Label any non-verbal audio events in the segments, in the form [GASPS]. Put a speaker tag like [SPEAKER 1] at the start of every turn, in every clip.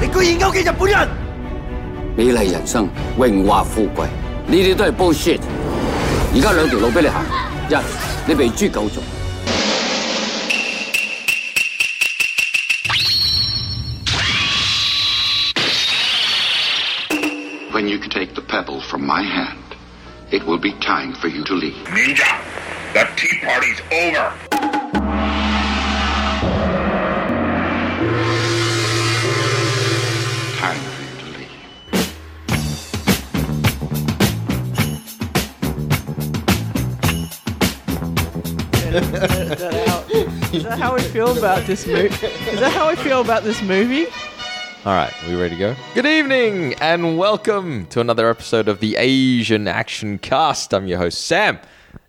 [SPEAKER 1] 你居然勾結日本人！
[SPEAKER 2] 美麗人生、榮華富貴，呢啲都係 bullshit。而家兩條路俾你行，一你被豬狗族，
[SPEAKER 3] When you take the pebble from my hand, it will be time for you to leave.
[SPEAKER 4] Ninja, the Tea Party's over.
[SPEAKER 3] Time for you to leave.
[SPEAKER 5] Is that how I feel about this movie? Is that how I feel about this movie?
[SPEAKER 6] All right, we ready to go? Good evening and welcome to another episode of the Asian Action Cast. I'm your host Sam,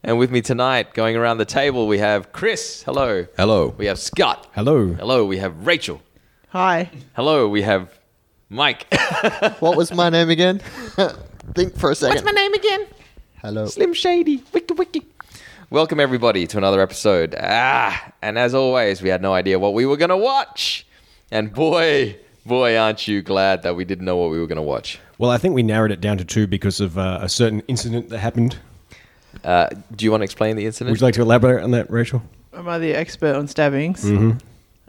[SPEAKER 6] and with me tonight, going around the table, we have Chris. Hello.
[SPEAKER 7] Hello.
[SPEAKER 6] We have Scott.
[SPEAKER 7] Hello.
[SPEAKER 6] Hello. We have Rachel.
[SPEAKER 5] Hi.
[SPEAKER 6] Hello. We have
[SPEAKER 8] [LAUGHS]
[SPEAKER 6] Mike.
[SPEAKER 8] What was my name again? [LAUGHS] Think for a second.
[SPEAKER 6] name again?
[SPEAKER 8] Hello.
[SPEAKER 6] Slim Shady. Wiki wiki. Welcome everybody to another episode. Ah, and as always, we had no idea what we were gonna watch, and boy, boy, aren't you glad that we didn't know what we were gonna watch.
[SPEAKER 7] Well, I think we narrowed it down to two because of uh, a certain incident that happened.
[SPEAKER 6] Uh, do you want to explain the incident?
[SPEAKER 7] Would you like to elaborate on that, Rachel?
[SPEAKER 5] Am I the expert on stabbings? Mm-hmm.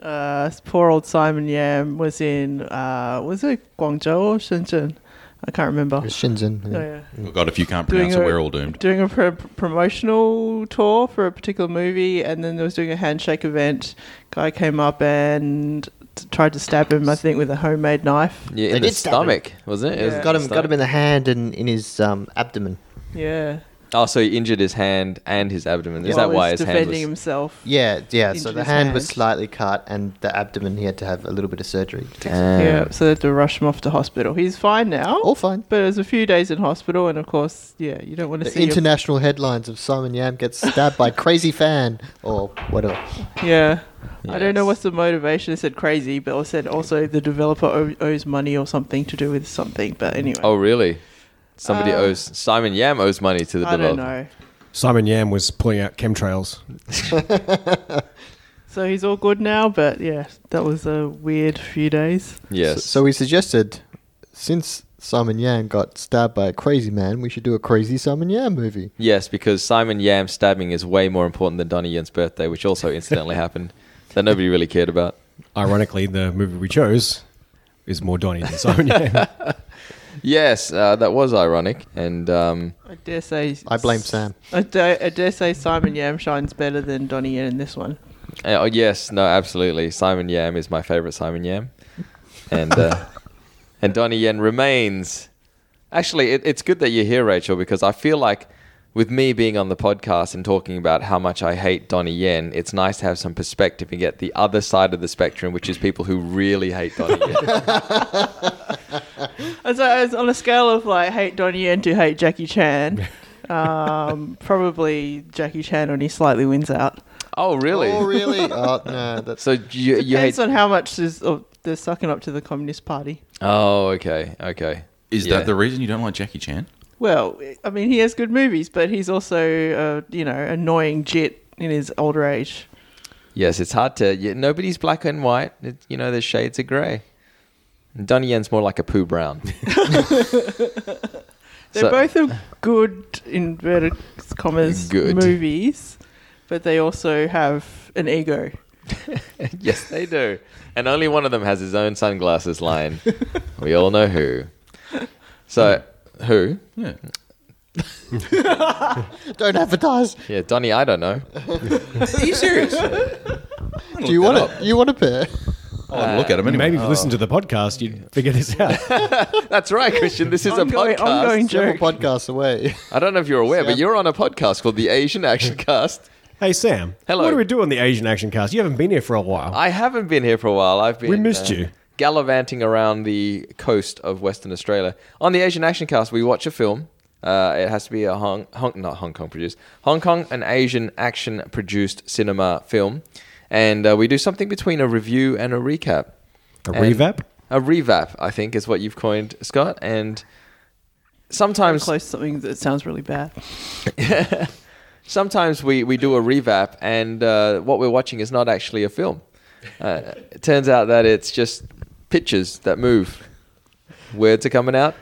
[SPEAKER 5] Uh, poor old Simon Yam was in, uh, was it Guangzhou or Shenzhen? I can't remember.
[SPEAKER 8] Shenzhen.
[SPEAKER 5] Oh,
[SPEAKER 8] yeah.
[SPEAKER 5] yeah.
[SPEAKER 7] Oh, God, if you can't
[SPEAKER 5] a- Doing a pro- promotional tour for a particular movie, and then they was doing a handshake event. Guy came up and t- tried to stab him, I think, with a homemade knife.
[SPEAKER 6] Yeah, in
[SPEAKER 8] They
[SPEAKER 6] the
[SPEAKER 8] did stab him.
[SPEAKER 6] stomach, wasn't it? It was in
[SPEAKER 8] Got
[SPEAKER 6] the
[SPEAKER 8] him. Got him in
[SPEAKER 6] stomach.
[SPEAKER 8] the hand and in his um, abdomen.
[SPEAKER 5] Yeah.
[SPEAKER 6] Oh, so he injured his hand and his abdomen. Is
[SPEAKER 5] While
[SPEAKER 6] that
[SPEAKER 5] he
[SPEAKER 6] why
[SPEAKER 5] was
[SPEAKER 6] his hand
[SPEAKER 5] defending
[SPEAKER 6] was?
[SPEAKER 5] himself.
[SPEAKER 8] Yeah, yeah.
[SPEAKER 5] Into
[SPEAKER 8] so the
[SPEAKER 5] his
[SPEAKER 8] hand, was
[SPEAKER 5] hand.
[SPEAKER 8] slightly cut, and the abdomen he had to have a little bit of surgery.
[SPEAKER 5] Yeah, so they had to rush him off to hospital. He's fine now.
[SPEAKER 6] Oh.
[SPEAKER 8] All fine.
[SPEAKER 5] But it was a few days in hospital, and of course, yeah, you don't want to
[SPEAKER 8] The
[SPEAKER 5] see your-
[SPEAKER 8] international headlines of Simon Yam gets stabbed by crazy fan or whatever.
[SPEAKER 5] yeah. I don't know
[SPEAKER 6] Yes.
[SPEAKER 5] what's the motivation. It said crazy, but it said also the developer o- owes money or something to do with something. But anyway,
[SPEAKER 6] Oh, really? Somebody
[SPEAKER 5] Uh,
[SPEAKER 6] owes Simon Yam owes money to the
[SPEAKER 5] I don't
[SPEAKER 6] developer.
[SPEAKER 5] know.
[SPEAKER 7] Simon Yam was pulling out chemtrails.
[SPEAKER 5] So he's all good now, but yeah, that was a weird few days.
[SPEAKER 6] Yes.
[SPEAKER 8] So we suggested, since Simon Yam got stabbed by a crazy man, we should do a crazy Simon Yam movie.
[SPEAKER 6] yes, because Simon Yam stabbing is way more important than Donnie Yen's birthday, which also incidentally [LAUGHS] happened that nobody really cared about.
[SPEAKER 7] Ironically, the movie we chose is more Donnie than
[SPEAKER 6] [LAUGHS]
[SPEAKER 7] Simon Yam.
[SPEAKER 6] Yes, uh, that was ironic, and um,
[SPEAKER 5] I dare say.
[SPEAKER 8] I blame Sam.
[SPEAKER 5] I dare, I dare say Simon Yam shines better than Donnie Yen in this one.
[SPEAKER 6] Uh, oh, yes, no, absolutely. Simon Yam is my favorite Simon Yam, and uh, and Donnie Yen remains. Actually, it, it's good that you're here, Rachel, because I feel like with me being on the podcast and talking about how much I hate Donnie Yen, it's nice to have some perspective and get the other side of the spectrum, which is people who really hate Donnie Yen. [LAUGHS]
[SPEAKER 5] As, I- as on a scale of like hate Donnie Yen to hate Jackie
[SPEAKER 6] [LAUGHS]
[SPEAKER 5] Chan, um, probably Jackie Chan only slightly wins out.
[SPEAKER 6] oh, really?
[SPEAKER 8] Oh,
[SPEAKER 6] [LAUGHS]
[SPEAKER 8] really? oh, no. That's
[SPEAKER 6] So you, you
[SPEAKER 5] Depends
[SPEAKER 6] hate?
[SPEAKER 5] on how much is, oh, they're sucking up to the Communist Party.
[SPEAKER 6] Oh, okay, okay.
[SPEAKER 9] Is
[SPEAKER 6] Yeah.
[SPEAKER 9] that the reason you don't like Jackie Chan?
[SPEAKER 5] Well, I mean, he has good movies, but he's also, uh, you know, annoying jit in his older age.
[SPEAKER 6] Yes, it's hard to. y nobody's black and white. It, you know, there's shades of grey. And Donnie Yen's more like a poo brown.
[SPEAKER 5] They're
[SPEAKER 6] So-
[SPEAKER 5] both a good inverted commas
[SPEAKER 6] Good.
[SPEAKER 5] movies, but they also have an ego.
[SPEAKER 6] [LAUGHS] yes, they do. And only one of them has his own sunglasses line. we all know who. So, who?
[SPEAKER 9] Yeah.
[SPEAKER 8] don't advertise.
[SPEAKER 6] Yeah, Donnie, I don't know.
[SPEAKER 9] Are you serious?
[SPEAKER 8] Do you want it? You want a pair?
[SPEAKER 9] Oh, I'll look at him anyway.
[SPEAKER 7] Maybe if you listened to the podcast, you'd figure this out.
[SPEAKER 6] That's right, Christian. [LAUGHS] This is a
[SPEAKER 5] Ongoing-
[SPEAKER 6] podcast.
[SPEAKER 5] ongoing
[SPEAKER 8] Several
[SPEAKER 5] joke.
[SPEAKER 8] podcasts away.
[SPEAKER 6] I don't know if you're aware, but you're on a podcast called the Asian Action Cast.
[SPEAKER 7] hey, Sam.
[SPEAKER 6] Hello.
[SPEAKER 7] What do we do on the Asian Action Cast? You haven't been here for a while.
[SPEAKER 6] I haven't been here for a while. I've been uh,
[SPEAKER 7] We missed you.
[SPEAKER 6] gallivanting around the coast of Western Australia. On the Asian Action Cast, we watch a film. Uh, it has to be a Hong, Hong not Hong Kong produced Hong Kong an Asian action produced cinema film, and uh, we do something between a review and a recap.
[SPEAKER 7] A
[SPEAKER 6] And-
[SPEAKER 7] revamp?
[SPEAKER 6] A revamp, I think, is what you've coined, Scott. And sometimes
[SPEAKER 5] Close to something that sounds really bad.
[SPEAKER 6] sometimes we, we do a revamp and uh, what we're watching is not actually a film. Uh, it turns out that it's just pictures that move. Words are coming out.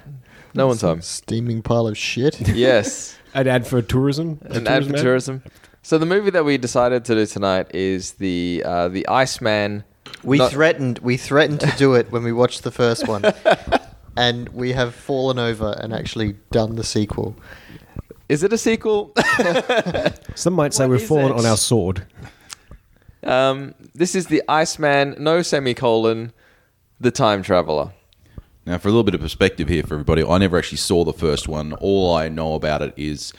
[SPEAKER 6] No one's home.
[SPEAKER 8] Steaming pile of shit.
[SPEAKER 6] Yes.
[SPEAKER 7] An ad for tourism.
[SPEAKER 6] an ad for tourism. So the movie that we decided to do tonight is the uh, the Iceman.
[SPEAKER 8] [LAUGHS] We
[SPEAKER 6] Not-
[SPEAKER 8] threatened. We threatened to do it when we watched the
[SPEAKER 6] [LAUGHS]
[SPEAKER 8] first one, and we have fallen over and actually done the sequel.
[SPEAKER 6] Is it a sequel? [LAUGHS]
[SPEAKER 7] Some might say we've
[SPEAKER 6] is
[SPEAKER 7] fallen
[SPEAKER 6] it?
[SPEAKER 7] on our sword.
[SPEAKER 6] um, this is the Iceman. No semicolon. The time traveler.
[SPEAKER 9] Now, for a little bit of perspective here for everybody, I never actually saw the first one. All I know about it is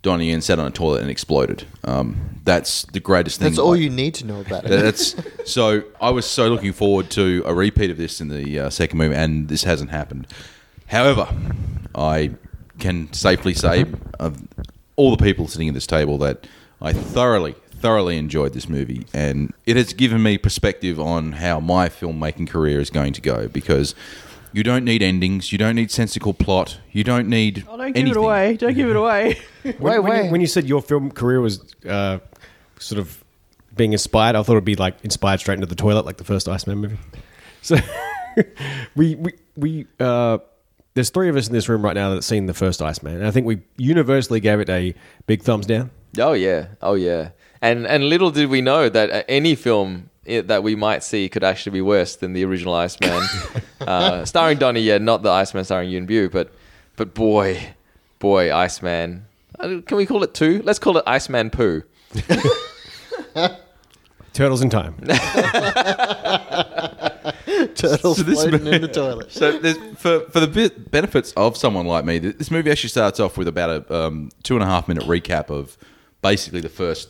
[SPEAKER 9] Donnie Yen sat on a toilet and exploded. Um, that's the greatest thing.
[SPEAKER 8] That's all
[SPEAKER 9] like-
[SPEAKER 8] you need to know about
[SPEAKER 9] That-
[SPEAKER 8] it.
[SPEAKER 9] That's so. I was so looking forward to a repeat of this in the uh, second movie, and this hasn't happened. However, I can safely say of all the people sitting at this table that I thoroughly, thoroughly enjoyed this movie, and it has given me perspective on how my filmmaking career is going to go because. You don't need endings. You don't need sensical plot. You don't need.
[SPEAKER 5] Oh, don't give
[SPEAKER 9] anything.
[SPEAKER 5] it away. Don't
[SPEAKER 6] [LAUGHS]
[SPEAKER 5] give it away.
[SPEAKER 7] When,
[SPEAKER 6] Wait,
[SPEAKER 7] when you-
[SPEAKER 6] wait.
[SPEAKER 7] when you said your film career was uh, sort of being inspired, I thought it'd be like inspired straight into the toilet, like the first Iceman movie. [LAUGHS] So we we we uh, there's three of us in this room right now that's seen the first Iceman, and I think we universally gave it a big thumbs down.
[SPEAKER 6] Oh yeah. Oh yeah. And and little did we know that uh, any film i that we might see could actually be worse than the original Iceman, uh, starring Donnie Yen, not the Iceman starring Yuen Bu, but but boy, boy, Iceman. Uh, Can we call it two? Let's call it Iceman Poo.
[SPEAKER 7] Turtles in [LAUGHS] Time.
[SPEAKER 8] Turtles
[SPEAKER 9] So this
[SPEAKER 8] floating in
[SPEAKER 9] mo-
[SPEAKER 6] [LAUGHS]
[SPEAKER 8] the toilet.
[SPEAKER 9] So there's, for for the bit benefits of someone like me, th- this movie actually starts off with about a um, two and a half minute recap of basically the first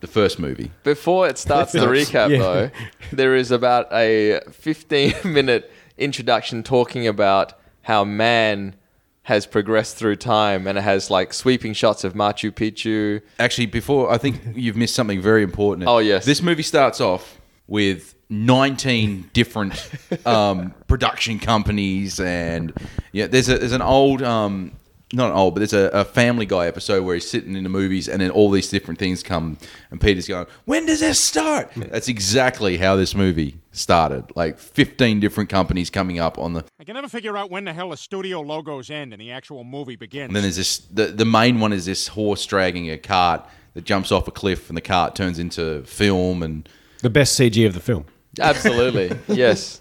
[SPEAKER 9] the first movie.
[SPEAKER 6] Before it starts the recap,
[SPEAKER 7] Yeah.
[SPEAKER 6] though, there is about a 15 minute introduction talking about how man has progressed through time and it has like sweeping shots of Machu Picchu.
[SPEAKER 9] Actually, before I think you've missed something very important.
[SPEAKER 6] Oh, yes.
[SPEAKER 9] this movie starts off with 19 different um, production companies, and yeah, there's a, there's an old. Um, not an old, but there's a, a Family Guy episode where he's sitting in the movies, and then all these different things come, and Peter's going, "When does this start?" That's exactly how this movie started. Like 15 different companies coming up on the
[SPEAKER 1] I can never figure out when the hell the studio logos end and the actual movie begins.
[SPEAKER 9] And then there's this the, the main one is this horse dragging a cart that jumps off a cliff and the cart turns into film and
[SPEAKER 7] The best CG of the film.
[SPEAKER 6] Absolutely, yes.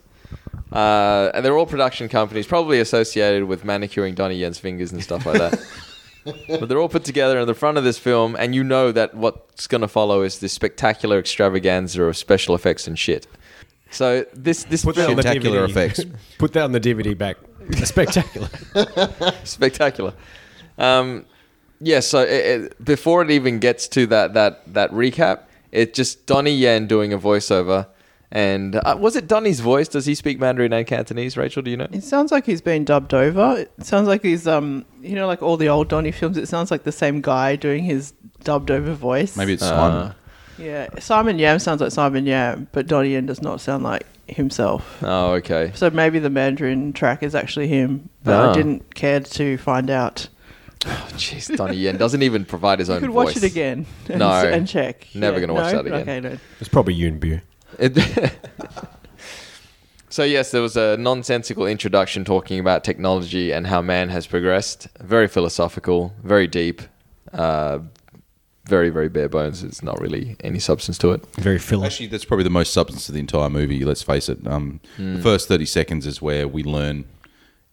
[SPEAKER 6] Uh, and they're all production companies, probably associated with manicuring Donnie Yen's fingers and stuff like that. but they're all put together in the front of this film, and you know that what's going to follow is this spectacular extravaganza of special effects and shit. So this this
[SPEAKER 7] Put that
[SPEAKER 6] film-
[SPEAKER 7] on the
[SPEAKER 9] Spectacular
[SPEAKER 7] DVD.
[SPEAKER 9] effects.
[SPEAKER 7] [LAUGHS] Put that on the DVD back. Spectacular.
[SPEAKER 6] spectacular. Um, yeah, so it, it, before it even gets to that that that recap, it's just Donnie Yen doing a voiceover. And uh, was it Donnie's voice? Does he speak Mandarin and Cantonese? Rachel, do you know?
[SPEAKER 5] It sounds like he's been dubbed over. It sounds like he's um, you know, like all the old Donnie films. It sounds like the same guy doing his dubbed over voice.
[SPEAKER 9] maybe it's Simon.
[SPEAKER 5] Yeah, Simon Yam sounds like Simon Yam, but Donnie Yen does not sound like himself.
[SPEAKER 6] Oh, okay.
[SPEAKER 5] So maybe the Mandarin track is actually him, but
[SPEAKER 6] Ah.
[SPEAKER 5] I didn't care to find out.
[SPEAKER 6] [LAUGHS] Jeez, Donnie Yen doesn't even provide his
[SPEAKER 5] You
[SPEAKER 6] own
[SPEAKER 5] could
[SPEAKER 6] voice.
[SPEAKER 5] watch it again [LAUGHS] and,
[SPEAKER 6] No.
[SPEAKER 5] s- and check.
[SPEAKER 6] Never gonna watch
[SPEAKER 5] no?
[SPEAKER 6] that again.
[SPEAKER 5] Okay, no.
[SPEAKER 7] [LAUGHS] It's probably Yoon Bu.
[SPEAKER 6] It- [LAUGHS] so yes, there was a nonsensical introduction talking about technology and how man has progressed. Very philosophical, very deep, uh, very very bare bones. It's not really any substance to it.
[SPEAKER 7] Very film.
[SPEAKER 9] Actually, that's probably the most substance of the entire movie. Let's face it. Um, The first thirty seconds is where we learn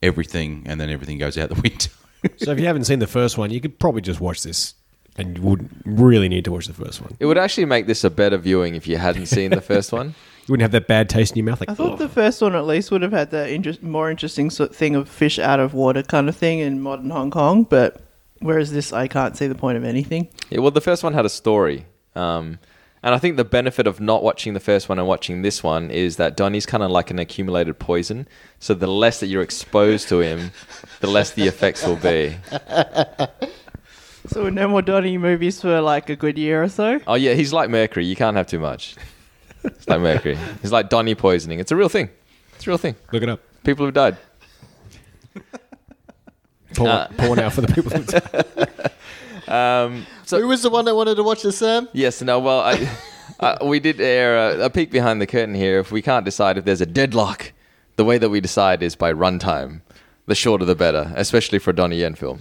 [SPEAKER 9] everything, and then everything goes out the [LAUGHS] window.
[SPEAKER 7] So if you haven't seen the first one, you could probably just watch this, and you wouldn't really need to watch the first one.
[SPEAKER 6] It would actually make this a better viewing if you hadn't seen
[SPEAKER 5] [LAUGHS]
[SPEAKER 6] the first one.
[SPEAKER 7] You wouldn't have that bad taste in your mouth. Like,
[SPEAKER 5] I thought the first one at least would have had that interest, more interesting sort of thing of fish out of water kind of thing in modern Hong Kong, but whereas this, I can't see the point of anything.
[SPEAKER 6] Yeah, well, the first one had a story. Um, and I think the benefit of not watching the first one and watching this one is that Donnie's kind of like an accumulated poison. So the less that you're exposed to him, the less the effects will be.
[SPEAKER 5] So no more Donnie movies for like a good year or so.
[SPEAKER 6] Oh, yeah, he's like Mercury. You can't have too much. It's like Mercury. He's like Donnie poisoning. It's a real thing. It's a real thing.
[SPEAKER 7] look it up.
[SPEAKER 6] People have died.
[SPEAKER 7] Porn,
[SPEAKER 6] Uh,
[SPEAKER 7] porn out for the
[SPEAKER 6] [LAUGHS]
[SPEAKER 7] people.
[SPEAKER 8] Who was the one that wanted to watch this, Sam?
[SPEAKER 6] Yes, no, well, I, uh, we did air a, a peek behind the curtain here. If we can't decide if there's a deadlock the way that we decide is by runtime. The shorter the better, especially for a Donnie Yen film.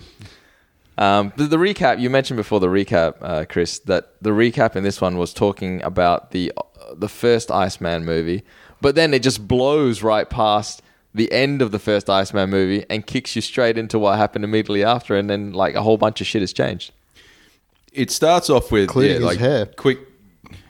[SPEAKER 6] Um, the, the recap you mentioned before the recap, uh, Chris, that the recap in this one was talking about the the first Iceman movie, but then it just blows right past the end of the first Iceman movie and kicks you straight into what happened immediately after, and then like a whole bunch of shit has changed.
[SPEAKER 9] it starts off with
[SPEAKER 8] Including
[SPEAKER 9] yeah,
[SPEAKER 8] his
[SPEAKER 9] like
[SPEAKER 8] hair.
[SPEAKER 9] quick,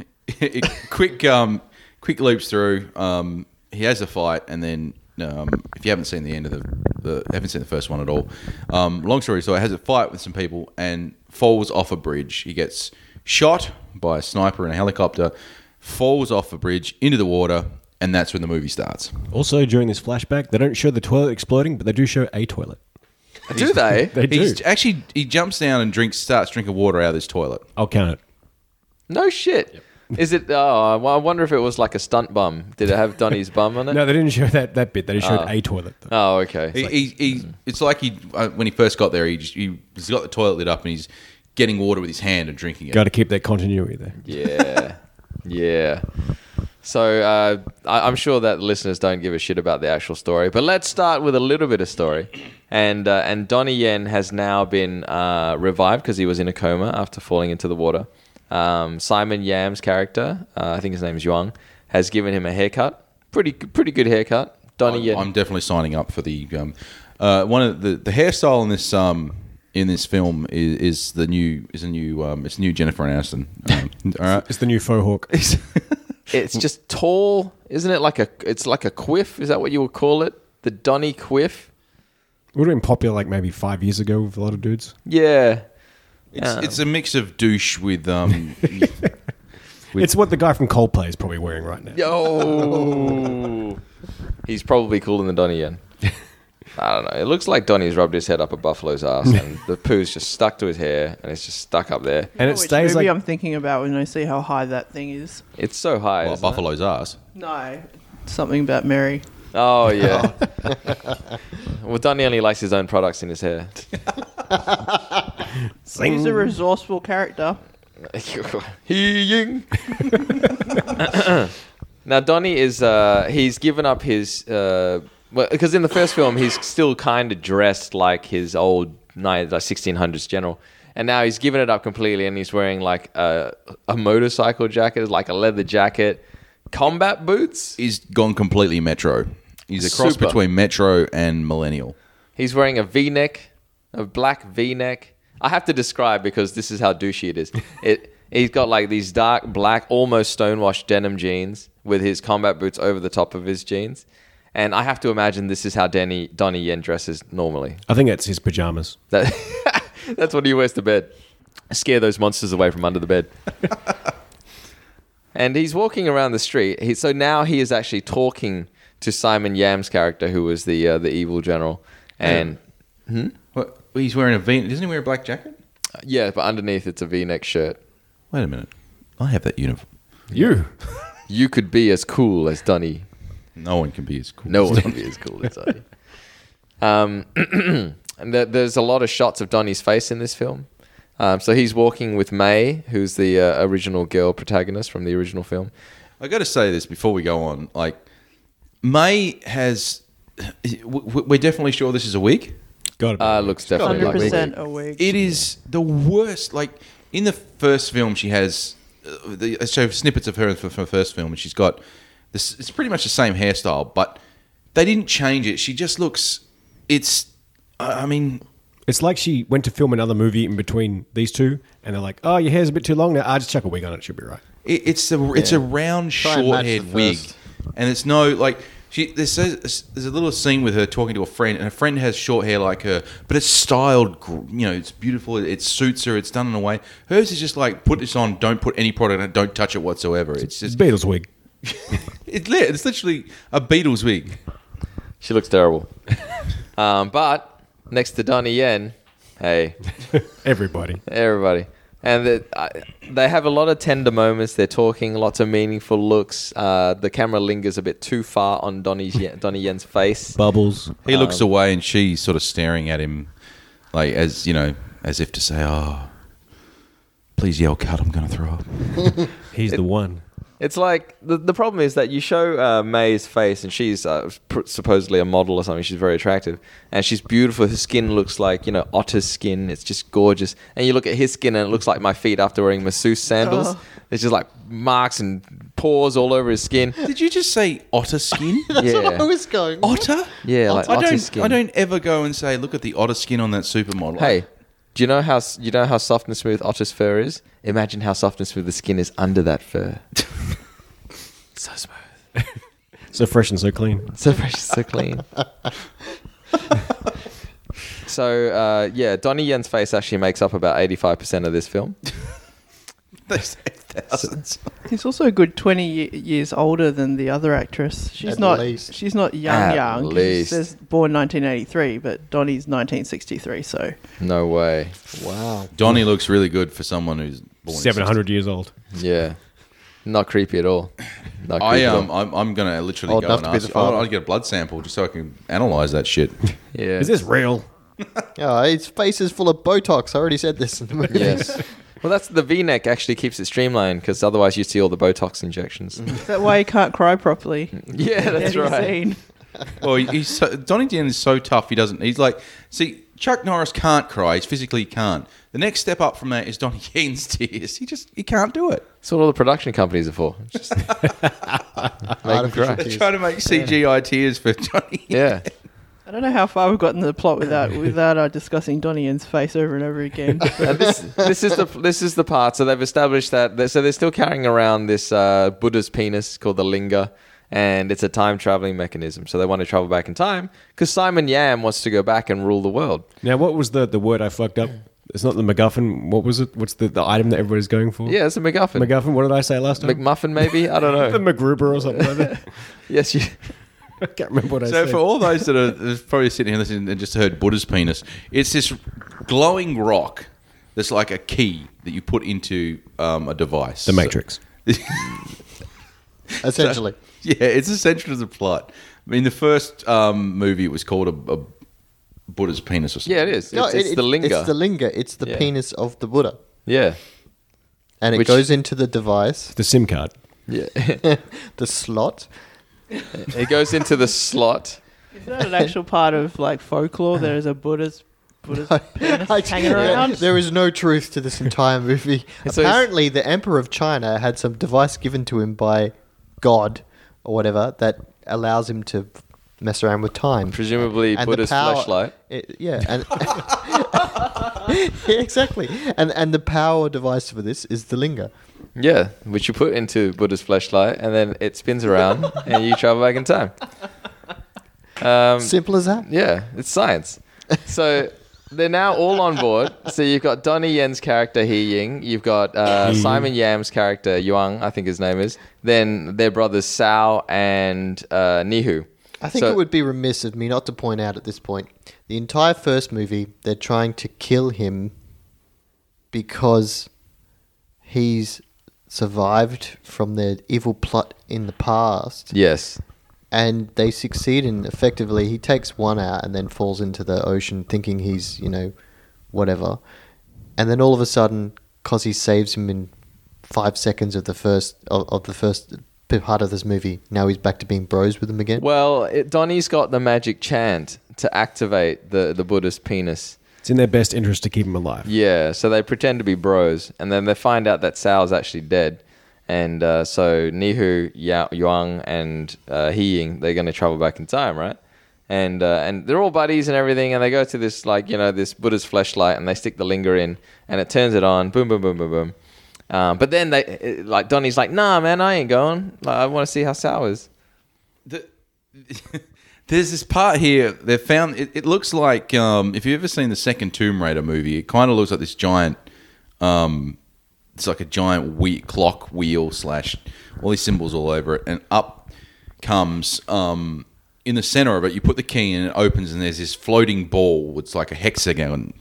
[SPEAKER 9] [LAUGHS] quick, um, quick loops through. Um, he has a fight, and then um, if you haven't seen the end of the, the haven't seen the first one at all, um, long story short, he has a fight with some people and falls off a bridge. He gets shot by a sniper in a helicopter, falls off a bridge into the water, and that's when the movie starts.
[SPEAKER 7] Also, during this flashback, they don't show the toilet exploding, but they do show a toilet.
[SPEAKER 6] Do
[SPEAKER 7] [LAUGHS]
[SPEAKER 6] they?
[SPEAKER 7] They do.
[SPEAKER 9] He's actually he jumps down and drinks starts drinking water out of this toilet.
[SPEAKER 7] I'll count it.
[SPEAKER 6] No shit. Is it? Oh, well, I wonder if it was like a stunt bum. Did it have Donnie's bum on it?
[SPEAKER 7] No, they didn't show that, that bit. They showed a toilet. though.
[SPEAKER 6] Oh, okay.
[SPEAKER 9] He, he, he, it's like he uh, when he first got there, he, just, he he's got the toilet lit up and he's getting water with his hand and drinking it.
[SPEAKER 7] Got to keep that continuity there.
[SPEAKER 6] Yeah, yeah. So uh, I, I'm sure that listeners don't give a shit about the actual story, but let's start with a little bit of story. And uh, and Donnie Yen has now been uh, revived because he was in a coma after falling into the water. Um, Simon Yam's character, uh, I think his name is Yuang, has given him a haircut. Pretty pretty good haircut. Donnie Yen.
[SPEAKER 9] I'm, I'm definitely signing up for the um, uh, one of the, the hairstyle in this um in this film is, is the new is a new um it's new Jennifer Aniston. Um, all right.
[SPEAKER 7] It's the new faux hawk.
[SPEAKER 6] It's just tall, isn't it? Like a it's like a quiff. Is that what you would call it? The Donny quiff.
[SPEAKER 7] Would have been popular like maybe five years ago with a lot of dudes.
[SPEAKER 6] Yeah.
[SPEAKER 9] It's, it's a mix of douche with um [LAUGHS]
[SPEAKER 7] It's what the guy from Coldplay is probably wearing right now.
[SPEAKER 6] Yo. [LAUGHS] He's probably cooler than Donnie Yen. I don't know. It looks like Donnie's rubbed his head up a buffalo's ass, and the poo's just stuck to his hair, and it's just stuck up there.
[SPEAKER 7] And it
[SPEAKER 5] Which
[SPEAKER 7] stays
[SPEAKER 5] movie
[SPEAKER 7] like
[SPEAKER 5] I'm thinking about when I see how high that thing is.
[SPEAKER 6] It's so high.
[SPEAKER 9] well,
[SPEAKER 6] isn't it?
[SPEAKER 9] buffalo's ass.
[SPEAKER 5] No, something about Mary.
[SPEAKER 6] Oh yeah. [LAUGHS] well, Donnie only likes his own products in his hair.
[SPEAKER 5] He's a
[SPEAKER 6] Mm.
[SPEAKER 5] resourceful character.
[SPEAKER 6] He-ying. [LAUGHS] now Donnie is uh, he's given up his uh, well because in the first film he's still kind of dressed like his old ni- like 1600s general and now he's given it up completely and he's wearing like a, a motorcycle jacket like a leather jacket combat boots
[SPEAKER 9] He's gone completely metro. He's a cross
[SPEAKER 6] Super.
[SPEAKER 9] between metro and millennial.
[SPEAKER 6] He's wearing a V-neck, a black V-neck. I have to describe because this is how douchey it is. It he's got like these dark black, almost stonewashed denim jeans with his combat boots over the top of his jeans. And I have to imagine this is how Danny Donnie Yen dresses normally.
[SPEAKER 7] I think that's his pajamas.
[SPEAKER 6] That, that's what he wears to bed. Scare those monsters away from under the bed. and he's walking around the street. He, so now he is actually talking to Simon Yam's character, who was the uh, the evil general. And
[SPEAKER 9] What, he's wearing a V. Doesn't he wear a black jacket?
[SPEAKER 6] Yeah, but underneath it's a V-neck shirt.
[SPEAKER 9] Wait a minute. I have that uniform.
[SPEAKER 7] You.
[SPEAKER 6] You could be as cool as Dunny.
[SPEAKER 9] No one can be as cool.
[SPEAKER 6] No
[SPEAKER 9] as
[SPEAKER 6] one could be as cool as Dunny. [LAUGHS] Um, [CLEARS THROAT] and there, there's a lot of shots of Dunny's face in this film. Um, so he's walking with May, who's the uh, original girl protagonist from the original film.
[SPEAKER 9] I got to say this before we go on. Like, May has. w- w- We're definitely sure this is a wig.
[SPEAKER 7] Got it.
[SPEAKER 6] Uh, looks definitely
[SPEAKER 5] Hundred
[SPEAKER 6] like
[SPEAKER 5] percent a wig.
[SPEAKER 9] It is the worst. Like in the first film, she has uh, the I show snippets of her from from the first film, and she's got this. It's pretty much the same hairstyle, but they didn't change it. She just looks. It's. I I mean,
[SPEAKER 7] it's like she went to film another movie in between these two, and they're like, "Oh, your hair's a bit too long now. I just chuck a wig on it. She'll be right."
[SPEAKER 9] It, it's a it's a round
[SPEAKER 8] and match
[SPEAKER 9] short
[SPEAKER 8] the
[SPEAKER 9] haired wig,
[SPEAKER 8] first.
[SPEAKER 9] and it's no like she. There's a, there's a little scene with her talking to a friend, and her friend has short hair like her, but it's styled. gr- You know, it's beautiful. It, it suits her. It's done in a way. Hers is just like put this on. Don't put any product on it. Don't touch it whatsoever. It's
[SPEAKER 7] It's
[SPEAKER 9] just
[SPEAKER 7] Beatles wig.
[SPEAKER 9] it's, lit. it's literally a Beatles wig.
[SPEAKER 6] She looks terrible. [LAUGHS] um, but next to Donnie Yen, hey,
[SPEAKER 7] Everybody.
[SPEAKER 6] everybody. And that I they have a lot of tender moments. They're talking, lots of meaningful looks. Uh, the camera lingers a bit too far on Donnie's Yen, Donnie Yen's face.
[SPEAKER 7] Bubbles.
[SPEAKER 9] He
[SPEAKER 8] Um,
[SPEAKER 9] looks away, and she's sort of staring at him, like as you know, as if to
[SPEAKER 8] [LAUGHS]
[SPEAKER 9] "Ah, say, "Oh, please yell cut. I'm going to throw up."
[SPEAKER 7] He's the one.
[SPEAKER 6] It's like the, the problem is that you show uh, May's face, and she's uh, pr- supposedly a model or something. She's very attractive, and she's beautiful. Her skin looks like you know otter's skin. It's just gorgeous. And you look at his skin, and it looks like my feet after wearing masseuse sandals.
[SPEAKER 8] Oh.
[SPEAKER 6] It's just like marks and pores all over his skin.
[SPEAKER 9] Did you just say otter skin?
[SPEAKER 8] [LAUGHS] That's
[SPEAKER 6] yeah, Oh.
[SPEAKER 8] what [LAUGHS] I was going.
[SPEAKER 9] otter?
[SPEAKER 6] yeah, like
[SPEAKER 9] I
[SPEAKER 6] otter
[SPEAKER 9] don't.
[SPEAKER 6] skin.
[SPEAKER 9] I don't ever go and say, "Look at the otter skin on that supermodel."
[SPEAKER 6] Hey, do you know how s- you know how soft and smooth otter's fur is? Imagine how soft and smooth the skin is under that fur. [LAUGHS] so smooth,
[SPEAKER 7] So fresh and so clean.
[SPEAKER 6] so fresh, so [LAUGHS] clean. so uh, yeah, Donnie Yen's face actually makes up about eighty-five percent of this film.
[SPEAKER 9] [LAUGHS] they say thousands.
[SPEAKER 5] He's also a good twenty ye- years older than the other actress. She's
[SPEAKER 8] At
[SPEAKER 5] not.
[SPEAKER 8] least.
[SPEAKER 5] She's not young.
[SPEAKER 6] At
[SPEAKER 5] young. 'cause
[SPEAKER 6] least.
[SPEAKER 5] She says born 1983, but Donnie's 1963. So
[SPEAKER 6] No way.
[SPEAKER 8] Wow.
[SPEAKER 9] Donnie looks really good for someone who's born in
[SPEAKER 7] Seven
[SPEAKER 9] 60s.
[SPEAKER 7] hundred years old.
[SPEAKER 6] Yeah, not creepy at all. Not creepy
[SPEAKER 9] I
[SPEAKER 6] at
[SPEAKER 9] um,
[SPEAKER 6] all.
[SPEAKER 9] I'm, I'm gonna literally
[SPEAKER 8] Old
[SPEAKER 9] go
[SPEAKER 8] enough
[SPEAKER 9] and
[SPEAKER 8] to be
[SPEAKER 9] ask.
[SPEAKER 8] the
[SPEAKER 9] you- I want-
[SPEAKER 8] father.
[SPEAKER 9] I'll get a blood sample just so I can analyze that
[SPEAKER 8] [LAUGHS]
[SPEAKER 9] shit.
[SPEAKER 6] Yeah.
[SPEAKER 7] Is this real?
[SPEAKER 8] Yeah, his face is full of Botox. I already said this in the movie. [LAUGHS]
[SPEAKER 6] Yes. [LAUGHS] Well, that's the V-neck actually keeps it streamlined because otherwise you see all the Botox injections.
[SPEAKER 5] is that why he can't cry properly?
[SPEAKER 6] [LAUGHS] yeah, [LAUGHS]
[SPEAKER 7] [LAUGHS]
[SPEAKER 6] that's
[SPEAKER 5] Any
[SPEAKER 6] right.
[SPEAKER 5] scene.
[SPEAKER 9] well, he- he's so, Donnie Yen is so tough. He doesn't. He's like, see, Chuck Norris can't cry. He's physically he can't. The next step up from that is Donnie [LAUGHS] Yen's tears. He just he can't do it.
[SPEAKER 6] That's what all the production companies are for. Just
[SPEAKER 8] Artificial
[SPEAKER 6] cry.
[SPEAKER 9] They're
[SPEAKER 8] tears.
[SPEAKER 9] trying to make CGI tears for [LAUGHS] Johnny.
[SPEAKER 6] yeah.
[SPEAKER 5] I don't know how far we've gotten in the plot
[SPEAKER 6] [LAUGHS]
[SPEAKER 5] without without uh, discussing Donnie Yen's face over and over again.
[SPEAKER 6] And this, this is the this is the part. So they've established that. that- So they're still carrying around this uh, Buddha's penis called the linga, and it's a time traveling mechanism. So they want to travel back in time because Simon Yam wants to go back and rule the world.
[SPEAKER 7] Now, what was the the word I fucked up? It's not the MacGuffin. What was it? What's the, the item that everybody's going for?
[SPEAKER 6] Yeah, it's a MacGuffin.
[SPEAKER 7] MacGuffin. What did I say last time?
[SPEAKER 6] McMuffin, maybe I don't
[SPEAKER 7] [LAUGHS] the
[SPEAKER 6] know.
[SPEAKER 7] MacGruber or something like that.
[SPEAKER 6] yes, you.
[SPEAKER 7] I can't remember what I
[SPEAKER 9] So
[SPEAKER 7] said.
[SPEAKER 9] for all those that are [LAUGHS] probably sitting here listening and just heard Buddha's penis, it's this glowing rock that's like a key that you put into um, a device.
[SPEAKER 7] the Matrix.
[SPEAKER 6] [LAUGHS]
[SPEAKER 8] Essentially.
[SPEAKER 9] [LAUGHS] Yeah, it's essential to the plot. I mean, the first um, movie it was called a, a Buddha's penis or something.
[SPEAKER 6] Yeah, it is. It's,
[SPEAKER 8] No,
[SPEAKER 6] it's
[SPEAKER 8] it-
[SPEAKER 6] the
[SPEAKER 8] it-
[SPEAKER 6] linga.
[SPEAKER 8] It's the linga. It's the
[SPEAKER 6] Yeah.
[SPEAKER 8] penis of the Buddha.
[SPEAKER 6] yeah,
[SPEAKER 8] And it
[SPEAKER 6] Which-
[SPEAKER 8] goes into the device,
[SPEAKER 7] The SIM card.
[SPEAKER 6] yeah. [LAUGHS]
[SPEAKER 8] the slot.
[SPEAKER 6] it goes into the slot.
[SPEAKER 5] Is that an actual part of like folklore? There is a Buddha's
[SPEAKER 8] [LAUGHS]
[SPEAKER 5] Buddha's penis
[SPEAKER 8] I-
[SPEAKER 5] hanging
[SPEAKER 8] there-
[SPEAKER 5] around.
[SPEAKER 8] There is no truth to this
[SPEAKER 5] [LAUGHS]
[SPEAKER 8] entire movie.
[SPEAKER 6] So it's-
[SPEAKER 8] Apparently, the Emperor of China had some device given to him by God or whatever that allows him to mess around with time.
[SPEAKER 6] Presumably
[SPEAKER 8] And the
[SPEAKER 6] Buddha's
[SPEAKER 8] power-
[SPEAKER 6] flashlight.
[SPEAKER 8] [LAUGHS] it- yeah, and Yeah, exactly. And and the power device for this is the linga.
[SPEAKER 6] Yeah, which you put into Buddha's flashlight, and then it spins around, and you travel back in time. Um,
[SPEAKER 8] Simple as that.
[SPEAKER 6] yeah, it's science. So they're now all on board. So you've got Donnie Yen's character He Ying, you've got uh, Simon Yam's character Yuang, I think his name is. Then their brothers Sao and uh, Nihu.
[SPEAKER 8] I think
[SPEAKER 6] So-
[SPEAKER 8] it would be remiss of me not to point out at this point the entire first movie, they're trying to kill him because he's survived from their evil plot in the past.
[SPEAKER 6] Yes.
[SPEAKER 8] And they succeed in effectively, he takes one out and then falls into the ocean thinking he's, you know, whatever. And then all of a sudden, Cosy saves him in five seconds of the first of, of the first part of this movie. Now he's back to being bros with him again.
[SPEAKER 6] Well, it, Donnie's got the magic chant to activate the, the Buddha's penis.
[SPEAKER 7] It's in their best interest to keep him alive.
[SPEAKER 6] Yeah, so they pretend to be bros, and then they find out that Sal's actually dead. And uh, so Nihu, Ya- Yuang, and uh, He Ying, they're going to travel back in time, right? And uh, and they're all buddies and everything, and they go to this like you know this Buddha's fleshlight, and they stick the linger in, and it turns it on, boom, boom, boom, boom, boom. Um, but then they it, like Donnie's like, nah, man, I ain't going. Like, I want to see how Sal is.
[SPEAKER 9] The- There's this part here. They found it, it looks like um, if you've ever seen the second Tomb Raider movie, it kind of looks like this giant. Um, it's like a giant whe clock wheel slash all these symbols all over it, and up comes um, in the center of it. You put the key in, and it opens, and there's this floating ball. It's like a hexagon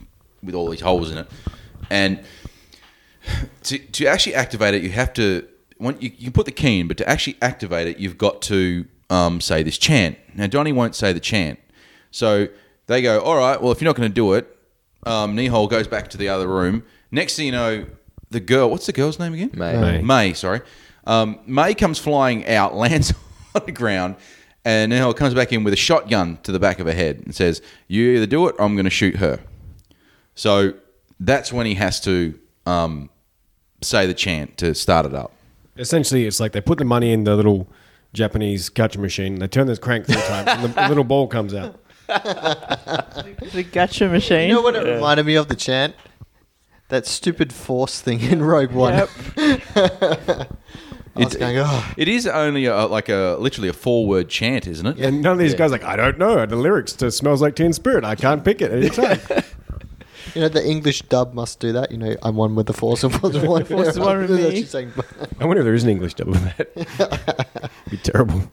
[SPEAKER 9] with all these holes in it, and to, to actually activate it, you have to. When you, you can put the key in, but to actually activate it, you've got to um, say this chant. Now, Donnie won't say the chant. So they go, all right, well, if you're not going to do it, um, Nihal goes back to the other room. Next thing you know, the girl, what's the girl's name again?
[SPEAKER 6] May.
[SPEAKER 7] May.
[SPEAKER 9] May, sorry. Um, May comes flying out, [LAUGHS] lands on the ground, and now comes back in with a shotgun to the back of her head and says, "You either do it, or I'm going to shoot her." So that's when he has to um, say the chant to start it up.
[SPEAKER 7] Essentially, it's like they put the money in the little Japanese gacha machine. They turn this crank three times, and the little ball comes out.
[SPEAKER 5] The gacha machine.
[SPEAKER 8] You know what it reminded me of the chant? That stupid force thing in Rogue One.
[SPEAKER 5] Yep.
[SPEAKER 8] I was going, oh,
[SPEAKER 9] It is only a, like a literally a four word chant, isn't it?
[SPEAKER 7] And none of these guys like, I don't know the lyrics to "Smells Like Teen Spirit." I can't pick it. Any [LAUGHS] time.
[SPEAKER 8] you know, the English dub must do that. You know, I'm one with the force and force with one.
[SPEAKER 5] [LAUGHS] Force is one with
[SPEAKER 8] That's
[SPEAKER 5] me.
[SPEAKER 8] just saying-
[SPEAKER 7] I wonder if there is an English dub of that. [LAUGHS] be terrible.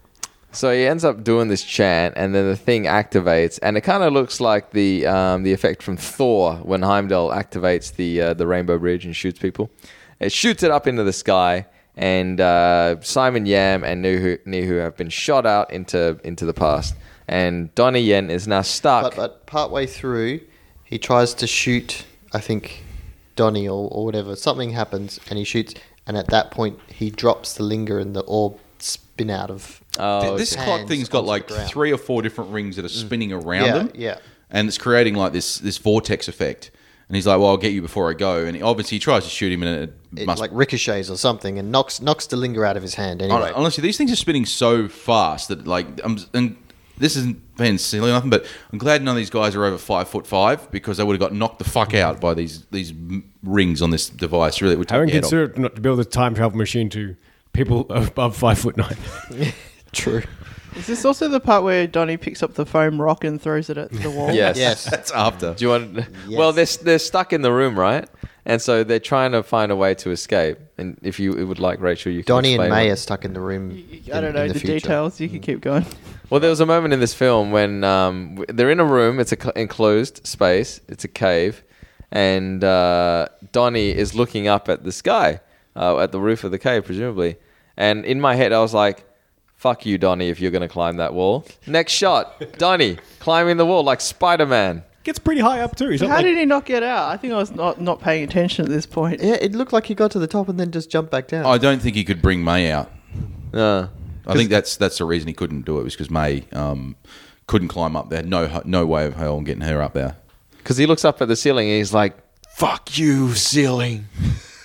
[SPEAKER 6] So he ends up doing this chant, and then the thing activates, and it kind of looks like the um, the effect from Thor when Heimdall activates the uh, the Rainbow Bridge and shoots people. It shoots it up into the sky, and uh, Simon Yam and Nihu, Nihu have been shot out into into the past, and Donnie Yen is now stuck.
[SPEAKER 8] but, but partway through, he tries to shoot, I think, Donnie or, or whatever. Something happens and he shoots. And at that point, he drops the linger and the orb spin out of.
[SPEAKER 6] Oh,
[SPEAKER 9] this
[SPEAKER 8] okay.
[SPEAKER 9] clock thing's got
[SPEAKER 8] Hands
[SPEAKER 9] like
[SPEAKER 8] onto the ground. Mm.
[SPEAKER 9] three or four different rings that are spinning around
[SPEAKER 8] Yeah,
[SPEAKER 9] them.
[SPEAKER 8] yeah.
[SPEAKER 9] And it's creating like this this vortex effect. And he's like, "Well, I'll get you before I go." And he, obviously, he tries to shoot him, and it,
[SPEAKER 8] It
[SPEAKER 9] must
[SPEAKER 8] like ricochets or something and knocks knocks the linger out of his hand anyway.
[SPEAKER 9] Hon- Honestly, these things are spinning so fast that like I'm and this isn't being silly or nothing, but I'm glad none of these guys are over five foot five because they would have got knocked the fuck out by these these m- rings on this device. Really, it would take
[SPEAKER 7] Having
[SPEAKER 9] your head off.
[SPEAKER 7] considered not to build a time travel machine to people above five foot nine. [LAUGHS]
[SPEAKER 8] True.
[SPEAKER 5] [LAUGHS] Is this also the part where Donnie picks up the foam rock and throws it at the
[SPEAKER 8] [LAUGHS]
[SPEAKER 5] wall?
[SPEAKER 6] yes.
[SPEAKER 8] Yes.
[SPEAKER 9] That's
[SPEAKER 6] [LAUGHS]
[SPEAKER 9] after.
[SPEAKER 6] Do you want? Well, they're they're stuck in the room, right? And so they're trying to find a way to escape. And if you would like, Rachel, you can
[SPEAKER 8] Donnie and
[SPEAKER 6] explain
[SPEAKER 8] May
[SPEAKER 6] what-
[SPEAKER 8] are stuck in the room.
[SPEAKER 5] I
[SPEAKER 8] in-
[SPEAKER 5] don't know
[SPEAKER 8] in
[SPEAKER 5] the,
[SPEAKER 8] future. Mm.
[SPEAKER 5] details. You can keep [LAUGHS] going.
[SPEAKER 6] Well, there was a moment in this film when um, w- they're in a room. It's an enclosed space. It's a cave, and uh, Donnie is looking up at the sky, uh, at the roof of the cave, presumably. And in my head, I was like, "Fuck you, Donnie! If you're gonna climb that wall." Next shot, [LAUGHS] Donnie climbing the wall like Spider-Man.
[SPEAKER 7] Gets pretty high up too. He's not
[SPEAKER 5] How
[SPEAKER 7] like-
[SPEAKER 5] did he not get out? I think I was not, not paying attention at this point.
[SPEAKER 8] Yeah, it looked like he got to the top and then just jumped back down.
[SPEAKER 9] I don't think he could bring May out.
[SPEAKER 6] Uh,
[SPEAKER 9] I think that's that's the reason he couldn't do it was because May um, couldn't climb up there. No ho- no way of hell getting her up there.
[SPEAKER 6] Because he looks up at the ceiling and he's like, fuck you, ceiling.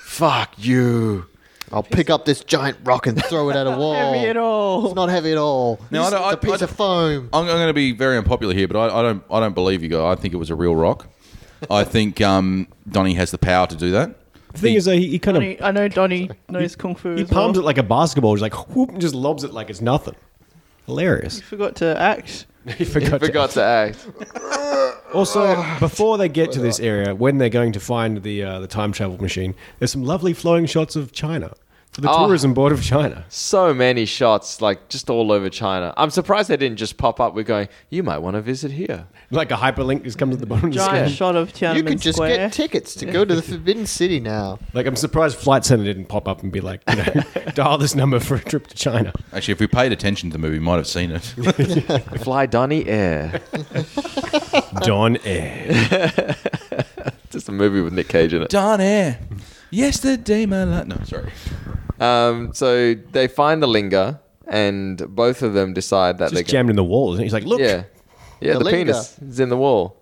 [SPEAKER 6] fuck you.
[SPEAKER 8] I'll pick up this giant rock and throw it at a wall.
[SPEAKER 5] Heavy at all.
[SPEAKER 8] It's not heavy at all.
[SPEAKER 9] No, I
[SPEAKER 8] it's
[SPEAKER 9] don't- I-
[SPEAKER 8] a piece
[SPEAKER 9] I-
[SPEAKER 8] of foam.
[SPEAKER 9] I'm, I'm going to be very unpopular here, but I, I don't I don't believe you guys. I think it was a real rock. I think um, Donnie has the power to do that.
[SPEAKER 7] the thing is, though, he, he kind of
[SPEAKER 5] Donnie, I know Donnie knows kung fu.
[SPEAKER 7] he
[SPEAKER 5] as well.
[SPEAKER 7] palms it like a basketball. He's like whoop, and just lobs it like it's nothing. Hilarious.
[SPEAKER 5] He forgot to act.
[SPEAKER 7] [LAUGHS] He forgot. to-
[SPEAKER 6] Forgot to Oh. act.
[SPEAKER 7] Also, before they get to [LAUGHS] this area, when they're going to find the uh, the time travel machine, there's some lovely flowing shots of China for the
[SPEAKER 6] Oh.
[SPEAKER 7] tourism board of China.
[SPEAKER 6] So many shots, like just all over China. I'm surprised they didn't just pop up. We're going, you might want to visit here.
[SPEAKER 7] Like a hyperlink just comes at the bottom of the
[SPEAKER 5] Giant
[SPEAKER 7] screen.
[SPEAKER 5] shot of Tiananmen
[SPEAKER 8] You could just
[SPEAKER 5] Square.
[SPEAKER 8] get tickets to go to
[SPEAKER 9] [LAUGHS]
[SPEAKER 8] the Forbidden City now.
[SPEAKER 7] Like I'm surprised Flight Center didn't pop up and be like, you
[SPEAKER 9] [LAUGHS]
[SPEAKER 7] know, dial this number for a trip to China.
[SPEAKER 9] Actually, if we paid attention to the movie, we might have seen [LAUGHS] it.
[SPEAKER 6] [LAUGHS] Fly Donnie Air.
[SPEAKER 9] Uh,
[SPEAKER 7] Don
[SPEAKER 6] [LAUGHS]
[SPEAKER 7] Air.
[SPEAKER 6] just a movie with Nick Cage in it.
[SPEAKER 9] Darn air. Yesterday, my life. No, sorry.
[SPEAKER 6] Um, so they find the linger, and both of them decide that
[SPEAKER 7] Just
[SPEAKER 6] they're
[SPEAKER 7] jammed in the wall, isn't it? He's like, look.
[SPEAKER 6] Yeah. Yeah, the,
[SPEAKER 8] The lingo.
[SPEAKER 6] penis is in the wall.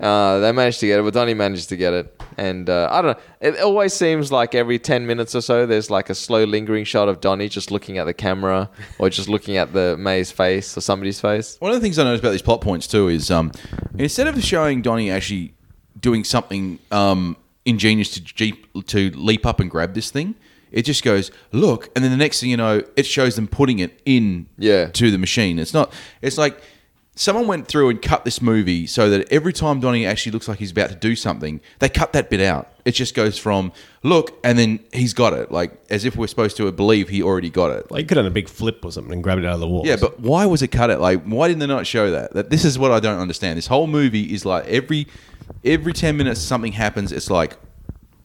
[SPEAKER 6] Uh, they managed to get it, but Donnie managed to get it. And uh, I don't know. It always seems like every 10 minutes or so, there's like a slow lingering shot of Donnie just looking at the camera or just looking at the May's face or somebody's face.
[SPEAKER 9] One of the things I noticed about these plot points too is um, instead of showing Donnie actually doing something um, ingenious to jeep, to leap up and grab this thing, it just goes look, and then the next thing you know, it shows them putting it in
[SPEAKER 6] Yeah.
[SPEAKER 9] to the machine. It's not. It's like someone went through and cut this movie so that every time Donnie actually looks like he's about to do something, they cut that bit out. It just goes from look, and then he's got it, like as if we're supposed to believe he already got it.
[SPEAKER 7] Like you could have done a big flip or something and grabbed it out of the wall.
[SPEAKER 9] Yeah, but why was it cut out? Like, why didn't they not show that? That this is what I don't understand. This whole movie is like every every ten minutes something happens. It's like,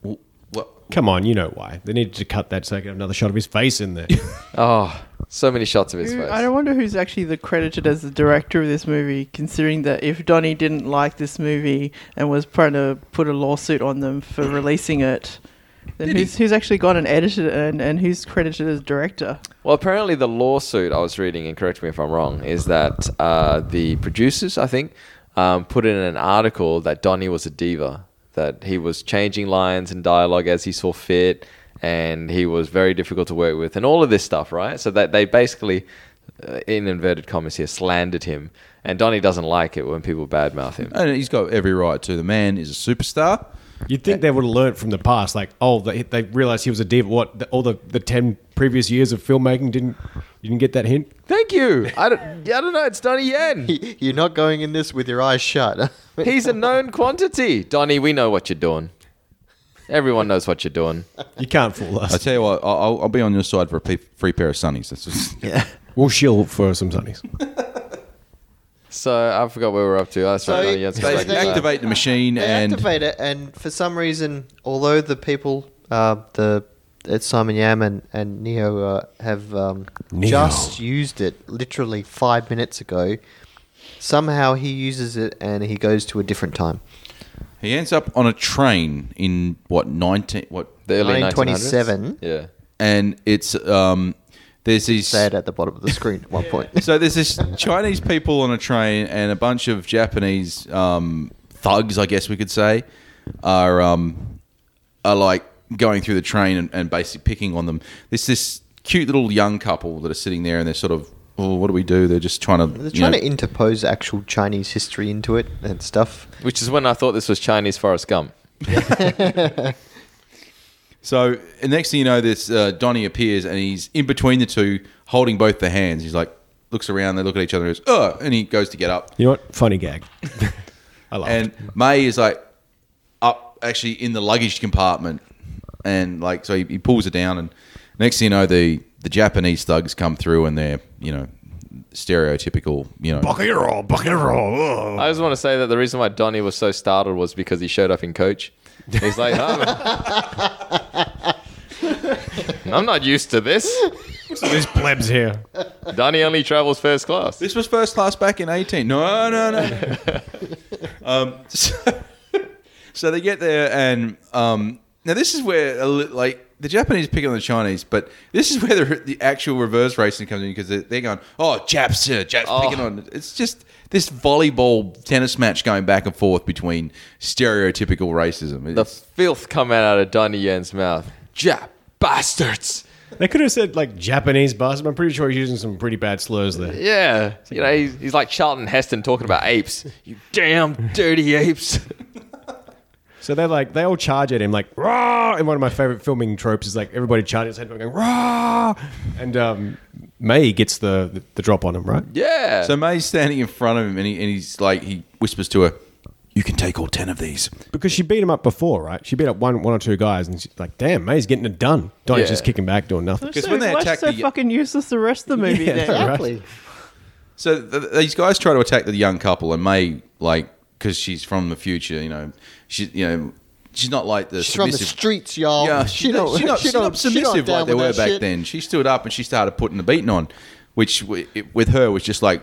[SPEAKER 9] wh- what?
[SPEAKER 7] come on, you know why. They needed to cut that so they could have another shot of his face in
[SPEAKER 9] [LAUGHS]
[SPEAKER 7] there.
[SPEAKER 6] Oh, so many shots of his
[SPEAKER 5] Who-
[SPEAKER 6] face.
[SPEAKER 5] Mm, I don't wonder who's actually the credited as the director of this movie, considering that if Donnie didn't like this movie and was trying to put a lawsuit on them for releasing it, Then who's, who's actually gone and edited it and, and who's credited as director?
[SPEAKER 6] Well, apparently the lawsuit I was reading, and correct me if I'm wrong, is that uh, the producers, I think, um, put in an article that Donnie was a diva, that he was changing lines and dialogue as he saw fit, and he was very difficult to work with, and all of this stuff, right? So that they basically, uh, in inverted commas here, slandered him, and Donnie doesn't like it when people badmouth him.
[SPEAKER 9] And he's got every right to. The man is a superstar.
[SPEAKER 7] You'd think they would have learned from the past, like oh, they, they realized he was a diva. What the, all the, the ten previous years of filmmaking didn't you didn't get that hint?
[SPEAKER 6] [LAUGHS] Thank you. I don't, I don't know. It's Donnie Yen. [LAUGHS]
[SPEAKER 8] You're not going in this with your eyes shut. [LAUGHS]
[SPEAKER 6] He's a known quantity. Donnie, we know what you're doing. Everyone knows what you're doing.
[SPEAKER 7] You can't fool
[SPEAKER 9] I
[SPEAKER 7] us.
[SPEAKER 9] tell you what, I'll- I'll, I'll be on your side for a pe- free pair of sunnies. That's just,
[SPEAKER 7] We'll shill for some sunnies.
[SPEAKER 6] So I forgot where we were up to. That's
[SPEAKER 8] So
[SPEAKER 6] right. Donnie
[SPEAKER 8] he-
[SPEAKER 6] Yen's
[SPEAKER 8] so
[SPEAKER 6] back.
[SPEAKER 8] they-
[SPEAKER 9] activate the machine
[SPEAKER 8] they
[SPEAKER 9] and
[SPEAKER 8] activate it, and for some reason, although the people, uh, the it's Simon Yam and and Neo uh, have um,
[SPEAKER 7] Neo.
[SPEAKER 8] just used it literally five minutes ago. Somehow he uses it and he goes to a different time.
[SPEAKER 9] he ends up on a train in what nineteen what
[SPEAKER 6] The early
[SPEAKER 8] 1927.
[SPEAKER 6] 1927. Yeah.
[SPEAKER 9] and it's um there's these
[SPEAKER 8] Say it at the bottom of the screen
[SPEAKER 5] [LAUGHS]
[SPEAKER 8] at one point.
[SPEAKER 9] so there's this Chinese people on a train and a bunch of Japanese um, thugs, I guess we could say, are um, are like going through the train and, and basically picking on them. There's this cute little young couple that are sitting there and they're sort of, oh, what do we do? They're just trying to,
[SPEAKER 8] They're
[SPEAKER 9] you
[SPEAKER 8] trying
[SPEAKER 9] know-
[SPEAKER 8] to interpose actual Chinese history into it
[SPEAKER 5] [LAUGHS]
[SPEAKER 8] and stuff.
[SPEAKER 6] Which is when I thought this was Chinese Forrest Gump.
[SPEAKER 9] So and next thing you know, this uh, Donnie appears and he's in between the two, holding both their hands. He's like, looks around, they look at each other, and goes, oh, and he goes to get up.
[SPEAKER 7] You know what? Funny gag. [LAUGHS] I love it.
[SPEAKER 9] and May is like up actually in the luggage compartment, and like so he, he pulls it down, and next thing you know, the the Japanese thugs come through, and they're you know stereotypical you know
[SPEAKER 1] Buckero, buckero.
[SPEAKER 6] I just want to say that the reason why Donnie was so startled was because he showed up in coach. He's like, I'm, I'm not used to this.
[SPEAKER 7] There's plebs here.
[SPEAKER 6] Donnie only travels first class.
[SPEAKER 9] This was first class back in 18. No, no, no.
[SPEAKER 6] [LAUGHS]
[SPEAKER 9] um, so, so they get there, and um, now this is where, a li- like, the Japanese pick on the Chinese, but this is where the, the actual reverse racing comes in because they're, they're going, oh, Japs, uh, Japs
[SPEAKER 6] Oh.
[SPEAKER 9] picking on. It's just this volleyball tennis match going back and forth between stereotypical racism.
[SPEAKER 6] The
[SPEAKER 9] It's,
[SPEAKER 6] filth coming out of Donnie Yen's mouth. Jap bastards.
[SPEAKER 7] They could have said like Japanese bastard. I'm pretty sure he's using some pretty bad slurs there.
[SPEAKER 6] Yeah. You know, he's, he's like Charlton Heston talking about apes. You damn dirty apes.
[SPEAKER 7] So they're like, they all charge at him like, rah! And one of my favorite filming tropes is like everybody charges at him going, rah! And um, May gets the, the, drop on him, right?
[SPEAKER 6] Yeah.
[SPEAKER 9] so May's standing in front of him, and, he, and he's like, he whispers to her, you can take all 10 of these.
[SPEAKER 7] Because she beat him up before, right? She beat up one, one or two guys and she's like, damn, May's getting it done. Donnie's
[SPEAKER 6] Yeah.
[SPEAKER 7] just kicking back, doing nothing.
[SPEAKER 9] Because when they
[SPEAKER 5] why
[SPEAKER 9] attack
[SPEAKER 5] so
[SPEAKER 9] the-
[SPEAKER 5] fucking useless the rest of the movie
[SPEAKER 7] Yeah,
[SPEAKER 5] then?
[SPEAKER 7] right.
[SPEAKER 9] So th- these guys try to attack the young couple, and May like because she's from the future, you know, she you know she's not like the
[SPEAKER 8] She's from the
[SPEAKER 9] submissive-
[SPEAKER 8] streets, y'all.
[SPEAKER 9] Yeah, she, not,
[SPEAKER 8] [LAUGHS]
[SPEAKER 9] she, not, she, not, submissive like they were back then. She stood up and she started putting the beating on, which w- it, with her was just like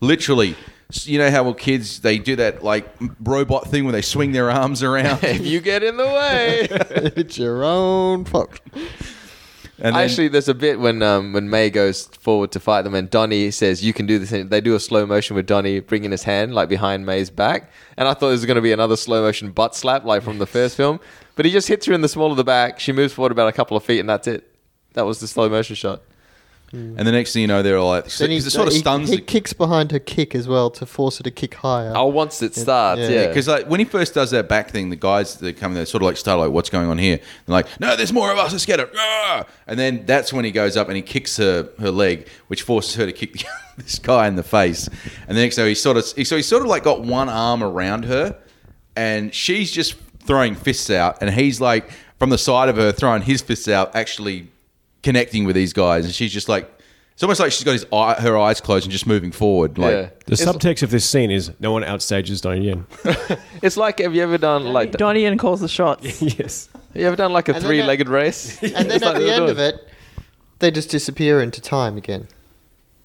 [SPEAKER 9] literally. You know how well kids they do that like robot thing where they swing their
[SPEAKER 8] [LAUGHS]
[SPEAKER 9] arms around.
[SPEAKER 6] if you get in the way.
[SPEAKER 8] [LAUGHS] it's your own fault.
[SPEAKER 9] And then-
[SPEAKER 6] Actually, there's a bit when um, when May goes forward to fight them, and Donnie says, "You can do this." And they do a slow motion with Donnie bringing his hand like behind May's back, and I thought this was going to be another slow motion butt slap like from the first film, but he just hits her in the small of the back. She moves forward about a couple of feet, and that's it. That was the slow motion shot.
[SPEAKER 9] and the next thing you know, they're all like, so,
[SPEAKER 8] Then he,
[SPEAKER 9] it sort of
[SPEAKER 8] he-
[SPEAKER 9] stuns
[SPEAKER 8] He,
[SPEAKER 9] the
[SPEAKER 8] kicks behind her kick as well to force her to kick higher.
[SPEAKER 6] Oh, [LAUGHS] once it starts,
[SPEAKER 8] yeah.
[SPEAKER 6] yeah,
[SPEAKER 9] Because like when he first does that back thing, the guys that come there sort of like start like, "What's going on here?" They're like, "No, there's more of us. Let's get it!" Rah!" And then that's when he goes up and he kicks her her leg, which forces her to kick the, [LAUGHS] this guy in the face. And the next day, he sort of he, so he sort of like got one arm around her, and she's just throwing fists out, and he's like from the side of her throwing his fists out, actually connecting with these guys, and she's just like. It's almost like she's got his eye, her eyes closed and just moving forward. Like,
[SPEAKER 6] Yeah.
[SPEAKER 7] The subtext of this scene is no one outstages Donnie Yen.
[SPEAKER 6] It's like have you ever done like have
[SPEAKER 5] Donnie Yen calls the shots.
[SPEAKER 7] yes.
[SPEAKER 6] you ever done like a
[SPEAKER 8] And then
[SPEAKER 6] three legged race?
[SPEAKER 8] and
[SPEAKER 6] It's
[SPEAKER 8] then
[SPEAKER 6] like
[SPEAKER 8] at the
[SPEAKER 6] they're
[SPEAKER 8] end of
[SPEAKER 6] doing-
[SPEAKER 8] it, they just disappear into time again.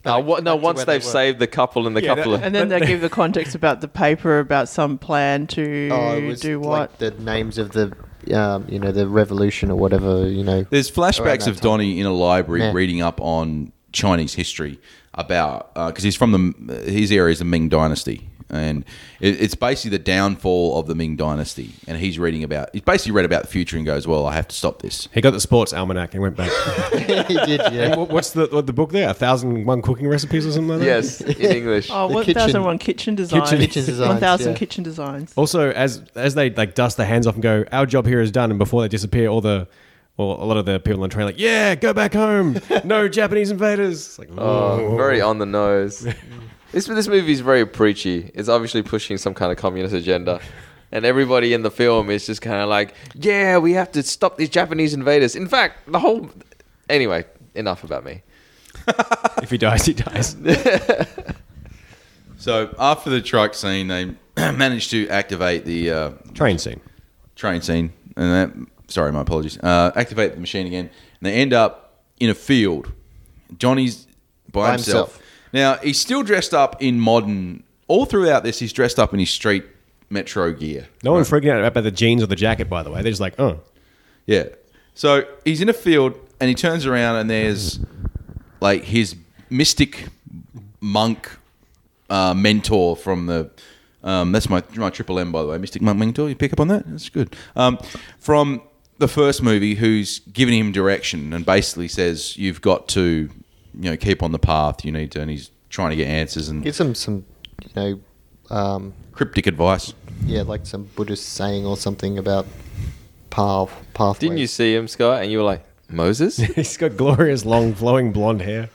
[SPEAKER 6] no, Oh, what, no
[SPEAKER 8] back to
[SPEAKER 6] once
[SPEAKER 8] where they
[SPEAKER 6] they've
[SPEAKER 8] were.
[SPEAKER 6] saved the couple and the
[SPEAKER 7] Yeah,
[SPEAKER 6] couple
[SPEAKER 7] that-
[SPEAKER 6] of
[SPEAKER 5] And then they give the context about the paper about some plan to
[SPEAKER 8] Oh, it was
[SPEAKER 5] do what?
[SPEAKER 8] like the names of the um, you know, the revolution or whatever,
[SPEAKER 5] [LAUGHS]
[SPEAKER 8] you know. [LAUGHS]
[SPEAKER 9] There's flashbacks
[SPEAKER 8] that
[SPEAKER 9] of Donnie in a library
[SPEAKER 8] Yeah.
[SPEAKER 9] reading up on Chinese history about because he's from the his area is the Ming Dynasty, and it, it's basically the downfall of the Ming Dynasty. And he's reading about he's basically read about the future and goes, "Well, I have to stop this."
[SPEAKER 7] He got the sports almanac and went back. [LAUGHS]
[SPEAKER 8] he did, yeah.
[SPEAKER 7] What- What's the what, the book there? A thousand and one cooking recipes or something like that.
[SPEAKER 6] Yes, in English.
[SPEAKER 5] Oh,
[SPEAKER 8] The
[SPEAKER 5] 1001 kitchen, designs.
[SPEAKER 7] Kitchen-
[SPEAKER 8] Kitchen designs,
[SPEAKER 5] 1000
[SPEAKER 8] yeah.
[SPEAKER 5] kitchen designs.
[SPEAKER 7] Also, as as they like dust their hands off and go, our job here is done, and before they disappear, all the or a lot of the people on the train are like, yeah, go back home. [LAUGHS] No Japanese invaders. It's like,
[SPEAKER 6] Oh, very on the [LAUGHS] nose. this this movie's very preachy. It's obviously pushing some kind of communist agenda. And everybody in the film is just kind of like, yeah, we have to stop these Japanese invaders. In fact, the whole. Anyway, enough about me.
[SPEAKER 7] if he dies, he dies.
[SPEAKER 9] So after the truck scene, they [CLEARS THROAT] managed to activate the uh,
[SPEAKER 7] [LAUGHS] train scene.
[SPEAKER 9] train scene, and that, sorry, my apologies. Uh, activate the machine again, and they end up in a field. Johnny's by,
[SPEAKER 8] By
[SPEAKER 9] himself.
[SPEAKER 8] himself.
[SPEAKER 9] Now he's still dressed up in modern. All throughout this, he's dressed up in his street metro gear.
[SPEAKER 7] No one's freaking out about the jeans or the jacket, by the way. They're just like, oh, [LAUGHS]
[SPEAKER 9] Yeah. So he's in a field, and he turns around, and there's like his mystic monk uh, mentor from the. Um, that's my my triple M, by the way. Mystic monk mentor. You pick up on that? That's good. Um, from the first movie, who's giving him direction and basically says, "You've got to, you know, keep on the path you need to," and he's trying to get answers and
[SPEAKER 8] Gives them some, you know, um,
[SPEAKER 9] cryptic advice.
[SPEAKER 8] yeah, like some Buddhist saying or something about path, pathways.
[SPEAKER 6] Didn't you see him, Scott? And you were like, Moses?
[SPEAKER 7] he's got glorious long flowing blonde hair.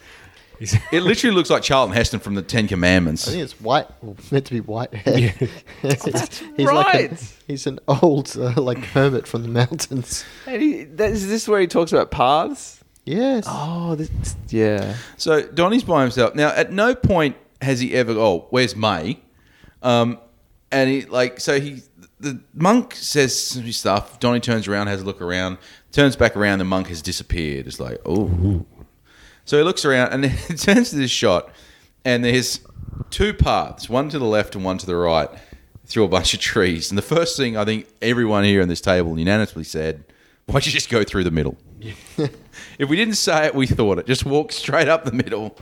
[SPEAKER 7] He's
[SPEAKER 9] It literally looks like Charlton Heston from the Ten Commandments.
[SPEAKER 8] I think it's white, well, meant to be white hair.
[SPEAKER 5] Oh,
[SPEAKER 8] That's [LAUGHS] he's Like a-
[SPEAKER 6] right.
[SPEAKER 8] he's an old, uh, like, hermit from the mountains.
[SPEAKER 6] [LAUGHS] And he, that, is this where he talks about paths?
[SPEAKER 8] Yes.
[SPEAKER 6] Oh, this, yeah.
[SPEAKER 9] So Donnie's by himself now. At no point has he ever. Oh, where's May? Um, and he like so he the monk says some stuff. Donnie turns around, has a look around, turns back around. The monk has disappeared. It's like oh. So he looks around and [LAUGHS] then he turns to this shot, and there's two paths, one to the left and one to the right, through a bunch of trees. And the first thing I think everyone here on this table unanimously said, "Why'd you just go through the middle?" If we didn't say it, we thought it. Just walk straight up the middle.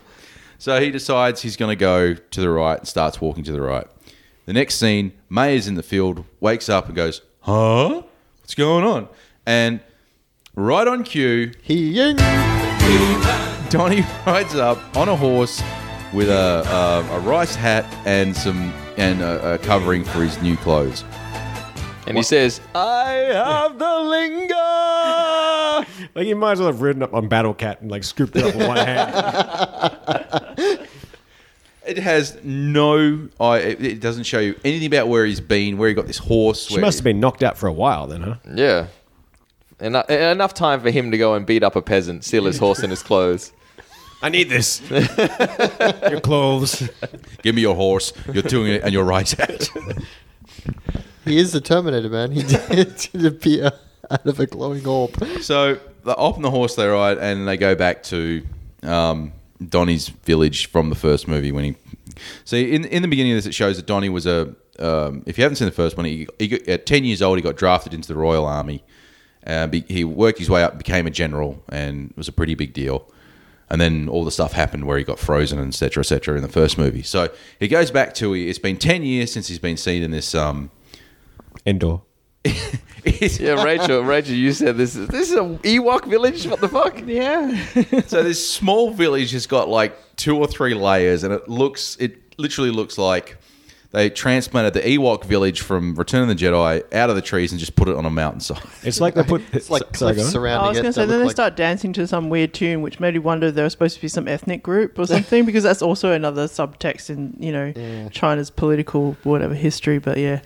[SPEAKER 9] So he decides he's going to go to the right and starts walking to the right. The next scene, May is in the field, wakes up and goes, Huh? What's going on? And right on cue,
[SPEAKER 8] He ying.
[SPEAKER 9] Donnie [LAUGHS] rides up on a horse with a, um a rice hat and some and a, a covering for his new clothes.
[SPEAKER 6] And he says, I have the lingo.
[SPEAKER 7] [LAUGHS] like, you might as well have ridden up on Battle Cat and like scooped it up with one [LAUGHS] hand.
[SPEAKER 9] It has no, I, it it doesn't show you anything about where he's been, where he got this horse.
[SPEAKER 7] She
[SPEAKER 9] where-
[SPEAKER 7] must have been knocked out for a while then, huh?
[SPEAKER 6] Yeah. Enough, enough time for him to go and beat up a peasant, steal his horse and his clothes.
[SPEAKER 7] I need this. [LAUGHS] Your clothes.
[SPEAKER 9] Give me your horse. You're doing it, and you're right at.
[SPEAKER 8] He is the Terminator, man. He [LAUGHS] did, did appear out of a glowing orb.
[SPEAKER 9] so they off on the horse they ride, and they go back to um, Donnie's village from the first movie. When he see in in the beginning of this, it shows that Donnie was a. Um, if you haven't seen the first one, he, he got, at ten years old he got drafted into the Royal Army. Uh, be, he worked his way up, became a general, and was a pretty big deal. And then all the stuff happened where he got frozen and etc. Cetera, etc. in the first movie. So he goes back to it's been ten years since he's been seen in this. Um, [LAUGHS]
[SPEAKER 7] Endor.
[SPEAKER 6] Yeah, Rachel, Rachel, you said this is this is a Ewok village. What the fuck?
[SPEAKER 5] Yeah.
[SPEAKER 9] So this small village has got like two or three layers, and it looks it literally looks like they transplanted the Ewok village from Return of the Jedi out of the trees and just put it on a mountainside. [LAUGHS]
[SPEAKER 7] It's like they put.
[SPEAKER 8] [LAUGHS] It's like
[SPEAKER 7] sorry,
[SPEAKER 8] cliffs
[SPEAKER 7] go on.
[SPEAKER 5] I
[SPEAKER 8] surrounding
[SPEAKER 5] was
[SPEAKER 8] it.
[SPEAKER 5] going to say,
[SPEAKER 8] that
[SPEAKER 5] then
[SPEAKER 8] look
[SPEAKER 5] they
[SPEAKER 8] like-
[SPEAKER 5] start dancing to some weird tune, which made me wonder if they were supposed to be some ethnic group
[SPEAKER 8] [LAUGHS]
[SPEAKER 5] or something, because that's also another subtext in, you know,
[SPEAKER 8] Yeah.
[SPEAKER 5] China's political, whatever, history. But yeah.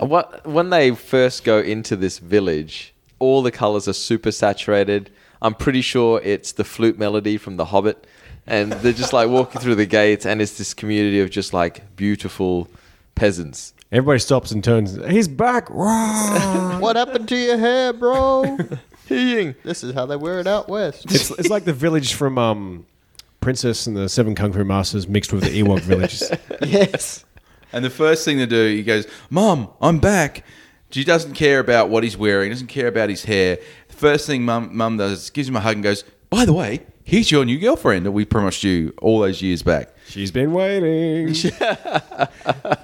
[SPEAKER 6] What when they first go into this village, all the colors are super saturated. I'm pretty sure it's the flute melody from The Hobbit, and they're just like walking through the gates, and it's this community of just like beautiful peasants.
[SPEAKER 7] Everybody stops and turns. He's back. Rah!
[SPEAKER 8] [LAUGHS] What happened to your
[SPEAKER 7] [LAUGHS]
[SPEAKER 8] hair, bro?
[SPEAKER 6] Heeing.
[SPEAKER 8] this is how they wear it out west.
[SPEAKER 7] it's, it's like the village from um, Princess and the Seven Kung Fu Masters mixed with the
[SPEAKER 8] [LAUGHS]
[SPEAKER 7] Ewok village.
[SPEAKER 8] yes.
[SPEAKER 9] And the first thing they do, he goes, "Mom, I'm back." She doesn't care about what he's wearing, doesn't care about his hair. The first thing mum mum does is gives him a hug and goes, "By the way, here's your new girlfriend that we promised you all those years back."
[SPEAKER 7] She's been waiting.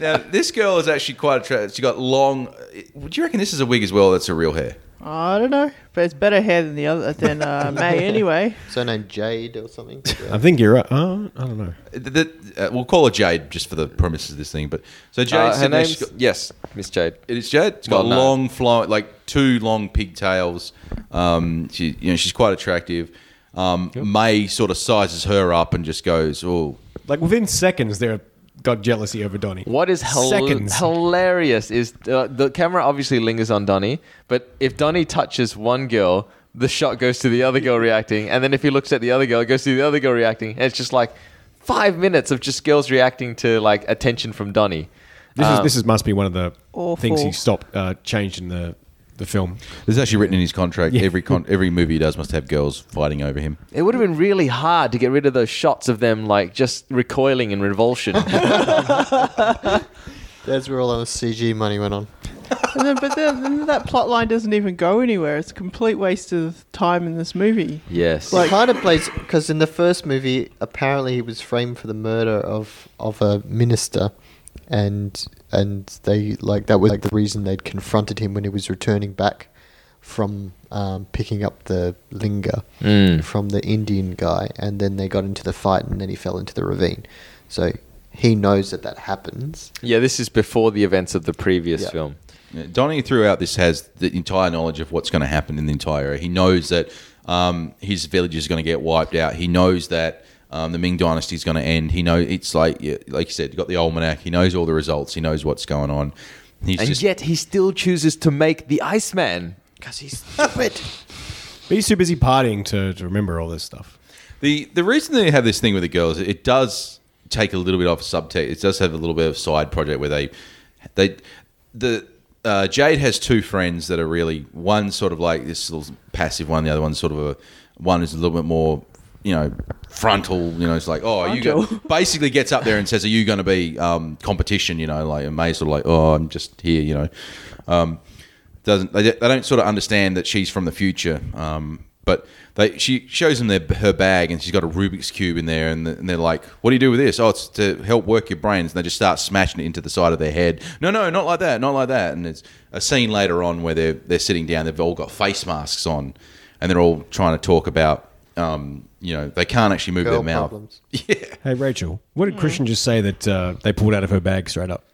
[SPEAKER 9] Now, this girl is actually quite attractive. She got long. Do you reckon this is a wig as well? That's a real hair.
[SPEAKER 5] I don't know, but it's better hair than the other than
[SPEAKER 8] [LAUGHS]
[SPEAKER 5] uh, May anyway.
[SPEAKER 8] Surname Jade or something.
[SPEAKER 7] [LAUGHS]
[SPEAKER 8] Yeah.
[SPEAKER 7] I think you're right. Uh, I don't know.
[SPEAKER 9] Th- th- uh, we'll call her Jade just for the premises of this thing. But so Jade,
[SPEAKER 6] Uh, her
[SPEAKER 9] sitting there, she's
[SPEAKER 6] name's
[SPEAKER 9] got-
[SPEAKER 6] yes, Miss Jade.
[SPEAKER 9] It is Jade. She's got
[SPEAKER 6] Well, no.
[SPEAKER 9] long flowing, like two long pigtails. Um, she, you know, she's quite attractive. Um, May sort of sizes her up and just goes, "Oh,
[SPEAKER 7] Like within seconds, they got jealousy over Donnie.
[SPEAKER 6] What is hel-
[SPEAKER 7] seconds?
[SPEAKER 6] hilarious is uh, the camera obviously lingers on Donnie, but if Donnie touches one girl, the shot goes to the other girl reacting, and then if he looks at the other girl, it goes to the other girl reacting, and it's just like five minutes of just girls reacting to like attention from Donnie.
[SPEAKER 7] this
[SPEAKER 8] um,
[SPEAKER 7] is this is must be one of the
[SPEAKER 5] Awful.
[SPEAKER 7] things he stopped uh, changed in the the film.
[SPEAKER 9] "This is actually written in his contract. Every
[SPEAKER 6] [LAUGHS]
[SPEAKER 9] con- every movie he does must have girls fighting over him."
[SPEAKER 6] It would have been really hard to get rid of those shots of them like just recoiling in revulsion.
[SPEAKER 8] That's where all the CG money went on.
[SPEAKER 5] And then, but then, then that plot line doesn't even go anywhere. It's a complete waste of time in this movie.
[SPEAKER 6] yes.
[SPEAKER 8] Like, kind of plays because in the first movie, apparently he was framed for the murder of of a minister, and and they like that was like the reason they'd confronted him when he was returning back from um, picking up the linga
[SPEAKER 9] Hmm.
[SPEAKER 8] from the Indian guy, and then they got into the fight, and then he fell into the ravine. So he knows that that happens.
[SPEAKER 6] yeah, this is before the events of the previous
[SPEAKER 8] Yeah.
[SPEAKER 6] film.
[SPEAKER 9] Yeah, Donnie throughout this has the entire knowledge of what's going to happen in the entire. area. He knows that um, his village is going to get wiped out. He knows that um, the Ming Dynasty is going to end. He know it's like yeah, like you said, you got the almanac. He knows all the results. He knows what's going on. He's
[SPEAKER 6] and
[SPEAKER 9] just
[SPEAKER 6] yet he still chooses to make the Iceman.
[SPEAKER 8] Because he's stupid.
[SPEAKER 7] But he's too busy partying to, to remember all this stuff.
[SPEAKER 9] the the reason they have this thing with the girls, it does take a little bit off subtext. It does have a little bit of side project where they they the uh, Jade has two friends that are really one sort of like this little passive one, the other one's sort of a one is a little bit more you know frontal. You know, it's like oh are you go,
[SPEAKER 5] Frontal.
[SPEAKER 9] basically gets up there and says, "Are you going to be um, competition?" You know, like and May's sort of like oh I'm just here. You know. Um, doesn't they, they don't sort of understand that she's from the future. Um, but they she shows them their, her bag and she's got a Rubik's cube in there and, the, and they're like, "What do you do with this?" Oh, it's to help work your brains. And they just start smashing it into the side of their head. No, no, not like that, not like that. And it's a scene later on where they're they're sitting down. They've all got face masks on, and they're all trying to talk about. Um, you know, they can't actually move
[SPEAKER 8] Girl
[SPEAKER 9] their mouth.
[SPEAKER 8] problems.
[SPEAKER 7] Hey Rachel, what did Christian just say that uh, they pulled out of her bag straight up?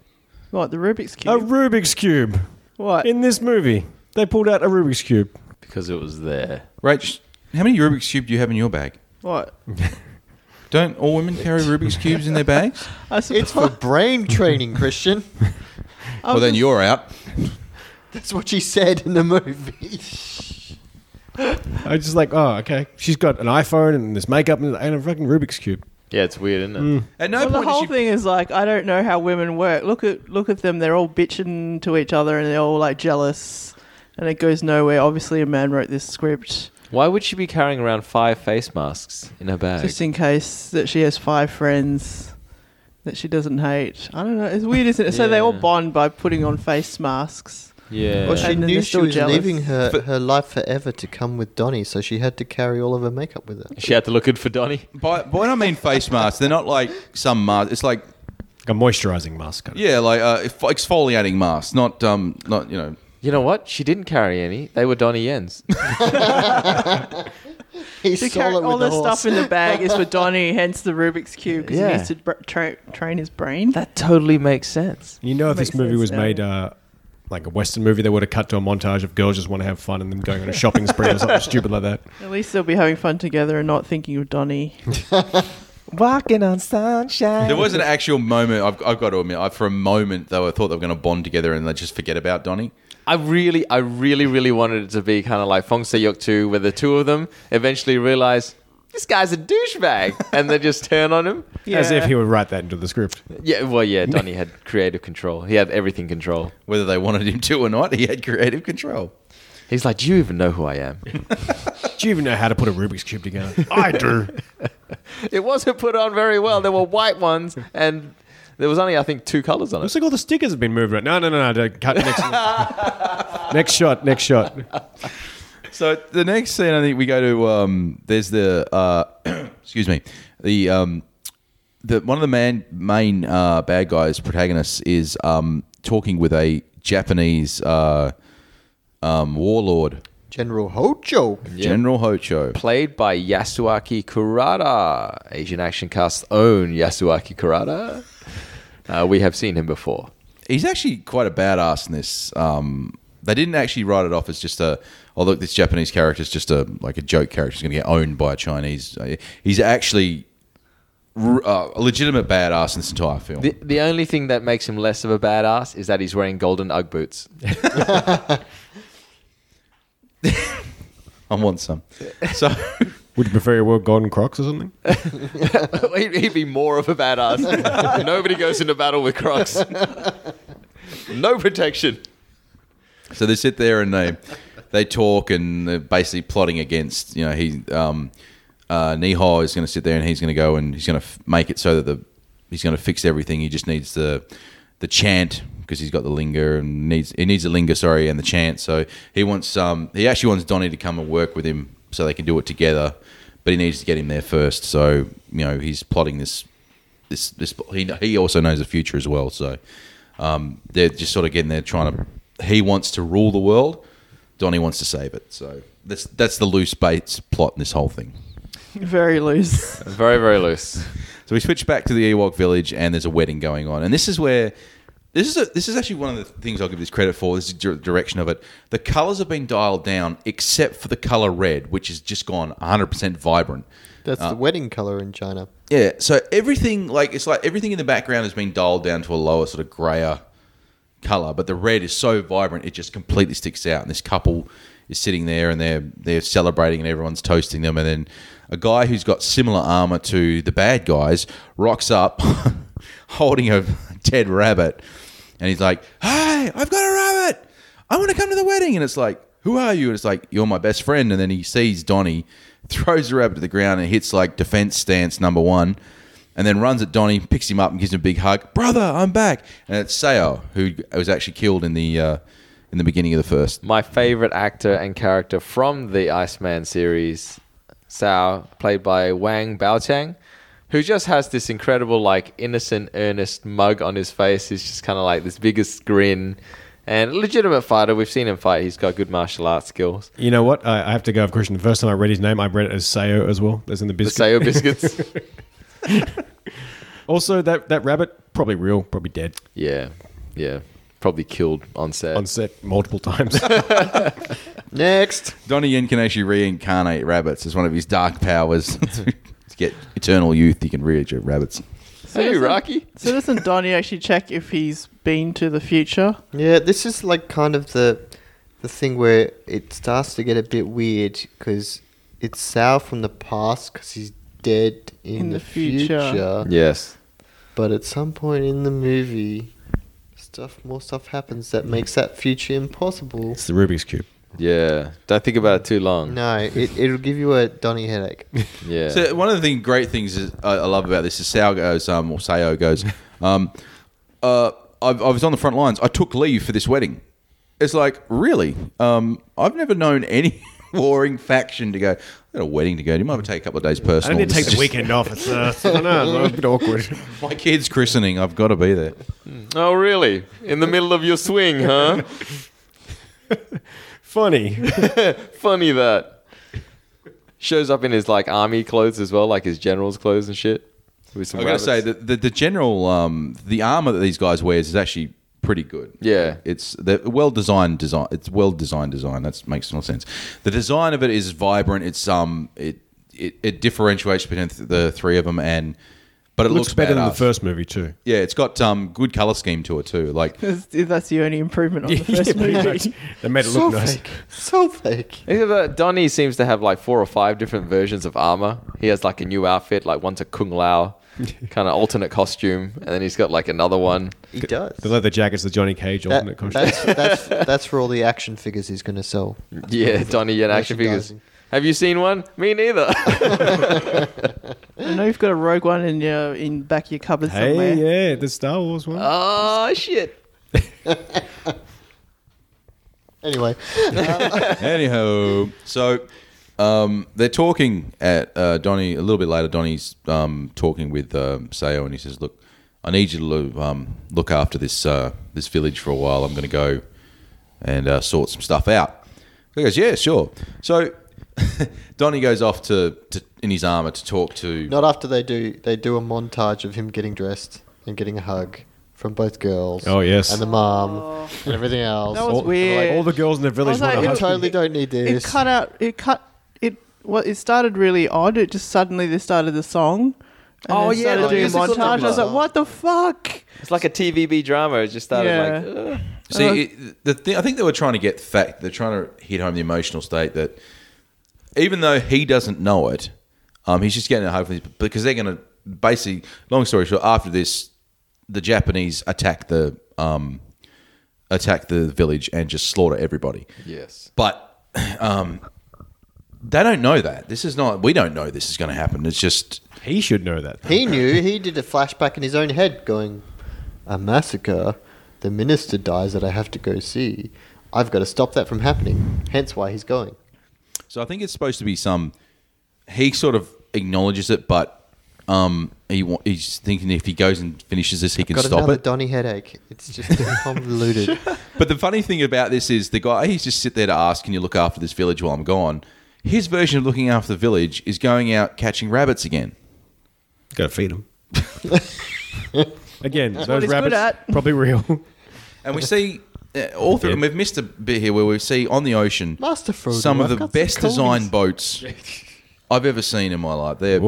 [SPEAKER 5] What the Rubik's
[SPEAKER 7] A
[SPEAKER 5] cube?
[SPEAKER 7] Rubik's cube.
[SPEAKER 5] what?
[SPEAKER 7] In this movie, they pulled out a Rubik's cube.
[SPEAKER 6] Because it was there.
[SPEAKER 9] Rach, how many Rubik's cube do you have in your bag?
[SPEAKER 5] what?
[SPEAKER 9] Don't all women carry Rubik's
[SPEAKER 5] [LAUGHS]
[SPEAKER 9] cubes in their bags?
[SPEAKER 5] I suppose.
[SPEAKER 8] It's for brain training, [LAUGHS] Christian.
[SPEAKER 9] well, then you're out.
[SPEAKER 8] That's what she said in the movie.
[SPEAKER 7] I was just like, oh, okay. She's got an iPhone and this makeup and and a fucking Rubik's cube.
[SPEAKER 6] Yeah, it's weird, isn't it?
[SPEAKER 9] At no
[SPEAKER 5] well, the
[SPEAKER 9] point did
[SPEAKER 5] whole
[SPEAKER 9] she-
[SPEAKER 5] thing is like I don't know how women work. Look at look at them. They're all bitching to each other and they're all like jealous, and it goes nowhere. Obviously, a man wrote this script
[SPEAKER 6] Why would she be carrying around five face masks in her bag?
[SPEAKER 5] just in case that she has five friends that she doesn't hate. I don't know. It's weird, isn't it? So they all
[SPEAKER 6] Yeah.
[SPEAKER 5] bond by putting on face masks.
[SPEAKER 6] yeah.
[SPEAKER 8] Well, she
[SPEAKER 5] And then
[SPEAKER 8] knew
[SPEAKER 5] they're
[SPEAKER 8] she
[SPEAKER 5] still
[SPEAKER 8] was
[SPEAKER 5] jealous.
[SPEAKER 8] leaving her, her life forever to come with Donnie, so she had to carry all of her makeup with her. [LAUGHS]
[SPEAKER 6] she had to look good for Donnie.
[SPEAKER 9] By, by what I mean face masks, they're not like some mask. It's like
[SPEAKER 7] Like a moisturizing mask. kind of.
[SPEAKER 9] yeah, like uh, exfo- exfoliating masks, not um, not you know.
[SPEAKER 6] You know what? She didn't carry any. They were Donnie [LAUGHS] Yen's.
[SPEAKER 8] He
[SPEAKER 5] She
[SPEAKER 8] stole
[SPEAKER 5] carried
[SPEAKER 8] it with
[SPEAKER 5] all
[SPEAKER 8] the
[SPEAKER 5] this
[SPEAKER 8] horse.
[SPEAKER 5] stuff in the bag
[SPEAKER 8] [LAUGHS]
[SPEAKER 5] is for Donnie, hence the Rubik's cube because
[SPEAKER 6] Yeah.
[SPEAKER 5] he needs to br- tra- train his brain.
[SPEAKER 6] that totally makes sense.
[SPEAKER 7] You know, if this
[SPEAKER 5] Makes
[SPEAKER 7] movie
[SPEAKER 5] sense
[SPEAKER 7] was
[SPEAKER 5] now.
[SPEAKER 7] made uh, like a Western movie, they would have cut to a montage of girls just want to have fun and them going on a shopping spree or something stupid like that.
[SPEAKER 5] At least they'll be having fun together and not thinking of
[SPEAKER 9] [LAUGHS]
[SPEAKER 5] Donnie.
[SPEAKER 6] Walking on sunshine.
[SPEAKER 9] There was an actual moment. I've, I've got to admit, I, for a moment though, I thought they were going to bond together and they just forget about Donnie.
[SPEAKER 6] I really, I really, really wanted it to be kind of like Fong Seyok 2, where the two of them eventually realize this guy's a [LAUGHS] douchebag and they just turn on him.
[SPEAKER 7] As if he would write that into the script.
[SPEAKER 6] Yeah, well, [LAUGHS] yeah, Donnie had creative control. He had everything control.
[SPEAKER 9] Whether they wanted him to or not, he had creative control.
[SPEAKER 6] He's like, Do you even know who I [LAUGHS] am?
[SPEAKER 7] Do you even know how to put a Rubik's cube together? I do.
[SPEAKER 6] It wasn't put on very well. There were white ones and There was only I think two colors on it.
[SPEAKER 7] Looks like all the stickers have been moved around. No, no, no, no. don't- Cut next. next shot. Next shot.
[SPEAKER 9] So the next scene, I think we go to. Um, there's the. Uh, [CLEARS THROAT] excuse me. The um, the one of the man main uh, bad guys protagonists is um, talking with a Japanese uh, um, warlord,
[SPEAKER 8] General Hojo.
[SPEAKER 9] General Hocho.
[SPEAKER 6] Played by Yasuaki Kurata, Asian Action Cast's own Yasuaki Kurata. Uh, we have seen him before.
[SPEAKER 9] He's actually quite a badass in this. Um, they didn't actually write it off as just a. Oh look, this Japanese character is just a like a joke character. He's going to get owned by a Chinese. Uh, He's actually r- uh, a legitimate badass in this entire film.
[SPEAKER 6] The, the only thing that makes him less of a badass is that he's wearing golden Ugg boots.
[SPEAKER 9] I want [LAUGHS] some. So.
[SPEAKER 7] Would you prefer your world golden crocs or something?
[SPEAKER 6] he'd, [LAUGHS] he'd be more of a [LAUGHS] badass. Nobody goes into battle with Crocs. no protection.
[SPEAKER 9] So they sit there and they they talk and they're basically plotting against. You know, he um, uh, Nihal is going to sit there and he's going to go and he's going to f- make it so that the he's going to fix everything. He just needs the the chant because he's got the linger and needs he needs the linger sorry and the chant. So he wants um he actually wants Donnie to come and work with him so they can do it together. But he needs to get him there first. So you know he's plotting this this this he he also knows the future as well. So um, they're just sort of getting there trying to. He wants to rule the world. Donnie wants to save it. So that's that's the loose Bates plot in this whole thing.
[SPEAKER 5] Very loose.
[SPEAKER 6] Very, very loose.
[SPEAKER 9] So we switch back to the Ewok village, and there's a wedding going on, and this is where. This is, a, this is actually one of the things I'll give this credit for. This is the direction of it. The colors have been dialed down, except for the color red, which has just gone 100% vibrant.
[SPEAKER 8] That's the wedding color in China.
[SPEAKER 9] Yeah, so everything like it's like everything in the background has been dialed down to a lower sort of grayer color, but the red is so vibrant it just completely sticks out. And this couple is sitting there and they're they're celebrating and everyone's toasting them, and then a guy who's got similar armor to the bad guys rocks up [LAUGHS] holding a dead rabbit, and he's like, "Hey, I've got a rabbit. I want to come to the wedding." And it's like, "Who are you?" And it's like, "You're my best friend." And then he sees Donnie, [LAUGHS] throws the rabbit to the ground, and hits like defense stance number one and then runs at Donnie, picks him up, and gives him a big hug. Brother, I'm back. And it's Sayo, who was actually killed in the uh, in the beginning of the first.
[SPEAKER 6] My favorite actor and character from the Iceman series, Sao, played by Wang Baochang, who just has this incredible, like, innocent, earnest mug on his face. He's just kind of like this biggest grin and legitimate fighter. We've seen him fight. He's got good martial arts skills.
[SPEAKER 7] You know what? I, I have to go. Of course, the first time I read his name, I read it as Sayo as well. As in the
[SPEAKER 6] The
[SPEAKER 7] biscuit.
[SPEAKER 6] Sayo biscuits.
[SPEAKER 7] [LAUGHS] Also, that that rabbit probably real, probably dead
[SPEAKER 6] yeah. Yeah. Probably killed on set.
[SPEAKER 7] on set multiple times.
[SPEAKER 8] Next.
[SPEAKER 9] Donnie Yen can actually reincarnate rabbits as one of his dark powers [LAUGHS] to get eternal youth. He can regenerate rabbits.
[SPEAKER 6] hey, Rocky.
[SPEAKER 5] So doesn't Donnie actually check if he's been to the future?
[SPEAKER 8] Yeah, this is like kind of the the thing where it starts to get a bit weird because it's Sal from the past because he's dead in, the, future.
[SPEAKER 6] Yes.
[SPEAKER 8] But at some point in the movie, stuff more stuff happens that makes that future impossible.
[SPEAKER 7] it's the Rubik's cube.
[SPEAKER 6] Yeah. Don't think about it too long.
[SPEAKER 8] No, it, it'll give you a Donny headache. [LAUGHS]
[SPEAKER 6] Yeah.
[SPEAKER 9] So one of the thing, great things is, I I love about this is Sao goes, um, or Sayo goes, um, uh, I, I was on the front lines. I took leave for this wedding. It's like, really? Um, I've never known any [LAUGHS] warring faction to go, I got a wedding to go to. You might have to take a couple of days personal. This is just-
[SPEAKER 7] off. It's, uh, I don't know, it's a bit awkward.
[SPEAKER 9] [LAUGHS] My kid's christening. I've got to be there.
[SPEAKER 6] Oh, really? In the middle of your swing, huh?
[SPEAKER 7] Funny.
[SPEAKER 6] Funny that. Shows up in his like army clothes as well, like his general's clothes and shit. With some
[SPEAKER 9] I've got
[SPEAKER 6] rabbits.
[SPEAKER 9] to say that the, the general, um, the armor that these guys wears is actually pretty good.
[SPEAKER 6] Yeah.
[SPEAKER 9] it's the well designed design. It's well designed design. That makes no sense. The design of it is vibrant. It's um, it it, it differentiates between th- the three of them, and but it,
[SPEAKER 7] Looks, better than the
[SPEAKER 9] badass.
[SPEAKER 7] first movie [LAUGHS] too.
[SPEAKER 9] Yeah, it's got um good color scheme to it too. Like
[SPEAKER 5] That's that's the only improvement
[SPEAKER 6] [LAUGHS]
[SPEAKER 5] on the first movie.
[SPEAKER 7] They made it
[SPEAKER 8] so
[SPEAKER 7] look nice.
[SPEAKER 8] fake. So fake.
[SPEAKER 6] Except that Donnie seems to have like four or five different versions of armor. He has like a new outfit, like one's a Kung Lao kind of alternate costume, and then he's got like another one.
[SPEAKER 8] He does.
[SPEAKER 7] The leather jackets, the Johnny Cage
[SPEAKER 8] That-
[SPEAKER 7] alternate costume.
[SPEAKER 8] that's, that's, [LAUGHS] that's for all the action figures he's going to sell.
[SPEAKER 6] Yeah, Donnie Yen action figures.
[SPEAKER 8] Merchandising.
[SPEAKER 6] Have you seen one? Me neither.
[SPEAKER 5] I know you've got a Rogue One in your in back of your cupboard somewhere.
[SPEAKER 7] Hey, yeah, the Star Wars one.
[SPEAKER 5] Oh shit!
[SPEAKER 8] Anyway,
[SPEAKER 9] Anyhow, so um, they're talking at uh, Donnie a little bit later. Donnie's um, talking with um, Sayo, and he says, "Look, I need you to um, look after this uh, this village for a while. I'm going to go and uh, sort some stuff out." He goes, "Yeah, sure." So [LAUGHS] Donnie goes off to, to in his armor to talk to.
[SPEAKER 8] not after they do they do a montage of him getting dressed and getting a hug from both girls.
[SPEAKER 7] Oh, yes.
[SPEAKER 8] and the mom and everything else.
[SPEAKER 5] Oh. That was
[SPEAKER 7] all,
[SPEAKER 5] weird.
[SPEAKER 7] all the girls in the
[SPEAKER 5] I
[SPEAKER 7] village
[SPEAKER 5] was
[SPEAKER 7] want
[SPEAKER 5] like,
[SPEAKER 7] a
[SPEAKER 8] You
[SPEAKER 5] it-
[SPEAKER 7] husband.
[SPEAKER 8] totally don't need
[SPEAKER 5] It
[SPEAKER 8] this.
[SPEAKER 5] cut out. It cut. It well, it started really odd. It just suddenly they started the song. And
[SPEAKER 6] Oh,
[SPEAKER 5] then
[SPEAKER 6] yeah,
[SPEAKER 5] started
[SPEAKER 6] the
[SPEAKER 5] doing a
[SPEAKER 6] musical
[SPEAKER 5] montage. I was
[SPEAKER 8] number.
[SPEAKER 5] like, what the fuck?
[SPEAKER 6] It's like a TVB drama. It just started
[SPEAKER 5] Yeah.
[SPEAKER 6] like, "Ugh."
[SPEAKER 9] See,
[SPEAKER 5] Uh,
[SPEAKER 9] it, the th- I think they were trying to get fact. They're trying to hit home the emotional state that even though he doesn't know it, um, he's just getting it hopefully because they're going to basically. Long story short, after this, the Japanese attack the um, attack the village and just slaughter everybody.
[SPEAKER 6] Yes.
[SPEAKER 9] but um, they don't know that. This is not. We don't know this is going to happen. It's just
[SPEAKER 7] He should know that.
[SPEAKER 8] He knew. He did a flashback in his own head, going, "A massacre. The minister dies that I have to go see. I've got to stop that from happening." Hence why he's going.
[SPEAKER 9] So I think it's supposed to be some. He sort of acknowledges it, but um, he wa- he's thinking if he goes and finishes this, he can
[SPEAKER 8] Got
[SPEAKER 9] stop
[SPEAKER 8] another
[SPEAKER 9] it.
[SPEAKER 8] Donny headache. It's
[SPEAKER 9] [LAUGHS]
[SPEAKER 8] just convoluted.
[SPEAKER 9] But the funny thing about this is the guy he's just sit there to ask, "Can you look after this village while I'm gone?" His version of looking after the village is going out catching rabbits again.
[SPEAKER 7] Gotta feed him. Again, those
[SPEAKER 5] he's good
[SPEAKER 7] rabbits
[SPEAKER 5] at.
[SPEAKER 7] probably real.
[SPEAKER 9] And we see uh, all through, and we've missed a bit here where we see on the ocean
[SPEAKER 8] Master Frodo,
[SPEAKER 9] some of
[SPEAKER 8] I've
[SPEAKER 9] the
[SPEAKER 8] got some
[SPEAKER 9] best
[SPEAKER 8] coins. [LAUGHS]
[SPEAKER 9] designed boats I've ever seen in my life. They're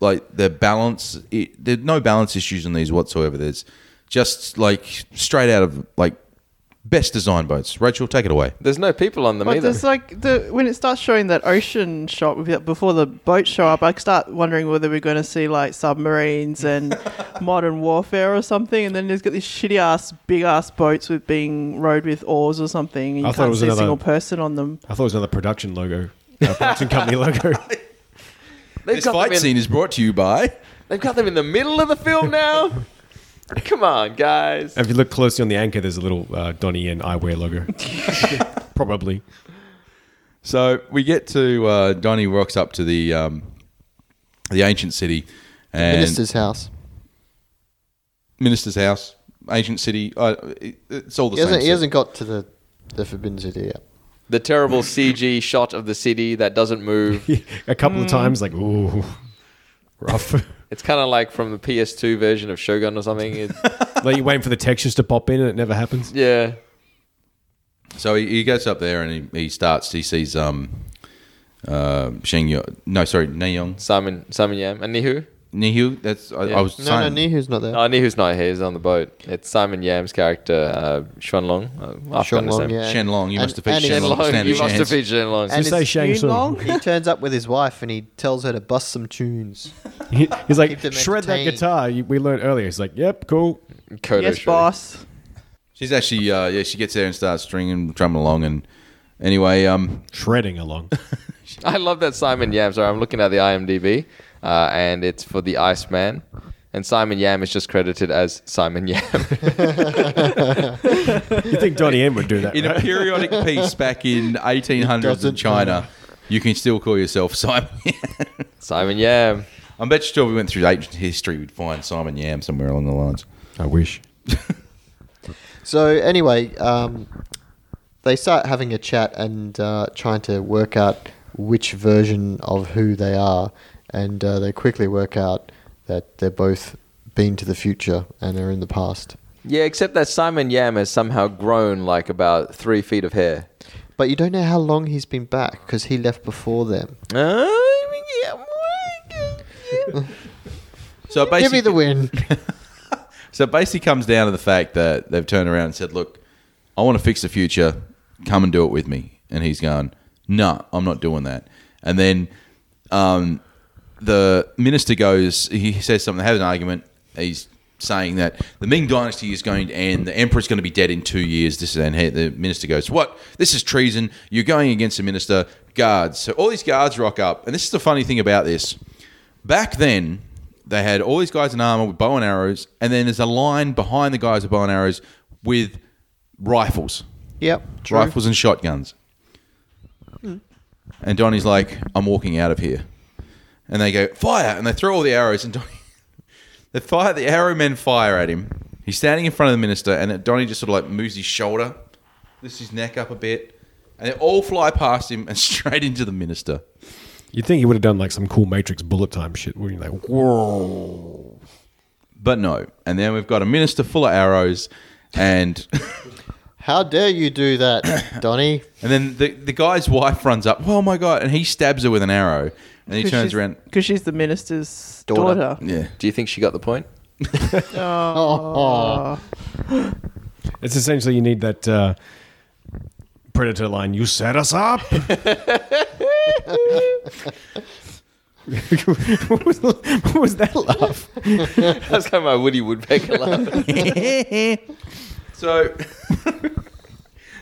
[SPEAKER 9] like their balance. It, there's no balance issues on these whatsoever. There's just like straight out of like best designed boats. Rachel, take it away.
[SPEAKER 6] There's no people on them
[SPEAKER 5] But
[SPEAKER 6] either.
[SPEAKER 5] there's like the when it starts showing that ocean shot with- before the boats show up, I start wondering whether we're going to see like submarines
[SPEAKER 7] [LAUGHS]
[SPEAKER 5] and modern warfare or something. And then there's got these shitty ass big ass boats with being rowed with oars or something. And you
[SPEAKER 7] I thought it
[SPEAKER 5] can't
[SPEAKER 7] was
[SPEAKER 5] see a
[SPEAKER 7] another-
[SPEAKER 5] single person on them.
[SPEAKER 7] I thought it was another production logo, uh, production company logo.
[SPEAKER 6] They've
[SPEAKER 9] This
[SPEAKER 6] got them
[SPEAKER 9] fight
[SPEAKER 6] in-
[SPEAKER 9] scene is brought to you by.
[SPEAKER 6] They've got them in the middle of the film now. Come on, guys.
[SPEAKER 7] If you look closely on the anchor, there's a little uh, Donnie and eyewear logo. probably. [LAUGHS]
[SPEAKER 9] So we get to uh, Donnie rocks up to the um, the ancient city and
[SPEAKER 8] minister's house.
[SPEAKER 9] minister's house, ancient city. Uh, it, it's all the
[SPEAKER 8] He
[SPEAKER 9] same.
[SPEAKER 8] hasn't, he
[SPEAKER 9] stuff.
[SPEAKER 8] hasn't got to the the Forbidden City yet.
[SPEAKER 6] The terrible CG shot of the city that doesn't move.
[SPEAKER 7] A couple of times, like, ooh, rough.
[SPEAKER 6] It's kind of like from the PS2 version of Shogun or something. It-
[SPEAKER 7] like you're waiting for the textures to pop in and it never happens.
[SPEAKER 6] yeah.
[SPEAKER 9] So he, he goes up there and he, he starts. He sees um, uh, Sheng Yo- No, sorry, Neon.
[SPEAKER 6] Simon, Simon Yam. And Nihu?
[SPEAKER 9] Nihu. That's I,
[SPEAKER 6] Yeah.
[SPEAKER 9] I was
[SPEAKER 8] No,
[SPEAKER 9] saying.
[SPEAKER 8] no, Nihu's not there.
[SPEAKER 6] Oh, Nihu's not here. He's on the boat. It's Simon Yam's character, uh, Shuanlong. Uh,
[SPEAKER 8] Shenlong,
[SPEAKER 6] Afghanistan.
[SPEAKER 8] yeah.
[SPEAKER 9] Shenlong, you
[SPEAKER 8] And-
[SPEAKER 9] must defeat
[SPEAKER 8] and it's-
[SPEAKER 9] Shenlong.
[SPEAKER 6] Shenlong,
[SPEAKER 9] Stand a
[SPEAKER 6] you must
[SPEAKER 9] chance.
[SPEAKER 6] defeat Shenlong.
[SPEAKER 8] And
[SPEAKER 7] Just say
[SPEAKER 8] it's
[SPEAKER 7] Shang
[SPEAKER 5] Yun
[SPEAKER 7] Tsung.
[SPEAKER 5] Long?
[SPEAKER 8] He turns up with his wife and he tells her to bust some tunes.
[SPEAKER 7] He- [LAUGHS] He's like,
[SPEAKER 8] Keep them
[SPEAKER 7] shred that
[SPEAKER 8] entertained."
[SPEAKER 7] guitar you, we learned earlier. He's like, yep, cool.
[SPEAKER 6] Kodo
[SPEAKER 5] yes,
[SPEAKER 6] Show.
[SPEAKER 5] boss.
[SPEAKER 9] She's actually uh, yeah. She gets there and starts stringing, drumming along, and anyway, um,
[SPEAKER 7] Shredding along.
[SPEAKER 6] I love that Simon Yam. Sorry, I'm looking at the IMDb, uh, and it's for the Iceman. And Simon Yam is just credited as Simon Yam. [LAUGHS]
[SPEAKER 7] You think Donnie M would do that?
[SPEAKER 9] in a
[SPEAKER 7] right?
[SPEAKER 9] [LAUGHS] periodic piece back in 1800s in
[SPEAKER 8] doesn't
[SPEAKER 9] China, you can still call yourself Simon. [LAUGHS]
[SPEAKER 6] Simon Yam.
[SPEAKER 9] I bet you if we went through ancient history, we'd find Simon Yam somewhere along the lines.
[SPEAKER 7] I wish.
[SPEAKER 8] So anyway, um, they start having a chat and uh, trying to work out which version of who they are, and uh, they quickly work out that they're both been to the future and are in the past.
[SPEAKER 6] Yeah, except that Simon Yam has somehow grown like about three feet of hair.
[SPEAKER 8] But you don't know how long he's been back because he left before them.
[SPEAKER 9] So basically,
[SPEAKER 8] Give me the win.
[SPEAKER 9] So it basically comes down to the fact that they've turned around and said, Look, I want to fix the future. Come and do it with me. And he's going, No, I'm not doing that. And then um, the minister goes, He says something, they have an argument. He's saying that the Ming dynasty is going to end, the emperor's going to be dead in two years. This is, and he, the minister goes, What? This is treason. You're going against the minister. Guards. So all these guards rock up. And this is the funny thing about this Back then, they had all these guys in armor with bow and arrows, and then there's a line behind the guys with bow and arrows with rifles,
[SPEAKER 8] Yep. True.
[SPEAKER 9] rifles and shotguns. And Donnie's like, "I'm walking out of here," and they go fire, and they throw all the arrows, and Donnie, [LAUGHS] they fire the arrow men fire at him. He's standing in front of the minister, and Donnie just sort of like moves his shoulder, lifts his neck up a bit, and they all fly past him and [LAUGHS] straight into the minister.
[SPEAKER 7] You'd think he would have done like some cool Matrix bullet time shit where you're like, whoa.
[SPEAKER 9] But no. And then we've got a minister full of arrows, and [LAUGHS]
[SPEAKER 8] How dare you do that, [COUGHS] Donnie?
[SPEAKER 9] and then the the guy's wife runs up. Oh my god! And he stabs her with an arrow, and he turns around.
[SPEAKER 5] because she's the minister's daughter.
[SPEAKER 8] Daughter.
[SPEAKER 9] Yeah.
[SPEAKER 6] Do you think she got the point?
[SPEAKER 7] It's essentially you need that uh, predator line. You set us up. [LAUGHS] what, was, what was that laugh?
[SPEAKER 6] That's how my Woody [LAUGHS] Woodpecker laugh.
[SPEAKER 9] So.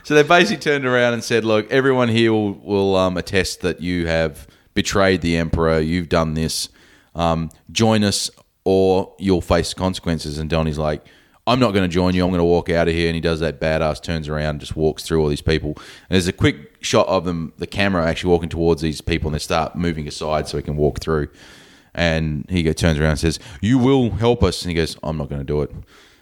[SPEAKER 9] So they basically turned around and said, "Look, everyone here will, will um, attest that you have betrayed the emperor. You've done this. Um, join us, or you'll face consequences." And Donnie's like, "I'm not going to join you. I'm going to walk out of here." And he does that badass, turns around, and just walks through all these people. And there's a quick shot of them, the camera actually walking towards these people, and they start moving aside so he can walk through. And he go, turns around and says, "You will help us." And he goes, "I'm not going to do it."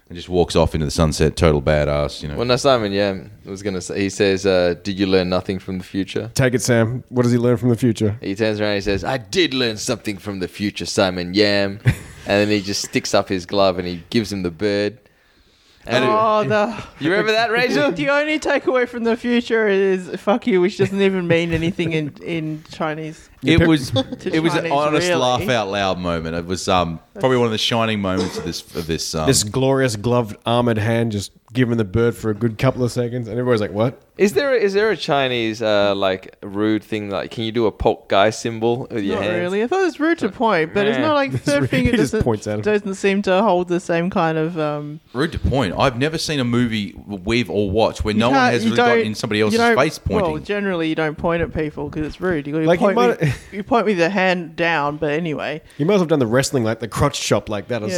[SPEAKER 9] And just walks off into the sunset, total badass. You know,
[SPEAKER 6] well, no, Simon Yam was going to say, he says, uh, Did you learn nothing from the future?
[SPEAKER 7] Take it, Sam. What does he learn from the future?
[SPEAKER 6] He turns around and he says, I did learn something from the future, Simon [LAUGHS] Yam. and then he just sticks up his glove and he gives him the bird. And
[SPEAKER 5] Oh, the, [LAUGHS]
[SPEAKER 6] you remember that, Rachel?
[SPEAKER 5] the only takeaway from the future is fuck you, which doesn't even mean anything in, in Chinese.
[SPEAKER 9] It was it was an
[SPEAKER 5] Chinese,
[SPEAKER 9] honest
[SPEAKER 5] really.
[SPEAKER 9] laugh out loud moment. It was um probably one of the shining moments of this of this um,
[SPEAKER 7] This glorious gloved armored hand just giving the bird for a good couple of seconds, and everybody's like, "What?"
[SPEAKER 6] [LAUGHS] Is there a, is there a Chinese uh, like rude thing like can you do a polk guy symbol with your
[SPEAKER 5] Not
[SPEAKER 6] hands?
[SPEAKER 5] really. I thought it was rude to point, but it's
[SPEAKER 6] Nah.
[SPEAKER 5] not
[SPEAKER 7] [LAUGHS]
[SPEAKER 5] like third
[SPEAKER 7] rude.
[SPEAKER 5] finger
[SPEAKER 7] He just
[SPEAKER 5] doesn't,
[SPEAKER 7] points at him.
[SPEAKER 5] doesn't seem to hold the same kind of. Um,
[SPEAKER 9] rude to point. I've never seen a movie we've all watched where no
[SPEAKER 5] you
[SPEAKER 9] one
[SPEAKER 5] can't-
[SPEAKER 9] has
[SPEAKER 5] you
[SPEAKER 9] really got
[SPEAKER 5] don't-
[SPEAKER 9] in somebody
[SPEAKER 5] you
[SPEAKER 9] else's
[SPEAKER 5] don't-
[SPEAKER 9] face pointing.
[SPEAKER 5] Well, generally you don't point at people because it's rude. You, like
[SPEAKER 7] Like, you
[SPEAKER 5] point
[SPEAKER 7] might-
[SPEAKER 5] with, you point with your hand down, but anyway,
[SPEAKER 7] You might as well have done the wrestling like the crotch chop like that or
[SPEAKER 5] Yeah.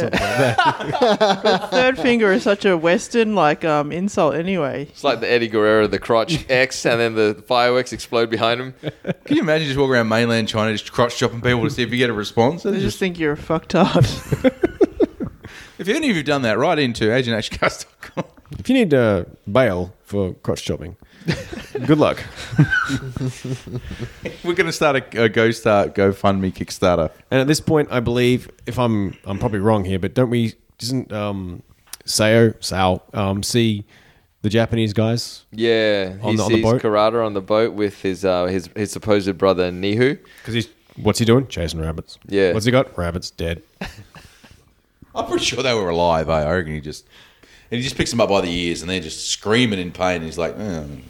[SPEAKER 5] [LAUGHS]
[SPEAKER 7] something like that.
[SPEAKER 5] third finger is such a Western like um, insult anyway.
[SPEAKER 6] It's like the Eddie Guerrero, the [LAUGHS] crotch X, and then the fireworks explode behind him.
[SPEAKER 9] Can you imagine just walking around mainland China just crotch chopping people to see if you get a response?
[SPEAKER 5] They
[SPEAKER 9] That's
[SPEAKER 5] just
[SPEAKER 9] just-
[SPEAKER 5] think you're a
[SPEAKER 7] [LAUGHS]
[SPEAKER 5] fucktard.
[SPEAKER 9] if any of you've done that, right into agentashcast.com.
[SPEAKER 7] If you need uh, bail for crotch chopping, good luck.
[SPEAKER 9] [LAUGHS] We're going to start a, a Go Start GoFundMe Kickstarter.
[SPEAKER 7] And at this point, I believe, if I'm, I'm probably wrong here, but don't we? Doesn't um, Sao Sao um, see the Japanese guys?
[SPEAKER 6] Yeah,
[SPEAKER 7] On
[SPEAKER 6] he
[SPEAKER 7] the- on the
[SPEAKER 6] sees
[SPEAKER 7] boat?
[SPEAKER 6] Karada on the boat with his uh, his his supposed brother Nihu.
[SPEAKER 7] Because he's what's he doing? Chasing rabbits.
[SPEAKER 6] Yeah.
[SPEAKER 7] What's he got? Rabbits dead.
[SPEAKER 9] I'm pretty sure they were alive. eh? I reckon he just and he just picks them up by the ears and they're just screaming in pain. He's like, "Mm,
[SPEAKER 6] I'm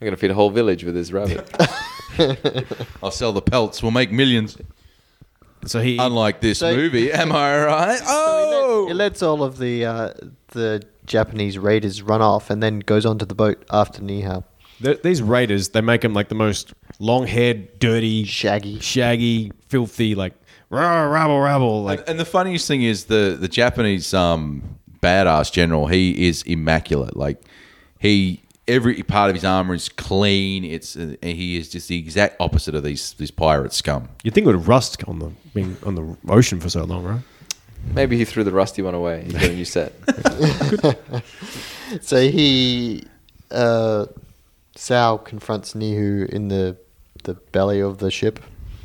[SPEAKER 6] gonna feed a whole village with his rabbit.
[SPEAKER 7] [LAUGHS]
[SPEAKER 9] I'll sell the pelts. We'll make millions.
[SPEAKER 7] So he
[SPEAKER 9] Unlike this
[SPEAKER 8] So-
[SPEAKER 9] movie, am I right?
[SPEAKER 8] It
[SPEAKER 9] Oh,
[SPEAKER 8] lets all of the uh, the Japanese raiders run off and then goes onto the boat after Nihao.
[SPEAKER 7] th- these raiders they make him like the most long-haired, dirty,
[SPEAKER 8] Shaggy.
[SPEAKER 7] shaggy, filthy, like "Rah, rabble, rabble. Like
[SPEAKER 9] and the funniest thing is the the Japanese um, badass general. He is immaculate. Like he every part of his armor is clean. It's uh, he is just the exact opposite of these these pirate scum.
[SPEAKER 7] you'd think it would rust on the being on the ocean for so long, right?
[SPEAKER 6] Maybe he threw the rusty one away. He's got a new
[SPEAKER 7] [LAUGHS]
[SPEAKER 6] set.
[SPEAKER 8] So he, uh, Sao confronts Nihu in the the belly of the ship.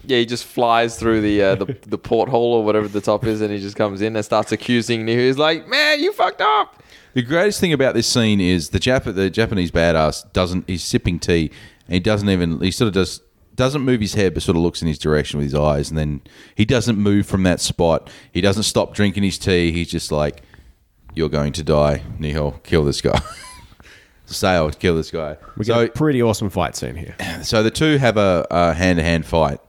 [SPEAKER 6] Yeah, he just flies through the uh, the, the porthole or whatever the top is, and he just comes in and starts accusing Nihu. He's like, "Man, you fucked up."
[SPEAKER 9] The greatest thing about this scene is the Jap- the Japanese badass doesn't he's sipping tea and he doesn't even he sort of does doesn't move his head but sort of looks in his direction with his eyes and then he doesn't move from that spot. He doesn't stop drinking his tea. He's just like you're going to die, Nihil, kill this guy. [LAUGHS] Sale, kill this guy.
[SPEAKER 7] We get
[SPEAKER 9] So,
[SPEAKER 7] a pretty awesome fight scene here.
[SPEAKER 9] so the two have a, a hand-to-hand fight,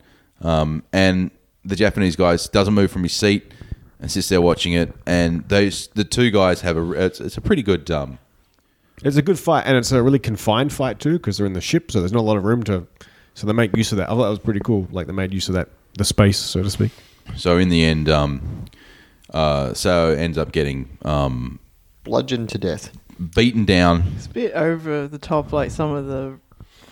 [SPEAKER 9] um, and the Japanese guy doesn't move from his seat and sits there watching it. And those the two guys have a it's, it's a pretty good um,
[SPEAKER 7] It's a good fight, and it's a really confined fight too, because they're in the ship, so there's not a lot of room to. So they make use of that. I thought that was pretty cool. Like they made use of that, the space, so to speak.
[SPEAKER 9] So in the end, um, uh, Sao ends up getting um,
[SPEAKER 8] Bludgeoned to death.
[SPEAKER 9] beaten down.
[SPEAKER 5] It's a bit over the top, like some of the,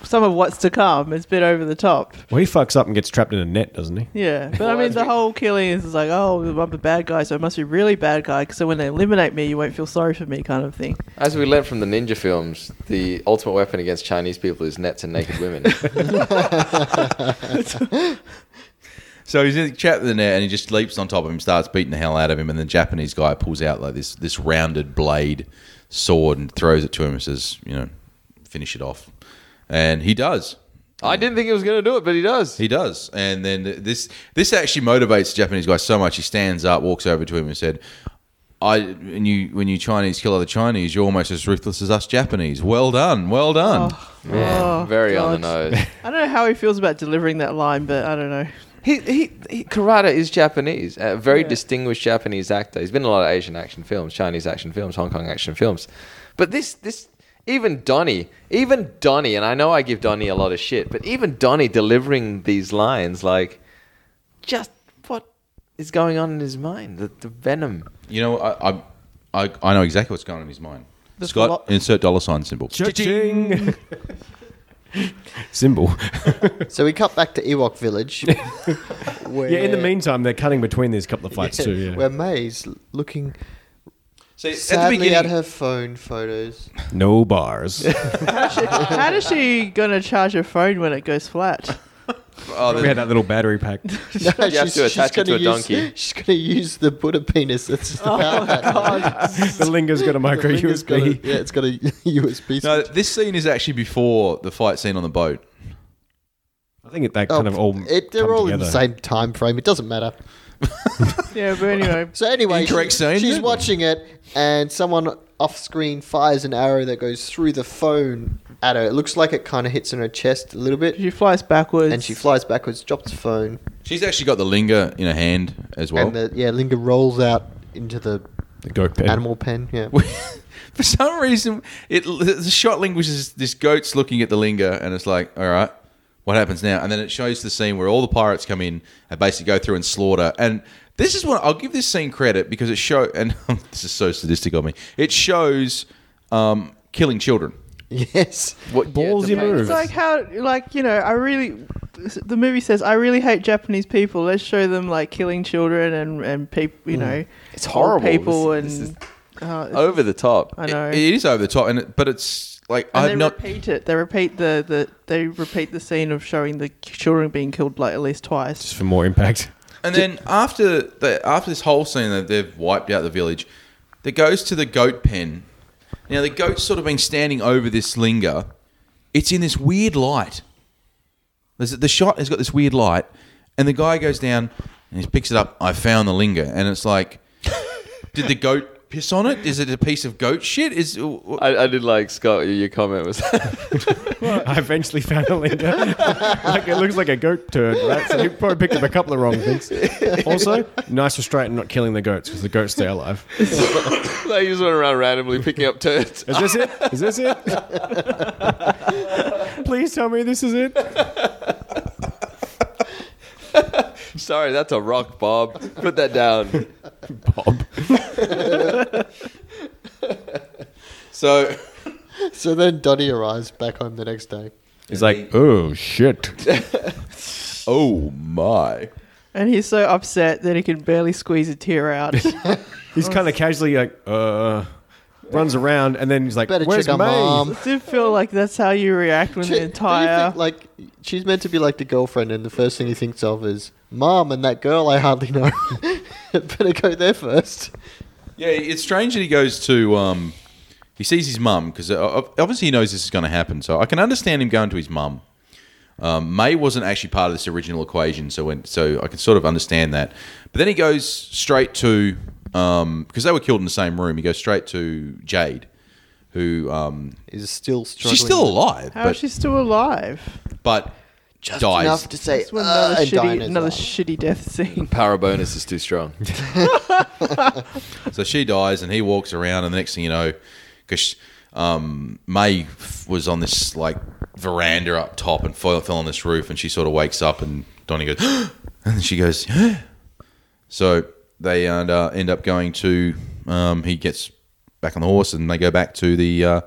[SPEAKER 5] some of what's to come. It's a bit over the top.
[SPEAKER 7] Well, he fucks up and gets trapped in a net, doesn't he?
[SPEAKER 5] Yeah, but I mean the whole killing is like, oh, I'm a bad guy, so I must be really bad guy. So when they eliminate me, you won't feel sorry for me, kind of thing.
[SPEAKER 6] As we learned from the ninja films, the ultimate weapon against Chinese people is nets and naked
[SPEAKER 7] [LAUGHS]
[SPEAKER 6] women.
[SPEAKER 9] So he's in the trap in the net and he just leaps on top of him, starts beating the hell out of him, and the Japanese guy pulls out like this this rounded blade sword and throws it to him and says, you know, finish it off. And he does.
[SPEAKER 6] I didn't think he was going to do it, but he does.
[SPEAKER 9] He does, and then this this actually motivates the Japanese guy so much. He stands up, walks over to him, and said, "I when you when you Chinese kill other Chinese, you're almost as ruthless as us Japanese. Well done, well done."
[SPEAKER 6] Man,
[SPEAKER 5] Oh,
[SPEAKER 6] very on the
[SPEAKER 5] God.
[SPEAKER 6] nose.
[SPEAKER 5] I don't know how he feels about delivering that line, but I don't know.
[SPEAKER 6] He, he, he karate is Japanese, a very
[SPEAKER 5] Yeah.
[SPEAKER 6] distinguished Japanese actor. He's been in a lot of Asian action films, Chinese action films, Hong Kong action films. But this, this, even Donnie, even Donnie, and I know I give Donnie a lot of shit, but even Donnie delivering these lines, like, just what is going on in his mind? The, the venom.
[SPEAKER 9] You know, I, I I I know exactly what's going on in his mind.
[SPEAKER 5] The
[SPEAKER 9] Scott,
[SPEAKER 5] philo-
[SPEAKER 9] insert dollar sign symbol.
[SPEAKER 7] Cha-ching! [LAUGHS] Symbol.
[SPEAKER 8] So we cut back to
[SPEAKER 6] [LAUGHS]
[SPEAKER 8] Ewok Village. [LAUGHS] where,
[SPEAKER 7] Yeah, in the meantime, they're cutting between these couple of
[SPEAKER 8] [LAUGHS]
[SPEAKER 7] fights too. Yeah.
[SPEAKER 8] Where May's looking
[SPEAKER 9] See, at the
[SPEAKER 8] sadly at
[SPEAKER 9] beginning-
[SPEAKER 8] her phone photos.
[SPEAKER 7] no
[SPEAKER 8] [LAUGHS]
[SPEAKER 7] bars.
[SPEAKER 8] oh,
[SPEAKER 5] How does she gonna charge her phone when it goes flat?
[SPEAKER 9] oh,
[SPEAKER 7] we had that little battery
[SPEAKER 8] [LAUGHS]
[SPEAKER 7] pack.
[SPEAKER 8] No,
[SPEAKER 6] [LAUGHS] You have to attach it to
[SPEAKER 8] gonna
[SPEAKER 6] a
[SPEAKER 8] use-
[SPEAKER 6] donkey.
[SPEAKER 8] She's going to use the Buddha
[SPEAKER 6] [LAUGHS]
[SPEAKER 8] penis. That's
[SPEAKER 6] Oh,
[SPEAKER 8] just about that.
[SPEAKER 7] the Lingo's got a micro
[SPEAKER 8] The thing has got a-
[SPEAKER 7] USB.
[SPEAKER 8] yeah, it's got a [LAUGHS] USB.
[SPEAKER 9] no,
[SPEAKER 8] No,
[SPEAKER 9] this scene is actually before the fight scene on the boat.
[SPEAKER 7] I think it, that kind of all.
[SPEAKER 8] Oh, it, they're
[SPEAKER 7] come
[SPEAKER 8] all in the
[SPEAKER 7] together.
[SPEAKER 8] same time frame. It doesn't matter.
[SPEAKER 5] Yeah, but anyway,
[SPEAKER 8] So anyway,
[SPEAKER 9] Incorrect
[SPEAKER 8] she-
[SPEAKER 9] scene,
[SPEAKER 8] she's
[SPEAKER 9] yeah.
[SPEAKER 8] watching it, and someone off screen fires an arrow that goes through the phone at her. It looks like it kind of hits in her chest a little bit,
[SPEAKER 5] she flies backwards
[SPEAKER 8] and she flies backwards, drops the phone,
[SPEAKER 9] She's actually got the linger in her hand as well.
[SPEAKER 8] and the yeah linga rolls out into the
[SPEAKER 7] The goat pen.
[SPEAKER 8] animal pen. Yeah,
[SPEAKER 9] [LAUGHS] For some reason, it the shot languages this goat's looking at the linger, and it's like, all right, what happens now? And then it shows the scene where all the pirates come in and basically go through and slaughter. And this is what I'll give this scene credit because it show and [LAUGHS] this is so sadistic of me. It shows um, killing children.
[SPEAKER 8] [LAUGHS] yes.
[SPEAKER 6] What
[SPEAKER 7] Ballsy
[SPEAKER 6] the-
[SPEAKER 7] move.
[SPEAKER 5] It's like how, like you know, I really. The movie says, "I really hate Japanese people. Let's show them like killing children and and people, you know,
[SPEAKER 6] Hmm. It's
[SPEAKER 5] old
[SPEAKER 6] horrible.
[SPEAKER 5] people
[SPEAKER 6] This- this
[SPEAKER 5] and uh, it's-
[SPEAKER 6] Over the top.
[SPEAKER 5] I know.
[SPEAKER 9] It- it is over the top, and it, but it's like
[SPEAKER 8] Uh,
[SPEAKER 5] and they
[SPEAKER 9] I've not.
[SPEAKER 5] repeat it. They repeat the, the they repeat the scene of showing the children being killed like at least twice.
[SPEAKER 7] Just for more impact.
[SPEAKER 9] And then after the, after this whole scene that they've wiped out the village, that goes to the goat pen. Now the goat's sort of been standing over this linger. It's in this weird light. There's, the shot has got this weird light, and the guy goes down and he picks it up. I found the linger, and
[SPEAKER 5] [LAUGHS]
[SPEAKER 9] it's like, did the goat piss on it? Is it a piece of goat shit? Is
[SPEAKER 6] I, I did like, Scott, your comment was. [LAUGHS]
[SPEAKER 7] I eventually found a lingo. [LAUGHS] like it looks like a goat turd, right? So he probably picked up a couple of wrong things. Also, nice restraint in not killing the goats because the goats stay alive. Is
[SPEAKER 6] they just went around randomly picking up turds. [LAUGHS]
[SPEAKER 7] this it? Is this it? [LAUGHS] Please tell me this is it.
[SPEAKER 6] Sorry, that's a rock, Bob. Put that down.
[SPEAKER 7] Bob.
[SPEAKER 9] so?
[SPEAKER 8] So then Donnie arrives back home the next day.
[SPEAKER 7] He's like, oh shit.
[SPEAKER 9] Oh my!
[SPEAKER 5] And he's so upset that he can barely squeeze a tear
[SPEAKER 8] [LAUGHS]
[SPEAKER 5] out.
[SPEAKER 7] He's kind of casually like, uh, runs around and then he's like,
[SPEAKER 8] Better
[SPEAKER 7] where's
[SPEAKER 8] check on
[SPEAKER 7] May?
[SPEAKER 8] mom.
[SPEAKER 5] Does it feel like that's how you react when
[SPEAKER 8] Do- do
[SPEAKER 5] the
[SPEAKER 8] you
[SPEAKER 5] entire
[SPEAKER 8] think, like she's meant to be like the girlfriend, and the first thing he thinks of is mom and that girl I hardly know. [LAUGHS] Better go there first.
[SPEAKER 9] Yeah, it's strange that he goes to. Um, he sees his mum because obviously he knows this is going to happen. So I can understand him going to his mum. Um, May wasn't actually part of this original equation, so when, so I can sort of understand that. But then he goes straight to because they were killed in the same room. He goes straight to Jade, who um,
[SPEAKER 8] Is still struggling.
[SPEAKER 9] she's still alive,
[SPEAKER 5] how is
[SPEAKER 9] but,
[SPEAKER 5] she still alive?
[SPEAKER 9] but dies.
[SPEAKER 8] enough to say
[SPEAKER 5] It's another
[SPEAKER 8] "Ugh," uh, and die in
[SPEAKER 5] shitty
[SPEAKER 8] his
[SPEAKER 5] another
[SPEAKER 8] arms.
[SPEAKER 5] shitty death scene.
[SPEAKER 6] Power bonus is too
[SPEAKER 5] [LAUGHS]
[SPEAKER 6] strong.
[SPEAKER 9] So she dies, and he walks around, and the next thing you know, because um, May f- was on this like veranda up [GASPS] top and fell, fell on this roof, and she sort of wakes up, and Donnie goes, and then she goes, and So they end, uh, end up going to. Um, he gets back on the horse, and they go back to the. Uh,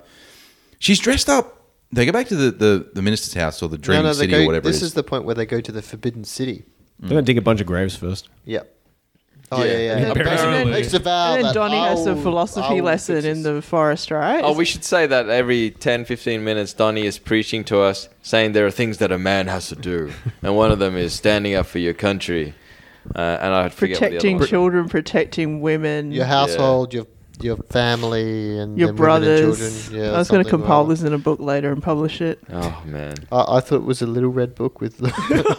[SPEAKER 9] she's dressed up. They go back to the, the, the minister's house or the dream
[SPEAKER 8] they
[SPEAKER 9] city
[SPEAKER 8] go,
[SPEAKER 9] or whatever.
[SPEAKER 8] this
[SPEAKER 9] it
[SPEAKER 8] is.
[SPEAKER 9] is.
[SPEAKER 8] the point where they go to the Forbidden City.
[SPEAKER 7] They're gonna dig a bunch of graves first.
[SPEAKER 8] Yep. Oh yeah, yeah. yeah.
[SPEAKER 5] Apparently.
[SPEAKER 8] Makes a vow
[SPEAKER 5] And then
[SPEAKER 8] that
[SPEAKER 5] Donnie has a
[SPEAKER 8] I'll-
[SPEAKER 5] philosophy
[SPEAKER 8] I'll
[SPEAKER 5] lesson
[SPEAKER 8] fix
[SPEAKER 5] in
[SPEAKER 8] this.
[SPEAKER 5] the forest, right?
[SPEAKER 6] Oh, we should say that every 10, 15 minutes, Donnie is preaching to us, saying there are things that a man has to do. and one of them is standing up for your country. Uh, and I forget what the
[SPEAKER 5] protecting
[SPEAKER 6] other one.
[SPEAKER 5] children, protecting women,
[SPEAKER 8] your household, your your family, and
[SPEAKER 5] your
[SPEAKER 8] then women and
[SPEAKER 5] brothers.
[SPEAKER 8] children. Yeah,
[SPEAKER 5] I was going to
[SPEAKER 8] something
[SPEAKER 5] compile
[SPEAKER 8] like
[SPEAKER 5] this in a book later and publish it.
[SPEAKER 6] Oh, man.
[SPEAKER 8] that. I, I thought it was a little red book with. [LAUGHS]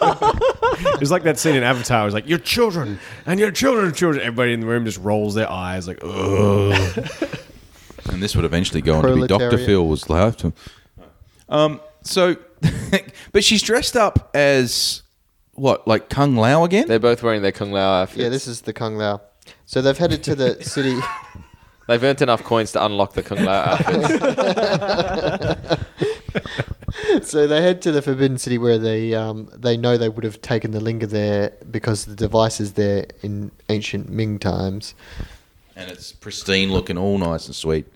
[SPEAKER 7] It's like that scene in Avatar. It's like your children and your children, children. Everybody in the room just rolls their eyes, like ugh.
[SPEAKER 9] and this would eventually go on to be Doctor
[SPEAKER 8] Proletariat.
[SPEAKER 9] Phil's life. Um, so, [LAUGHS] but she's dressed up as what, like Kung Lao again?
[SPEAKER 6] They're both wearing their Kung Lao outfits.
[SPEAKER 8] yeah, this is the Kung Lao. So they've headed to the city. [LAUGHS]
[SPEAKER 6] They've earned enough coins to unlock the Kung Lao outfits.
[SPEAKER 8] So they head to the Forbidden City where they um, they know they would have taken the linger there because the device is there in ancient Ming times.
[SPEAKER 9] and it's pristine looking, all nice and sweet.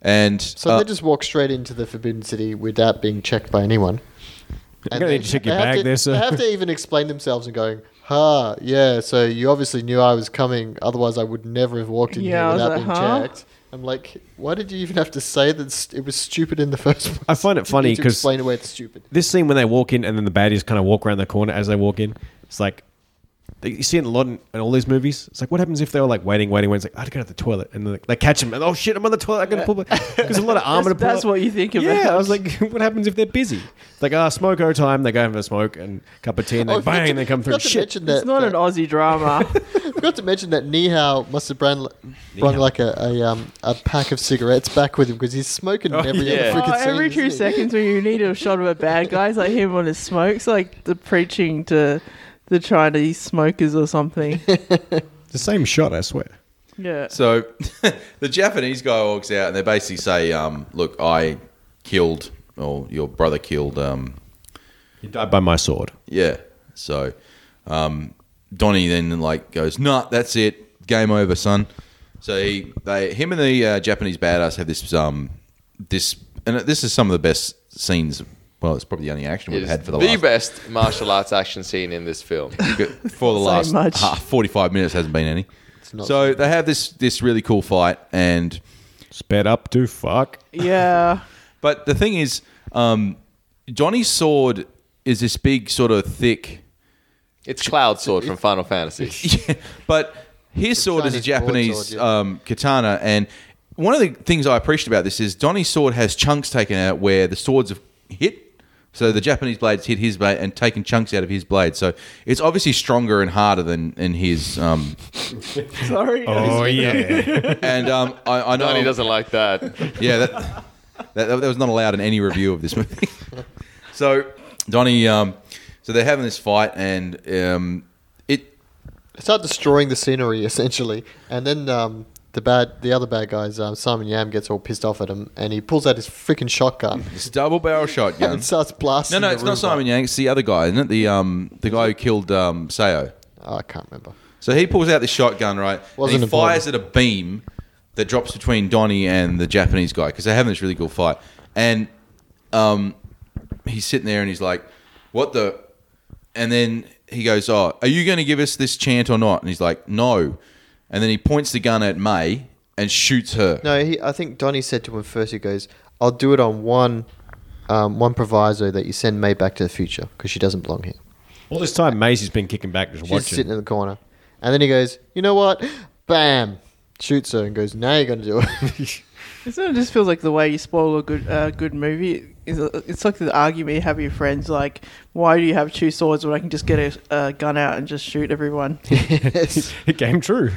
[SPEAKER 9] And
[SPEAKER 8] So
[SPEAKER 9] uh,
[SPEAKER 8] they just walk straight into the Forbidden City without being checked by anyone. And
[SPEAKER 7] gonna
[SPEAKER 8] they-
[SPEAKER 7] need to check your
[SPEAKER 8] they have
[SPEAKER 7] bag
[SPEAKER 8] to-
[SPEAKER 7] there, sir.
[SPEAKER 8] They have to even explain themselves and going, "Huh, yeah. So you obviously knew I was coming. Otherwise, I would never have walked in
[SPEAKER 5] Yeah, I
[SPEAKER 8] here
[SPEAKER 5] was
[SPEAKER 8] without
[SPEAKER 5] like,
[SPEAKER 8] being
[SPEAKER 5] "Huh?"
[SPEAKER 8] checked." I'm like, why did you even have to say that s- it was stupid in the first place?
[SPEAKER 7] I find it
[SPEAKER 8] [LAUGHS] You
[SPEAKER 7] funny
[SPEAKER 8] need to
[SPEAKER 7] because
[SPEAKER 8] explain away it's stupid.
[SPEAKER 7] [LAUGHS] this scene when they walk in and then the baddies kind of walk around the corner as they walk in. It's like you see it a lot in, in all these movies. It's like what happens if they were like waiting, waiting, waiting. It's like I had to go to the toilet, and then they- they catch him. And, oh shit, I'm on the toilet. I got to
[SPEAKER 8] [LAUGHS]
[SPEAKER 7] pull. Because a lot of armor.
[SPEAKER 5] That's-
[SPEAKER 7] to pull
[SPEAKER 5] that's
[SPEAKER 7] up.
[SPEAKER 5] what you think about.
[SPEAKER 7] Yeah, I was like, [LAUGHS] what happens if they're busy? It's like ah, smoke o time. They go have a smoke and cup of tea, and they
[SPEAKER 8] Oh, I forgot
[SPEAKER 7] bang,
[SPEAKER 8] to-
[SPEAKER 7] they come through.
[SPEAKER 8] forgot to
[SPEAKER 7] Shit,
[SPEAKER 8] mention
[SPEAKER 5] it's
[SPEAKER 8] that-
[SPEAKER 5] not
[SPEAKER 8] uh, that-
[SPEAKER 5] an Aussie
[SPEAKER 8] [LAUGHS]
[SPEAKER 5] drama.
[SPEAKER 8] Forgot to mention that Nihao must have brung, brung like a, a, um, a pack of cigarettes back with him because he's smoking
[SPEAKER 7] Oh,
[SPEAKER 8] every
[SPEAKER 7] yeah.
[SPEAKER 8] other
[SPEAKER 5] oh,
[SPEAKER 8] freaking scene,
[SPEAKER 5] every
[SPEAKER 8] isn't
[SPEAKER 5] two
[SPEAKER 8] he?
[SPEAKER 5] seconds when you need a shot of a bad guy, it's like him on his smokes, like the preaching to the Chinese smokers or
[SPEAKER 7] [LAUGHS]
[SPEAKER 5] something.
[SPEAKER 7] It's the same shot, I swear.
[SPEAKER 5] Yeah.
[SPEAKER 9] so [LAUGHS] the Japanese guy walks out, and they basically say, um, "Look, I killed, or your brother killed." Um,
[SPEAKER 7] He died by my sword.
[SPEAKER 9] yeah. So um, Donnie then like goes, "Nah, that's it. Game over, son." So he, they, him and the uh, Japanese badass have this um, this, and this is some of the best scenes. Well, it's probably the only action we've
[SPEAKER 6] It's
[SPEAKER 9] had for the,
[SPEAKER 6] the
[SPEAKER 9] last
[SPEAKER 6] best martial arts action scene in this film.
[SPEAKER 9] for the last
[SPEAKER 5] much.
[SPEAKER 9] half- 45 minutes hasn't been any.
[SPEAKER 8] not
[SPEAKER 9] So they have this this really cool fight and
[SPEAKER 7] Sped up to fuck.
[SPEAKER 5] yeah.
[SPEAKER 9] but the thing is um Johnny's sword is this big sort of thick
[SPEAKER 6] It's Cloud Sword from Final Fantasy.
[SPEAKER 9] [LAUGHS] but his sword is a
[SPEAKER 8] Chinese broadsword,
[SPEAKER 9] Japanese
[SPEAKER 8] yeah.
[SPEAKER 9] um, katana and one of the things I appreciate about this is Donnie's sword has chunks taken out where the swords have hit so the Japanese blades hit his blade and taken chunks out of his blade. So it's obviously stronger and harder than in his.
[SPEAKER 6] [LAUGHS]
[SPEAKER 9] Um,
[SPEAKER 5] Sorry.
[SPEAKER 7] [LAUGHS] Oh yeah.
[SPEAKER 9] and um, I, I know
[SPEAKER 6] Donnie doesn't like that.
[SPEAKER 9] yeah, that, that that was not allowed in any review of this movie. [LAUGHS] so Donnie, um, so they're having this fight, and um, it
[SPEAKER 8] They start destroying the scenery essentially, and then um, the bad, the other bad guys, um, Simon Yam gets all pissed off at him, and he pulls out his freaking shotgun
[SPEAKER 9] it's a double barrel
[SPEAKER 8] [LAUGHS]
[SPEAKER 9] shotgun.
[SPEAKER 8] and starts
[SPEAKER 9] No,
[SPEAKER 8] blasting.
[SPEAKER 9] no,
[SPEAKER 8] the
[SPEAKER 9] it's not
[SPEAKER 8] room
[SPEAKER 9] Simon Yang. It's the other guy, isn't it? The um, the guy who killed um, Sayo.
[SPEAKER 8] up. Oh, I can't remember.
[SPEAKER 9] So he pulls out the shotgun, right?
[SPEAKER 8] Wasn't
[SPEAKER 9] and he fires at
[SPEAKER 8] important.
[SPEAKER 9] a beam that drops between Donnie and the Japanese guy because they're having this really cool fight. And um, he's sitting there and he's like, "What the?" And then he goes, "Oh, are you going to give us this chant or not?" And he's like, "No." And then he points the gun at May and shoots her.
[SPEAKER 8] No, he, I think Donnie said to him first. He goes, "I'll do it on one, um, one proviso that you send May back to the future because she doesn't belong here."
[SPEAKER 7] All this time, Maisie's been kicking back, just
[SPEAKER 8] She's
[SPEAKER 7] watching.
[SPEAKER 8] sitting in the corner. And then he goes, you know what? Bam! Shoots her and goes, now you're going to do
[SPEAKER 7] [LAUGHS]
[SPEAKER 8] it.
[SPEAKER 5] It's not, it just feels like the way you spoil a good uh, good movie. Is, it's like the argument you have with your friends, like, why do you have two swords when I can just get a, a gun out and just shoot
[SPEAKER 7] [LAUGHS]
[SPEAKER 5] everyone?
[SPEAKER 8] Yes.
[SPEAKER 7] It came true.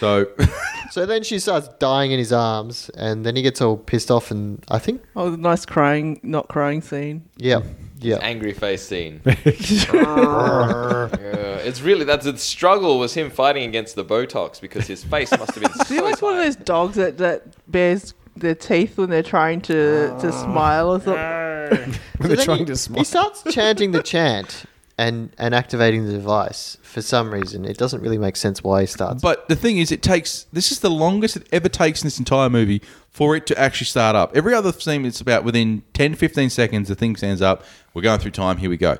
[SPEAKER 9] So [LAUGHS]
[SPEAKER 8] so then she starts dying in his arms, and then he gets all pissed off, and I think,
[SPEAKER 5] oh, the nice crying, not crying scene.
[SPEAKER 8] yeah, [LAUGHS] yeah.
[SPEAKER 6] Angry face scene. Yeah, Uh, it's really that's the struggle was him fighting against the Botox because his face
[SPEAKER 5] [LAUGHS]
[SPEAKER 6] must have been so
[SPEAKER 5] They're like one of
[SPEAKER 6] tight.
[SPEAKER 5] those dogs that, that bears their teeth when they're trying
[SPEAKER 7] Ah.
[SPEAKER 5] to, to smile or something.
[SPEAKER 7] When
[SPEAKER 8] So
[SPEAKER 7] they're
[SPEAKER 8] then
[SPEAKER 7] trying
[SPEAKER 8] he,
[SPEAKER 7] to
[SPEAKER 8] He
[SPEAKER 7] smile.
[SPEAKER 8] starts chanting the chant, and and activating the device for some reason. It doesn't really make sense why he starts.
[SPEAKER 9] But the thing is, it takes. This is the longest it ever takes in this entire movie for it to actually start up. Every other scene, it's about within 10, 15 seconds, the thing stands up. We're going through time. Here we go.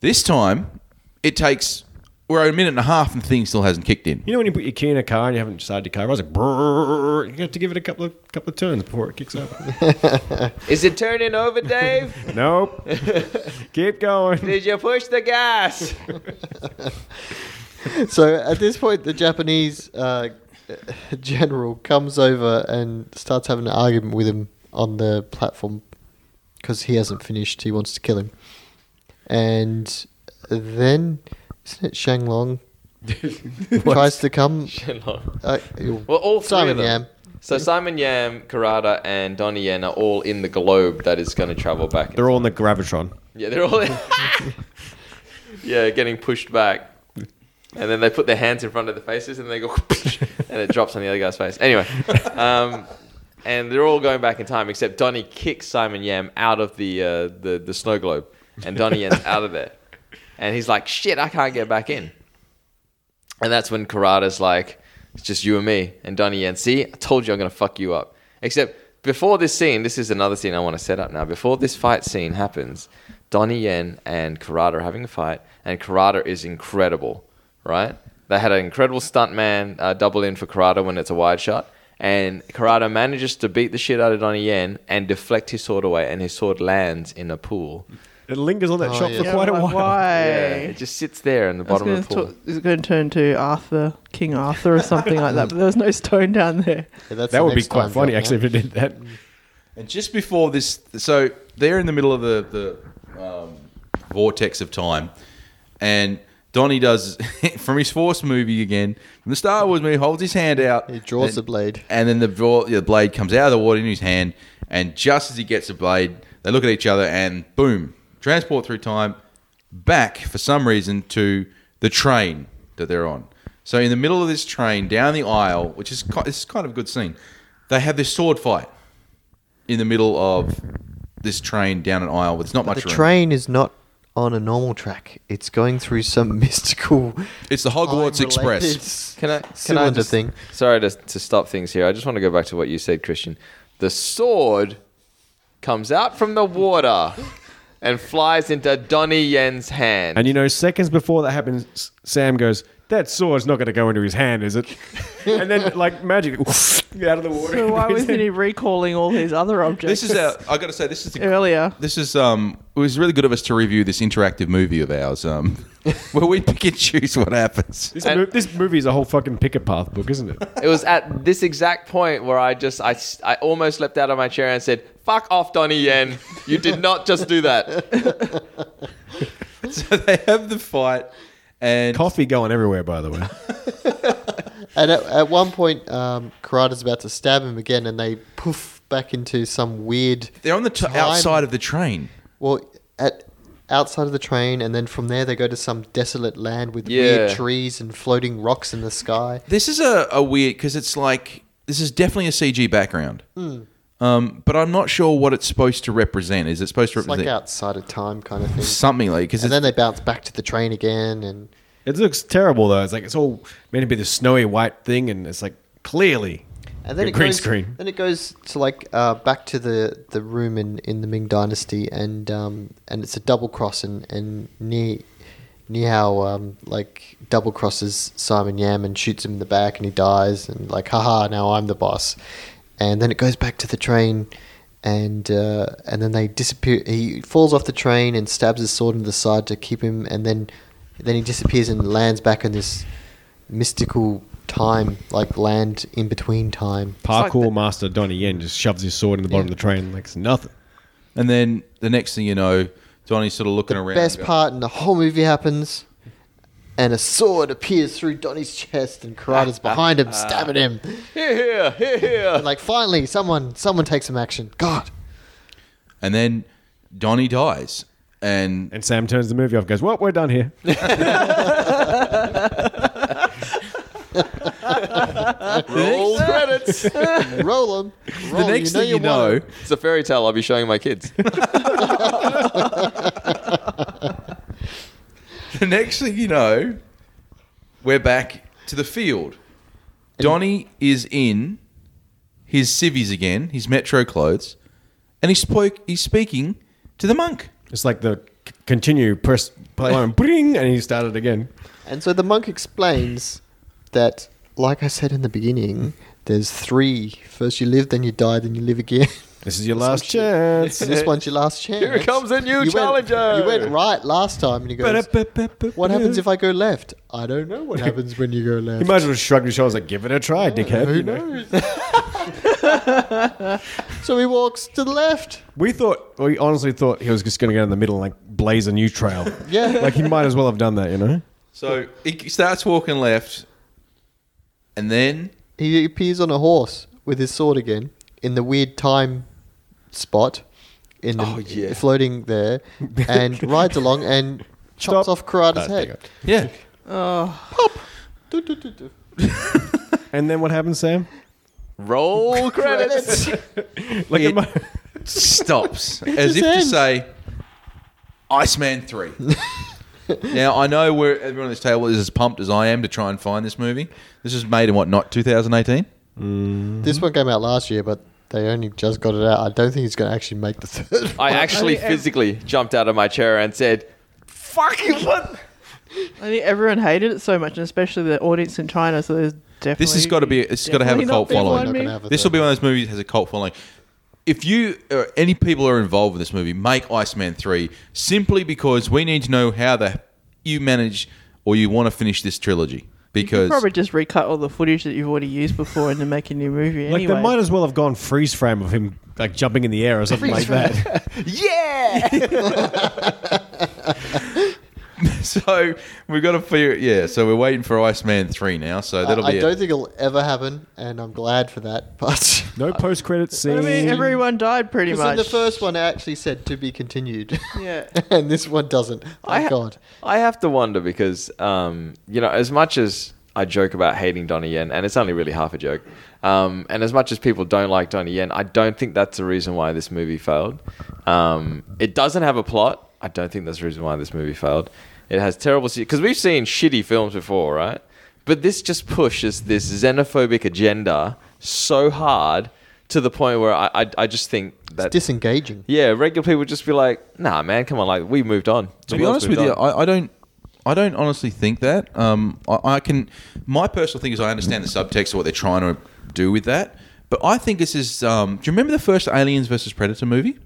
[SPEAKER 9] This time, it takes. We're at a minute and a half, and the thing still hasn't kicked in.
[SPEAKER 7] You know when you put your key in a car and you haven't started your car, I was like, "Brrrr," you have to give it a couple of couple of turns before it kicks up.
[SPEAKER 6] Is it turning
[SPEAKER 5] [LAUGHS]
[SPEAKER 6] over, Dave?
[SPEAKER 7] nope, keep going.
[SPEAKER 6] Did you push
[SPEAKER 5] [LAUGHS]
[SPEAKER 6] the gas?
[SPEAKER 8] so at this point, the Japanese uh, [LAUGHS] general comes over and starts having an argument with him on the platform because he hasn't finished. He wants to kill him, and then isn't it
[SPEAKER 7] [LAUGHS]
[SPEAKER 8] Shang Long tries to come? Uh,
[SPEAKER 6] Well, all three
[SPEAKER 8] Simon
[SPEAKER 6] of them.
[SPEAKER 8] Yam.
[SPEAKER 6] So Simon Yam, Karada, and Donnie Yen are all in the globe that is going to travel back.
[SPEAKER 7] They're all in the gravitron.
[SPEAKER 6] yeah, they're all. yeah, getting pushed back, and then they put their hands in front of their faces, and they go, [LAUGHS] and it drops on the other guy's face. Anyway, um, and they're all going back in time, except Donnie kicks Simon Yam out of the uh, the the snow globe, and Donnie Yen's out of there, and he's like, "Shit, I can't get back in." And that's when Karada's like, it's just you and me and Donnie Yen. See, I told you I'm going to fuck you up. Except before this scene, this is another scene I want to set up now. Before this fight scene happens, Donnie Yen and Karada are having a fight, and Karada is incredible, right? They had an incredible stuntman uh, double in for Karada when it's a wide shot. And Karada manages to beat the shit out of Donnie Yen and deflect his sword away, and his sword lands in a pool.
[SPEAKER 7] It lingers on that shot
[SPEAKER 8] yeah.
[SPEAKER 7] for quite a
[SPEAKER 5] Like,
[SPEAKER 7] while.
[SPEAKER 5] Why?
[SPEAKER 6] it just sits there in the
[SPEAKER 5] I was
[SPEAKER 6] bottom of the
[SPEAKER 5] gonna
[SPEAKER 6] pool.
[SPEAKER 5] talk- it's going to turn to Arthur, King Arthur, or something like that. But there was no stone down
[SPEAKER 9] [LAUGHS]
[SPEAKER 5] there.
[SPEAKER 8] Yeah, that's
[SPEAKER 7] That
[SPEAKER 8] the
[SPEAKER 7] would be
[SPEAKER 8] next
[SPEAKER 7] quite
[SPEAKER 8] time
[SPEAKER 7] funny,
[SPEAKER 8] drop,
[SPEAKER 7] actually,
[SPEAKER 8] yeah.
[SPEAKER 7] if it did that.
[SPEAKER 9] And just before this, so they're in the middle of the, the um, vortex of time, and Donnie does [LAUGHS] from his Force movie again, from the Star Wars movie, holds his hand out.
[SPEAKER 8] He draws
[SPEAKER 9] and-
[SPEAKER 8] the blade.
[SPEAKER 9] and then the, draw, the blade comes out of the water in his hand. And just as he gets the blade, they look at each other, and boom, transport through time back for some reason to the train that they're on. So in the middle of this train, down the aisle, which is ki- this is kind of a good scene, they have this sword fight in the middle of this train down an aisle. With not
[SPEAKER 8] But
[SPEAKER 9] much
[SPEAKER 8] the
[SPEAKER 9] room.
[SPEAKER 8] train is not on a normal track. It's going through some [LAUGHS] mystical.
[SPEAKER 9] It's the Hogwarts Express.
[SPEAKER 8] time-related
[SPEAKER 6] Can I? Can I
[SPEAKER 8] cylinder
[SPEAKER 6] just,
[SPEAKER 8] thing.
[SPEAKER 6] Sorry to, to stop things here. I just want to go back to what you said, Christian. The sword comes out from the water and flies into Donnie Yen's hand.
[SPEAKER 7] And you know, seconds before that happens, S- Sam goes, "That sword's not going to go into his hand, is it?" and then, like magic, [LAUGHS] out of the water.
[SPEAKER 5] So why
[SPEAKER 7] [LAUGHS]
[SPEAKER 5] wasn't he recalling all these other objects?
[SPEAKER 9] This is our. I got to say, this is the
[SPEAKER 5] earlier.
[SPEAKER 9] This is um. It was really good of us to review this interactive movie of
[SPEAKER 8] [LAUGHS]
[SPEAKER 9] ours, um, where we pick and choose what happens.
[SPEAKER 7] This, mo- this movie is a whole fucking pick a path book, isn't it?
[SPEAKER 6] [LAUGHS] it was at this exact point where I just I, s- I almost leapt out of my chair and said, "Fuck off, Donnie Yen! You did not just do that."
[SPEAKER 9] So they have the fight, and
[SPEAKER 7] Coffee going everywhere, by the way.
[SPEAKER 8] And at, at one point, um, Karada's about to stab him again, and they poof back into some weird.
[SPEAKER 9] they're on the t-
[SPEAKER 8] time-
[SPEAKER 9] outside of the train.
[SPEAKER 8] Well, at outside of the train, and then from there they go to some desolate land with
[SPEAKER 6] Yeah.
[SPEAKER 8] weird trees and floating rocks in the sky.
[SPEAKER 9] This is a, a weird because it's like this is definitely a CG background.
[SPEAKER 8] Hmm.
[SPEAKER 9] Um, but I'm not sure what it's supposed to represent. Is it supposed to
[SPEAKER 8] It's like
[SPEAKER 9] represent
[SPEAKER 8] outside of time kind
[SPEAKER 9] [LAUGHS]
[SPEAKER 8] of thing.
[SPEAKER 9] something like because
[SPEAKER 8] And then they bounce back to the train again, and
[SPEAKER 7] It looks terrible though. It's like it's all meant to be this snowy white thing, and it's like clearly
[SPEAKER 8] and then
[SPEAKER 7] a
[SPEAKER 8] it
[SPEAKER 7] green
[SPEAKER 8] goes,
[SPEAKER 7] screen.
[SPEAKER 8] Then it goes to like uh, back to the, the room in, in the Ming Dynasty, and um, and it's a double cross, and and Ni Nihao um, like double crosses Simon Yam and shoots him in the back, and he dies, and like haha, now I'm the boss, and then it goes back to the train. And uh, and then they disappear. He falls off the train and stabs his sword into the side to keep him. And then then he disappears and lands back in this mystical time, like land in between time.
[SPEAKER 5] like
[SPEAKER 7] parkour
[SPEAKER 5] the-
[SPEAKER 7] master Donnie Yen just shoves his sword in the bottom of the train like it's nothing.
[SPEAKER 9] and then the next thing you know, Donnie's sort of looking around.
[SPEAKER 8] Best
[SPEAKER 9] going,
[SPEAKER 8] part in the whole movie happens, and a sword appears through Donnie's chest, and
[SPEAKER 6] [LAUGHS]
[SPEAKER 8] Karada's behind him, stabbing him.
[SPEAKER 6] Here, here, here, here.
[SPEAKER 8] And like finally, someone someone takes some action. God,
[SPEAKER 9] And then Donnie dies, and
[SPEAKER 7] And Sam turns the movie off, goes, "Well, we're done
[SPEAKER 8] [LAUGHS]
[SPEAKER 7] here."
[SPEAKER 9] [LAUGHS]
[SPEAKER 6] Roll credits. [LAUGHS]
[SPEAKER 8] roll him.
[SPEAKER 9] the next thing you know. [LAUGHS]
[SPEAKER 6] It's a fairy tale. I'll be showing my kids.
[SPEAKER 9] the next thing you know, we're back to the field. Donnie is in his civvies again, his metro clothes, and he spoke. He's speaking to the monk.
[SPEAKER 7] It's like the c- continue press play
[SPEAKER 8] [LAUGHS]
[SPEAKER 7] on bring and he started again.
[SPEAKER 8] And so the monk explains that, like I said in the beginning, there's three. First you live, then you die, then you live again. [LAUGHS]
[SPEAKER 7] This is your last chance.
[SPEAKER 8] this one's your last chance.
[SPEAKER 6] Here comes a new
[SPEAKER 8] You went-
[SPEAKER 6] challenger.
[SPEAKER 8] you went right last time, and he goes, "What happens if I go left? I don't know
[SPEAKER 6] [LAUGHS]
[SPEAKER 8] what happens when you go left.
[SPEAKER 7] He might as well shrug his shoulders like give it a try, dickhead.
[SPEAKER 8] Who
[SPEAKER 7] you know?
[SPEAKER 8] knows?" [LAUGHS] so he walks to the left.
[SPEAKER 7] We thought we honestly thought he was just gonna go in the middle and like blaze a new
[SPEAKER 8] [LAUGHS]
[SPEAKER 7] trail.
[SPEAKER 8] Yeah.
[SPEAKER 7] Like he might as well have done that, you know?
[SPEAKER 9] So he starts walking left, and then
[SPEAKER 8] He appears on a horse with his sword again in the weird time spot in the
[SPEAKER 9] Oh, yeah.
[SPEAKER 8] floating there
[SPEAKER 9] [LAUGHS]
[SPEAKER 8] and rides along and chops
[SPEAKER 7] Stop.
[SPEAKER 8] off
[SPEAKER 9] Ah,
[SPEAKER 8] Karada's
[SPEAKER 7] Oh,
[SPEAKER 8] head.
[SPEAKER 9] yeah,
[SPEAKER 8] Do, do, do, do.
[SPEAKER 7] And then what happened, Sam?
[SPEAKER 6] Roll credits.
[SPEAKER 7] Like
[SPEAKER 9] It-
[SPEAKER 7] am I-
[SPEAKER 9] stops as if to
[SPEAKER 8] ends.
[SPEAKER 9] say, Iceman 3. now, I know where everyone at this table is as pumped as I am to try and find this movie. This was made in what, not 2018?
[SPEAKER 8] [LAUGHS] This one came out last year, but they only just got it out. I don't think he's going to actually make the third.
[SPEAKER 6] I actually physically jumped out of my chair and said, "Fuck you!" What?
[SPEAKER 5] I think everyone hated it so much, and especially the audience in China. So there's definitely
[SPEAKER 9] This has got to be, it's got to have a
[SPEAKER 5] definitely not
[SPEAKER 9] cult
[SPEAKER 5] been
[SPEAKER 9] following.
[SPEAKER 5] one.
[SPEAKER 8] Not gonna
[SPEAKER 5] me.
[SPEAKER 8] have a
[SPEAKER 9] This will
[SPEAKER 8] third.
[SPEAKER 9] be one of those movies that has a cult following. If you or any people are involved with this movie, make Iceman 3 simply because we need to know how the you manage or you want to finish this trilogy. Because
[SPEAKER 5] probably just recut all the footage that you've already used before and then make a new movie.
[SPEAKER 7] like
[SPEAKER 5] anyway,
[SPEAKER 7] they might as well have gone freeze frame of him like jumping in the air or something like that.
[SPEAKER 8] [LAUGHS]
[SPEAKER 9] [LAUGHS] so we've got to figure yeah, so we're waiting for Iceman 3 now, so that'll
[SPEAKER 8] I,
[SPEAKER 9] be
[SPEAKER 8] I
[SPEAKER 9] it.
[SPEAKER 8] don't think it'll ever happen, and I'm glad for that. But
[SPEAKER 7] No post credit
[SPEAKER 5] [LAUGHS]
[SPEAKER 7] scene.
[SPEAKER 5] I mean, everyone died pretty
[SPEAKER 8] because
[SPEAKER 5] much.
[SPEAKER 8] in the first one, it actually said to be continued.
[SPEAKER 5] [LAUGHS] Yeah.
[SPEAKER 8] [LAUGHS] and this one doesn't. Thank
[SPEAKER 6] I ha-
[SPEAKER 8] God.
[SPEAKER 6] I have to wonder because, um, you know, as much as I joke about hating Donnie Yen, and it's only really half a joke, um, and as much as people don't like Donnie Yen, I don't think that's the reason why this movie failed. Um, it doesn't have a plot. I don't think that's the reason why this movie failed. It has terrible because we've seen shitty films before, right? But this just pushes this xenophobic agenda so hard to the point where I, I, I just think that
[SPEAKER 8] Disengaging.
[SPEAKER 6] yeah, regular people would just be like, nah, man, come on, like we moved on.
[SPEAKER 9] to be honest with you, I, I don't. I don't honestly think that. Um, I, I can. My personal thing is I understand the subtext of what they're trying to do with that, but I think this is. Um, do you remember the first Aliens versus Predator movie,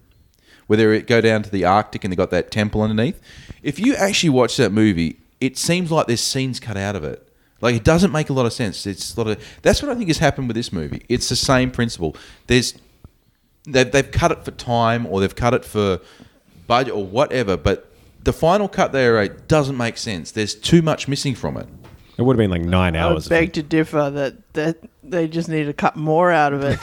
[SPEAKER 9] where they go down to the Arctic and they got that temple underneath? If you actually watch that movie, it seems like there's scenes cut out of it. Like it doesn't make a lot of sense. It's a lot of. That's what I think has happened with this movie. It's the same principle. There's they've, they've cut it for time or they've cut it for budget or whatever, but the final cut they rate doesn't make sense. There's too much missing from it.
[SPEAKER 7] it would have been like nine
[SPEAKER 5] I
[SPEAKER 7] hours.
[SPEAKER 5] would beg to differ that, that they just need to cut more out
[SPEAKER 9] [LAUGHS]
[SPEAKER 5] of it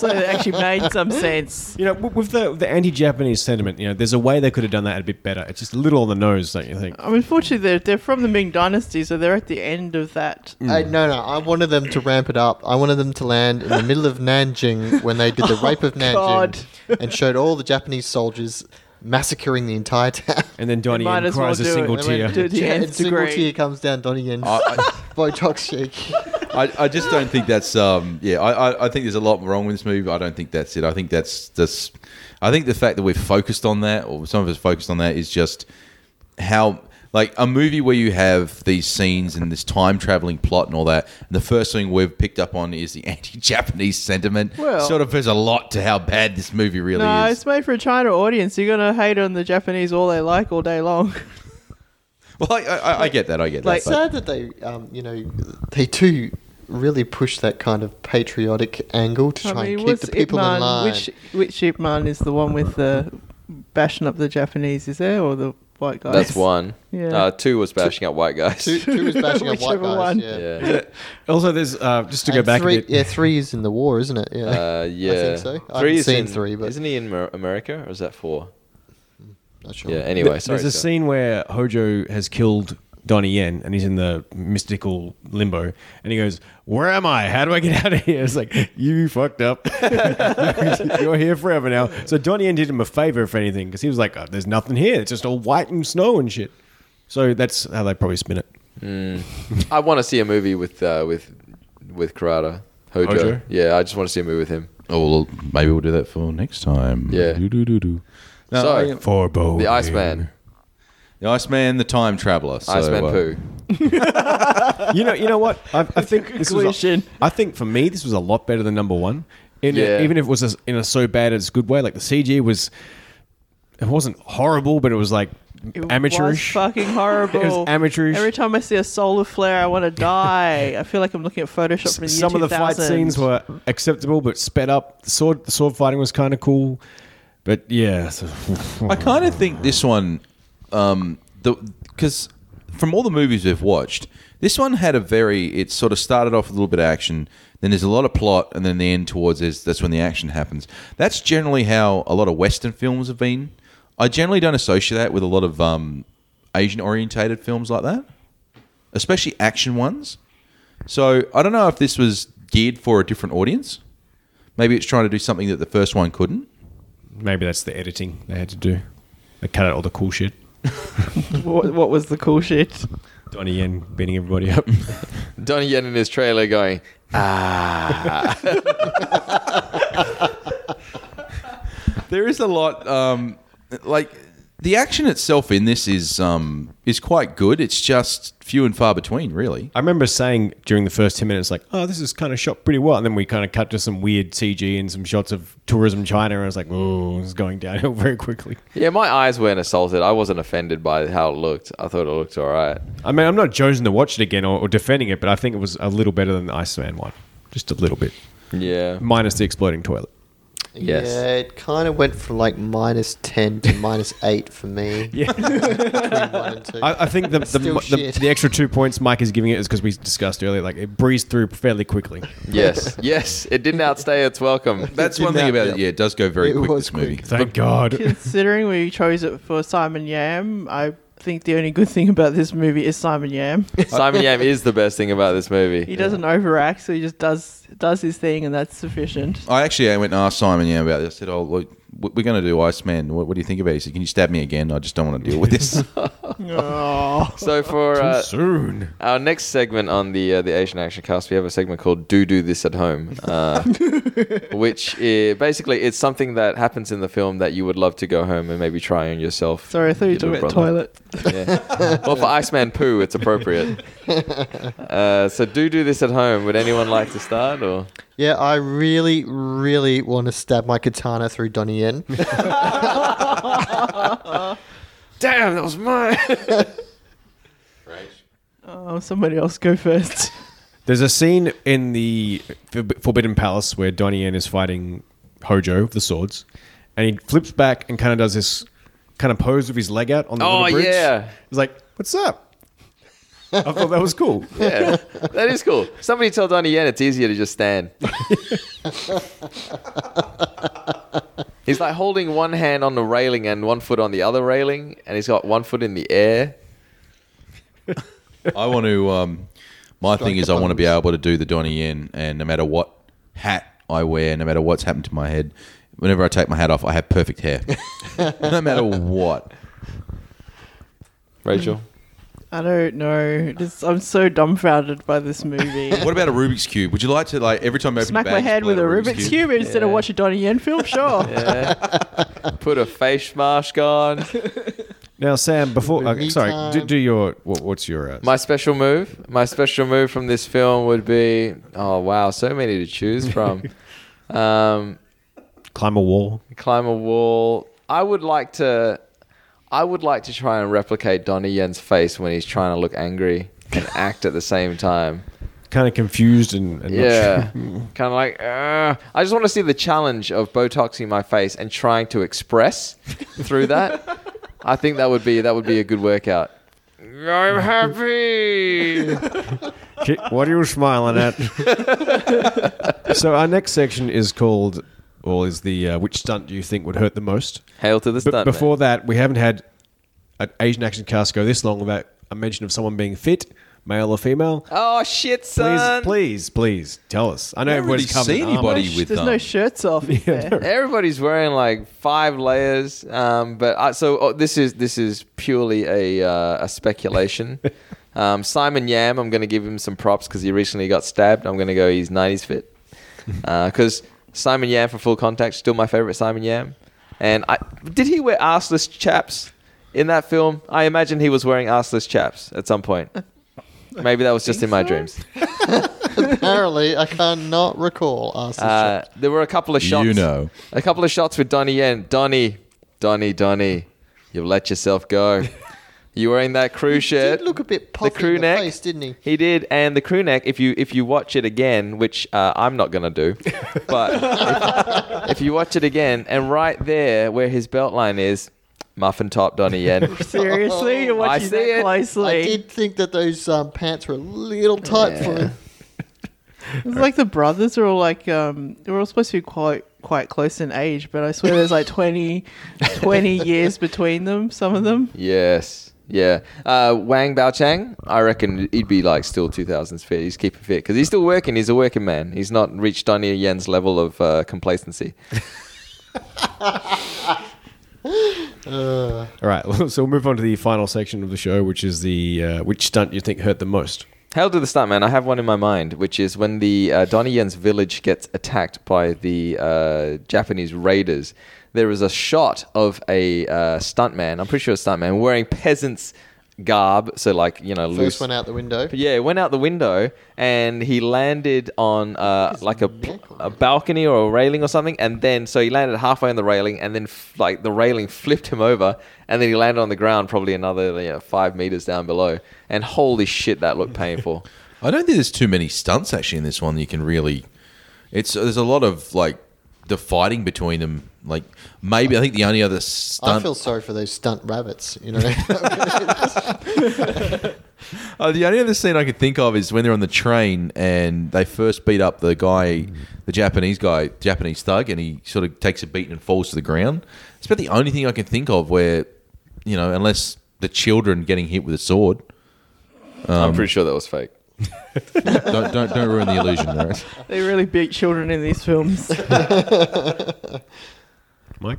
[SPEAKER 5] so it actually made some sense.
[SPEAKER 7] you know, w- with the the anti-Japanese sentiment, you know, there's a way they could have done that a bit better. It's just a little on the nose, don't you think?
[SPEAKER 5] I mean, fortunately, they're, they're from the Ming Dynasty, so they're at the end of that.
[SPEAKER 8] I, no, no. I wanted them to ramp it up. I wanted them to land in the middle of Nanjing when they
[SPEAKER 5] [LAUGHS]
[SPEAKER 8] did the rape of Nanjing
[SPEAKER 5] Oh, God.
[SPEAKER 8] and showed all the Japanese soldiers massacring the entire town.
[SPEAKER 7] And
[SPEAKER 8] [LAUGHS]
[SPEAKER 7] then Donnie
[SPEAKER 5] might
[SPEAKER 7] Yen
[SPEAKER 5] as well
[SPEAKER 7] cries a
[SPEAKER 5] do it.
[SPEAKER 7] single
[SPEAKER 5] They
[SPEAKER 7] tear.
[SPEAKER 5] went, "Do the
[SPEAKER 8] Yeah,
[SPEAKER 5] nth
[SPEAKER 8] and single
[SPEAKER 5] degree."
[SPEAKER 8] tear comes down Donnie Yen's [LAUGHS]
[SPEAKER 9] I,
[SPEAKER 8] Botox shake.
[SPEAKER 9] I, I, I just don't think that's. Um, yeah, I, I, I think there's a lot wrong with this movie. but I don't think that's it. I think that's that's. I think the fact that we're focused on that, or some of us focused on that, is just how like a movie where you have these scenes and this time traveling plot and all that. And the first thing we've picked up on is the [LAUGHS] anti-Japanese sentiment.
[SPEAKER 5] Well-
[SPEAKER 9] sort of there's a lot to how bad this movie really
[SPEAKER 5] No,
[SPEAKER 9] is.
[SPEAKER 5] it's made for a China audience. You're going to hate on the Japanese all they like all day long.
[SPEAKER 9] Well, I, I, I get that. I get
[SPEAKER 8] Like
[SPEAKER 9] that. but-
[SPEAKER 8] sad that they, um, you know, they do really push that kind of patriotic angle
[SPEAKER 5] [LAUGHS]
[SPEAKER 8] to
[SPEAKER 5] I
[SPEAKER 8] try
[SPEAKER 5] mean,
[SPEAKER 8] and keep
[SPEAKER 5] what's
[SPEAKER 8] the people
[SPEAKER 5] Ip Man,
[SPEAKER 8] in line.
[SPEAKER 5] Which, which Ip Man is the one with the bashing up the Japanese, is there? Or the white guy?
[SPEAKER 6] that's one.
[SPEAKER 5] Yeah.
[SPEAKER 6] Uh, two was bashing up white guys.
[SPEAKER 8] two, two [LAUGHS] is bashing up white
[SPEAKER 5] Whichever
[SPEAKER 8] guys.
[SPEAKER 5] one.
[SPEAKER 8] Yeah.
[SPEAKER 6] [LAUGHS] Yeah.
[SPEAKER 7] Also, there's uh, just to go
[SPEAKER 8] And
[SPEAKER 7] back
[SPEAKER 8] three,
[SPEAKER 7] a bit.
[SPEAKER 8] yeah, three is in the war, isn't it? Yeah,
[SPEAKER 6] Uh, yeah.
[SPEAKER 8] [LAUGHS] I think so. I
[SPEAKER 6] Three
[SPEAKER 8] haven't
[SPEAKER 6] is
[SPEAKER 8] seen
[SPEAKER 6] in-
[SPEAKER 8] three, but
[SPEAKER 6] isn't he in Mer- America or is that four?
[SPEAKER 8] not sure.
[SPEAKER 6] Yeah. Anyway, sorry.
[SPEAKER 7] there's a
[SPEAKER 6] Scott.
[SPEAKER 7] scene where Hojo has killed Donnie Yen and he's in the mystical limbo and he goes, Where am I? How do I get [LAUGHS] out of here? It's like, You fucked up. [LAUGHS] You're here forever now. So Donnie Yen did him a favor, if anything, because he was like, "Oh, There's nothing here. It's just all white and snow and shit. So that's how they probably spin it.
[SPEAKER 6] I want to see a movie with uh, with with Karada Hojo.
[SPEAKER 9] Hojo?
[SPEAKER 6] Yeah, I just want to see a movie with him.
[SPEAKER 9] Oh, well, maybe we'll do that for next time.
[SPEAKER 6] Yeah.
[SPEAKER 9] Do-do-do-do. No,
[SPEAKER 6] so
[SPEAKER 9] I-
[SPEAKER 7] For both.
[SPEAKER 9] Oh,
[SPEAKER 6] the Iceman,
[SPEAKER 9] the Iceman, the time traveler. So,
[SPEAKER 6] Iceman
[SPEAKER 9] uh,
[SPEAKER 6] Pooh.
[SPEAKER 7] You know, you know what? I, I think this was. A,
[SPEAKER 5] conclusion.
[SPEAKER 7] I think for me, this was a lot better than number one. In
[SPEAKER 6] Yeah.
[SPEAKER 7] even if it was a, in a so bad it's good way, like the CG was, it wasn't horrible, but it was like
[SPEAKER 5] It
[SPEAKER 7] amateurish.
[SPEAKER 5] Was
[SPEAKER 7] [LAUGHS]
[SPEAKER 5] fucking horrible.
[SPEAKER 7] It was amateurish.
[SPEAKER 5] Every time I see a solar flare, I want to die. I feel like I'm looking at Photoshop from the year
[SPEAKER 7] Some of the fight
[SPEAKER 5] 2000.
[SPEAKER 7] scenes were acceptable, but sped up. The sword, the sword fighting was kind of cool, but yeah, so- [LAUGHS]
[SPEAKER 9] I kind of think this one, um, the because from all the movies we've watched, this one had a very. It sort of started off with a little bit of action, then there's a lot of plot, and then the end towards is that's when the action happens. That's generally how a lot of Western films have been. I generally don't associate that with a lot of um, Asian orientated films like that, especially action ones. So I don't know if this was geared for a different audience. Maybe it's trying to do something that the first one couldn't.
[SPEAKER 7] maybe that's the editing they had to do. They cut out all the cool shit.
[SPEAKER 5] [LAUGHS] What, what was the cool shit?
[SPEAKER 7] Donnie Yen beating everybody up.
[SPEAKER 6] Donnie Yen in his trailer going,
[SPEAKER 9] There is a lot. Um, like the action itself in this is um, is quite good. It's just few and far between, really.
[SPEAKER 7] I remember saying during the first 10 minutes, like, oh, this is kind of shot pretty well. And then we kind of cut to some weird CG and some shots of tourism China. And I was like, oh, it's going downhill [LAUGHS] very quickly.
[SPEAKER 6] "Yeah, my eyes weren't assaulted. I wasn't offended by how it looked. I thought it looked all right."
[SPEAKER 7] I mean, I'm not chosen to watch it again or, or defending it, but I think it was a little better than the Iceman one. Just a little bit.
[SPEAKER 6] Yeah,
[SPEAKER 7] Minus the exploding toilet.
[SPEAKER 6] Yes.
[SPEAKER 8] Yeah, it kind of went from like minus 10 [LAUGHS] to minus 8 for me. Yeah. [LAUGHS] one and two.
[SPEAKER 7] I, I think the, the,
[SPEAKER 8] Still
[SPEAKER 7] the,
[SPEAKER 8] shit.
[SPEAKER 7] the extra two points Mike is giving it is because we discussed earlier, like, it breezed through fairly quickly.
[SPEAKER 6] yes, yes. It didn't outstay its welcome.
[SPEAKER 9] That's one thing about it. Yeah, it does go very
[SPEAKER 8] It
[SPEAKER 9] quick.
[SPEAKER 8] was
[SPEAKER 9] This movie.
[SPEAKER 8] quick.
[SPEAKER 7] Thank God.
[SPEAKER 5] Considering we chose it for Simon Yam, I think the only good thing about this movie is Simon Yam.
[SPEAKER 6] Simon Yam is the best thing about this
[SPEAKER 5] He
[SPEAKER 6] movie.
[SPEAKER 5] doesn't overact, so he just does does his thing, and that's sufficient.
[SPEAKER 9] I actually I went and asked Simon yeah about this. I said, "Oh, look, w- we're going to do Iceman. What, what do you think about it?" He said, "Can you stab me again? I just don't want to deal
[SPEAKER 8] [LAUGHS]
[SPEAKER 9] with this."
[SPEAKER 6] So for uh,
[SPEAKER 7] Soon.
[SPEAKER 6] Our next segment on the uh, the Asian Action Cast, we have a segment called "Do Do This at Home," uh, which i basically it's something that happens in the film that you would love to go home and maybe try on yourself.
[SPEAKER 5] Sorry, I thought you
[SPEAKER 6] your
[SPEAKER 5] were talking
[SPEAKER 6] little
[SPEAKER 5] about
[SPEAKER 6] brother.
[SPEAKER 5] toilet.
[SPEAKER 6] Yeah. well, for Iceman poo, it's appropriate. Uh, so, do do this at home. Would anyone like to start? Or
[SPEAKER 8] yeah, I really, really want to stab my katana through Donnie Yen.
[SPEAKER 6] damn, that was mine.
[SPEAKER 5] Oh, somebody else go first. [LAUGHS]
[SPEAKER 7] There's a scene in the Forb- Forbidden Palace where Donnie Yen is fighting Hojo of the swords, and he flips back and kind of does this kind of pose with his leg out on the
[SPEAKER 6] Oh,
[SPEAKER 7] little bridge.
[SPEAKER 6] yeah.
[SPEAKER 7] he's like, "What's up?" I thought that was cool.
[SPEAKER 6] [LAUGHS] yeah, that is cool. Somebody tell Donnie Yen it's easier to just stand. he's like holding one hand on the railing and one foot on the other railing, and he's got one foot in the air.
[SPEAKER 9] I want to. Um, my thing is, I want to be able to do the Donnie Yen, and no matter what hat I wear, no matter what's happened to my head, whenever I take my hat off, I have perfect hair, [LAUGHS] no matter what.
[SPEAKER 6] Rachel,
[SPEAKER 5] I don't know. This, I'm so dumbfounded by this movie.
[SPEAKER 9] What about a Rubik's cube? Would you like to like every time I open
[SPEAKER 5] Smack
[SPEAKER 9] your
[SPEAKER 5] my
[SPEAKER 9] bag,
[SPEAKER 5] head
[SPEAKER 9] pull out
[SPEAKER 5] with a Rubik's cube instead of
[SPEAKER 6] Yeah.
[SPEAKER 5] watch a Donnie Yen film? Sure. [LAUGHS]
[SPEAKER 6] put a face mask on.
[SPEAKER 7] Now, Sam, before
[SPEAKER 8] Movie
[SPEAKER 7] okay, sorry, do,
[SPEAKER 8] time.
[SPEAKER 7] do your what, what's your uh,
[SPEAKER 6] My special move, my special move from this film would be, oh wow, so many to choose from. Um,
[SPEAKER 7] climb a wall?
[SPEAKER 6] climb a wall. I would like to. I would like to try and replicate Donnie Yen's face when he's trying to look angry and act at the same time.
[SPEAKER 7] Kind of confused and, and not
[SPEAKER 6] Yeah,
[SPEAKER 7] sure.
[SPEAKER 6] kind of like. "Ugh." I just want to see the challenge of botoxing my face and trying to express through that. I think that would be that would be a good workout. I'm happy.
[SPEAKER 7] [LAUGHS] Ki- what are you smiling
[SPEAKER 6] [LAUGHS]
[SPEAKER 7] at? so our next section is called. Well, is the uh, which stunt do you think would hurt the most?
[SPEAKER 6] Hail to the
[SPEAKER 7] But
[SPEAKER 6] stunt.
[SPEAKER 7] before that, we haven't had an Asian action cast go this long without a mention of someone being fit, male or female?
[SPEAKER 9] Uh,
[SPEAKER 6] Oh shit,
[SPEAKER 7] Please,
[SPEAKER 6] son!
[SPEAKER 7] please, please tell us. I know
[SPEAKER 9] I haven't
[SPEAKER 7] everybody's
[SPEAKER 9] really
[SPEAKER 7] covered.
[SPEAKER 9] seen
[SPEAKER 7] in armor.
[SPEAKER 9] anybody
[SPEAKER 5] sh-
[SPEAKER 9] with
[SPEAKER 5] there's
[SPEAKER 9] um,
[SPEAKER 5] no shirts off.
[SPEAKER 7] [LAUGHS]
[SPEAKER 5] Is there?
[SPEAKER 6] [LAUGHS] Everybody's wearing like five layers, um, but I, so oh, this is this is purely a uh, a speculation. um, Simon Yam, I'm going to give him some props because he recently got stabbed. I'm going to go he's 90s fit because Simon Yam for full contact still my favorite Simon Yam. And I did he wear arseless chaps in that film? I imagine he was wearing arseless chaps at some point. Maybe that was just in my dreams.
[SPEAKER 8] Apparently, I cannot recall. Ask this
[SPEAKER 6] Uh, there were a couple of shots.
[SPEAKER 9] You know.
[SPEAKER 6] A couple of shots with Donnie Yen. Donnie, Donnie, Donnie, you've let yourself
[SPEAKER 8] [LAUGHS]
[SPEAKER 6] go. you were in that crew shirt.
[SPEAKER 8] did look a bit puffy in the face, didn't he?
[SPEAKER 6] He did, and the crew neck. If you if you watch it again, which uh, I'm not gonna
[SPEAKER 8] [LAUGHS]
[SPEAKER 6] do, but if, if you watch it again, and right there where his belt line is, muffin top Donnie
[SPEAKER 8] [LAUGHS]
[SPEAKER 6] Yen.
[SPEAKER 5] Seriously, you're watching
[SPEAKER 6] see
[SPEAKER 5] that
[SPEAKER 6] it. I
[SPEAKER 5] closely.
[SPEAKER 8] I did think that those um, pants were a little tight for him.
[SPEAKER 5] It's like the brothers are all like um, they were all supposed to be quite quite close in age, but I swear there's like
[SPEAKER 6] [LAUGHS]
[SPEAKER 5] 20, 20 years between them. Some of them.
[SPEAKER 6] Yes. Yeah. Uh, Wang Baochang, I reckon he'd be like still 2000s fit. He's keeping fit because he's still working. He's a working man. He's not reached Donnie Yen's level of uh, complacency.
[SPEAKER 7] All right, so we'll move on to the final section of the show, which is the uh, which stunt you think hurt the most.
[SPEAKER 6] Hail to the stunt, man. I have one in my mind, which is when the uh, Donnie Yen's village gets attacked by the uh, Japanese raiders. There is a shot of a uh, stuntman, I'm pretty sure a stuntman, wearing peasant's garb. So, like, you know,
[SPEAKER 8] First
[SPEAKER 6] loose.
[SPEAKER 8] one out the window.
[SPEAKER 6] But yeah, it went out the window and he landed on uh, like a, a balcony or a railing or something. And then, so he landed halfway on the railing and then f- like the railing flipped him over and then he landed on the ground probably another you know, five meters down below. And holy shit, that looked painful.
[SPEAKER 9] I don't think there's too many stunts actually in this one. You can really, it's there's a lot of like the fighting between them. Like maybe I think the only other
[SPEAKER 8] I
[SPEAKER 9] stunt,
[SPEAKER 8] feel sorry for those stunt rabbits. You know, [LAUGHS]
[SPEAKER 9] uh, the only other scene I could think of is when they're on the train and they first beat up the guy, the Japanese guy, Japanese thug, and he sort of takes a beating and falls to the ground. It's about the only thing I can think of where, you know, unless the children getting hit with a sword.
[SPEAKER 6] I'm pretty sure that was fake.
[SPEAKER 9] Don't don't, don't ruin the illusion, right?
[SPEAKER 5] They really beat children in these
[SPEAKER 6] [LAUGHS]
[SPEAKER 5] films.
[SPEAKER 7] Mike?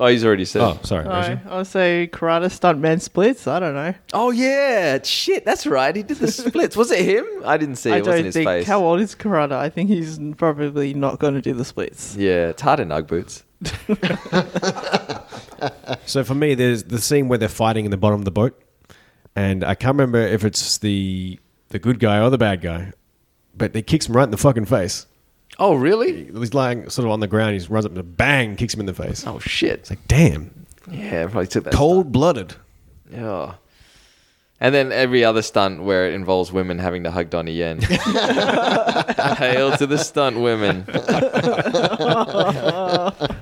[SPEAKER 6] Oh, he's already
[SPEAKER 9] Uh,
[SPEAKER 6] said.
[SPEAKER 7] Oh,
[SPEAKER 6] Oh,
[SPEAKER 7] sorry.
[SPEAKER 5] I, I'll say karate stuntman splits. I don't know.
[SPEAKER 6] Oh, yeah. Shit, that's right. He did the splits. was it him? I didn't see it.
[SPEAKER 5] I
[SPEAKER 6] it wasn't
[SPEAKER 5] don't
[SPEAKER 6] his
[SPEAKER 5] think.
[SPEAKER 6] face.
[SPEAKER 5] How old is Karada? I think he's probably not going to do the splits. [LAUGHS]
[SPEAKER 6] yeah, it's hard in Ugg boots.
[SPEAKER 7] So for me, there's the scene where they're fighting in the bottom of the boat, and I can't remember if it's the the good guy or the bad guy, but he kicks him right in the fucking face.
[SPEAKER 6] Oh, really?
[SPEAKER 7] He's lying sort of on the ground. He runs up and bang, kicks him in the face.
[SPEAKER 6] Oh, shit.
[SPEAKER 7] It's like damn,
[SPEAKER 6] Yeah, probably took that.
[SPEAKER 7] cold blooded.
[SPEAKER 6] Yeah. And then every other stunt where it involves women having to hug Donnie [LAUGHS] Yen. Hail to the stunt women.
[SPEAKER 7] I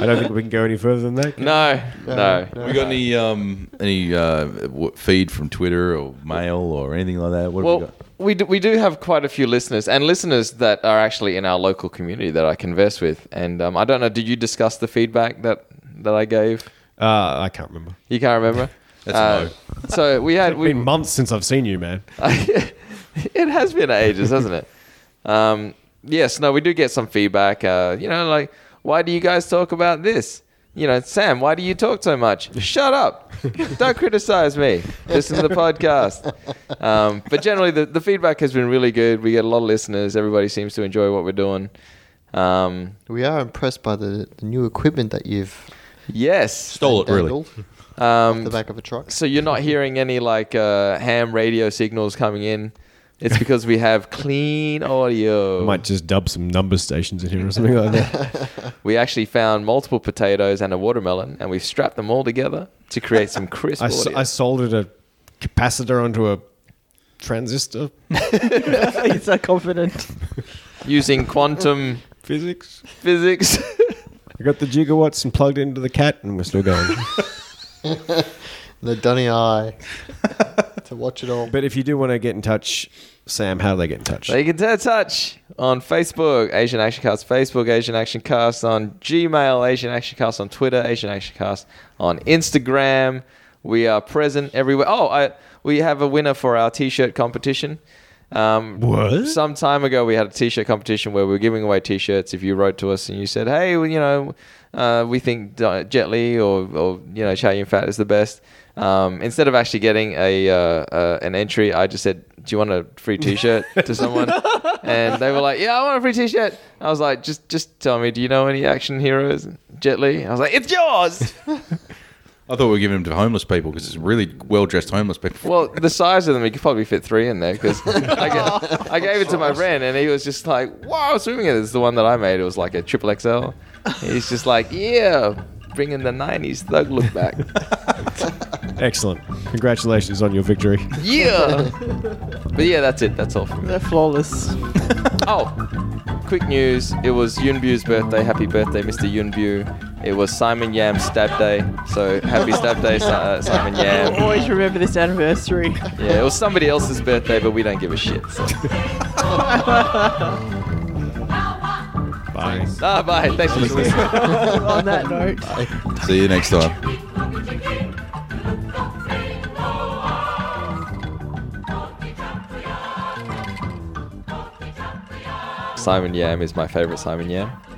[SPEAKER 7] don't think we can go any further than that.
[SPEAKER 6] No, no.
[SPEAKER 9] We got any um, any uh, w- feed from Twitter or mail or anything like that? What
[SPEAKER 6] Well, we do, we do have quite a few listeners and listeners that are actually in our local community that I converse with. And um, I don't know, did you discuss the feedback that, that I gave?
[SPEAKER 7] Uh, I can't remember.
[SPEAKER 6] You can't remember? Uh,
[SPEAKER 9] That's a
[SPEAKER 6] So we had.
[SPEAKER 7] It's
[SPEAKER 6] we,
[SPEAKER 7] been months since I've seen you, man.
[SPEAKER 6] [LAUGHS] it has been ages, hasn't it? Um, yes, no, we do get some feedback. Uh, you know, like, why do you guys talk about this? You know, Sam, why do you talk so much? Shut up. Don't criticize me. Listen to the podcast. Um, but generally, the, the feedback has been really good. We get a lot of listeners. Everybody seems to enjoy what we're doing. Um,
[SPEAKER 8] we are impressed by the, the new equipment that you've
[SPEAKER 6] yes.
[SPEAKER 9] stole it really. Um,
[SPEAKER 8] dangled off the back of a truck.
[SPEAKER 6] So you're not hearing any like uh, ham radio signals coming in. It's because we have clean audio.
[SPEAKER 7] I might just dub some number stations in here or something
[SPEAKER 6] [LAUGHS]
[SPEAKER 7] like that.
[SPEAKER 6] We actually found multiple potatoes and a watermelon, and we strapped them all together to create
[SPEAKER 7] [LAUGHS]
[SPEAKER 6] some crisp
[SPEAKER 7] I, s-
[SPEAKER 6] audio.
[SPEAKER 7] I soldered a capacitor onto a transistor.
[SPEAKER 5] he's so confident.
[SPEAKER 6] using quantum
[SPEAKER 7] [LAUGHS] Physics.
[SPEAKER 6] physics.
[SPEAKER 7] I got the gigawatts and plugged into the cat, and we're
[SPEAKER 6] [LAUGHS]
[SPEAKER 7] still going.
[SPEAKER 8] The Dunny
[SPEAKER 9] [LAUGHS]
[SPEAKER 8] Eye to watch it all.
[SPEAKER 7] but if you do want to get in touch, Sam, how do they get in
[SPEAKER 6] [LAUGHS]
[SPEAKER 7] touch?
[SPEAKER 6] they can t- touch on Facebook, Asian Action Cast, Facebook, Asian Action Cast, on Gmail, Asian Action Cast, on Twitter, Asian Action Cast, on Instagram. We are present everywhere. Oh, I, we have a winner for our T-shirt competition. Um,
[SPEAKER 7] What?
[SPEAKER 6] Some time ago, we had a T-shirt competition where we were giving away T-shirts. If you wrote to us and you said, "Hey, well, you know, uh, we think Di- Jet Li or, or you know Chow Yun Fat is the best," um, instead of actually getting a uh, uh, an entry, I just said, "Do you want a free T-shirt to someone?" and they were like, "Yeah, I want a free T-shirt." I was like, "Just just tell me, do you know any action heroes, Jet Li?" I was like, "It's yours."
[SPEAKER 9] I thought we were giving them to homeless people because it's really well dressed homeless people.
[SPEAKER 6] Well, the size of them, you could probably fit three in there because I, ga- I gave it to my friend and he was just like, wow, swimming it. It's the one that I made. It was like a triple XL. He's just like, yeah, bringing the 90s thug look back.
[SPEAKER 7] Excellent. Congratulations on your victory.
[SPEAKER 6] Yeah. But yeah, that's it. That's all from me.
[SPEAKER 5] They're flawless.
[SPEAKER 6] Oh, quick news. It was Yunbu's birthday. Happy birthday, Mr. Yunbu. It was Simon Yam's stab day. So happy stab day, Si- uh, Simon
[SPEAKER 5] I'll [LAUGHS]
[SPEAKER 6] Yam.
[SPEAKER 5] always remember this
[SPEAKER 6] [LAUGHS]
[SPEAKER 5] anniversary.
[SPEAKER 6] Yeah, it was somebody else's birthday, but we don't give a shit. So. [LAUGHS]
[SPEAKER 7] Bye.
[SPEAKER 6] Ah, bye. Thanks for listening.
[SPEAKER 5] On that note.
[SPEAKER 9] See you next [LAUGHS] time.
[SPEAKER 6] Simon Yam is my favorite Simon Yam.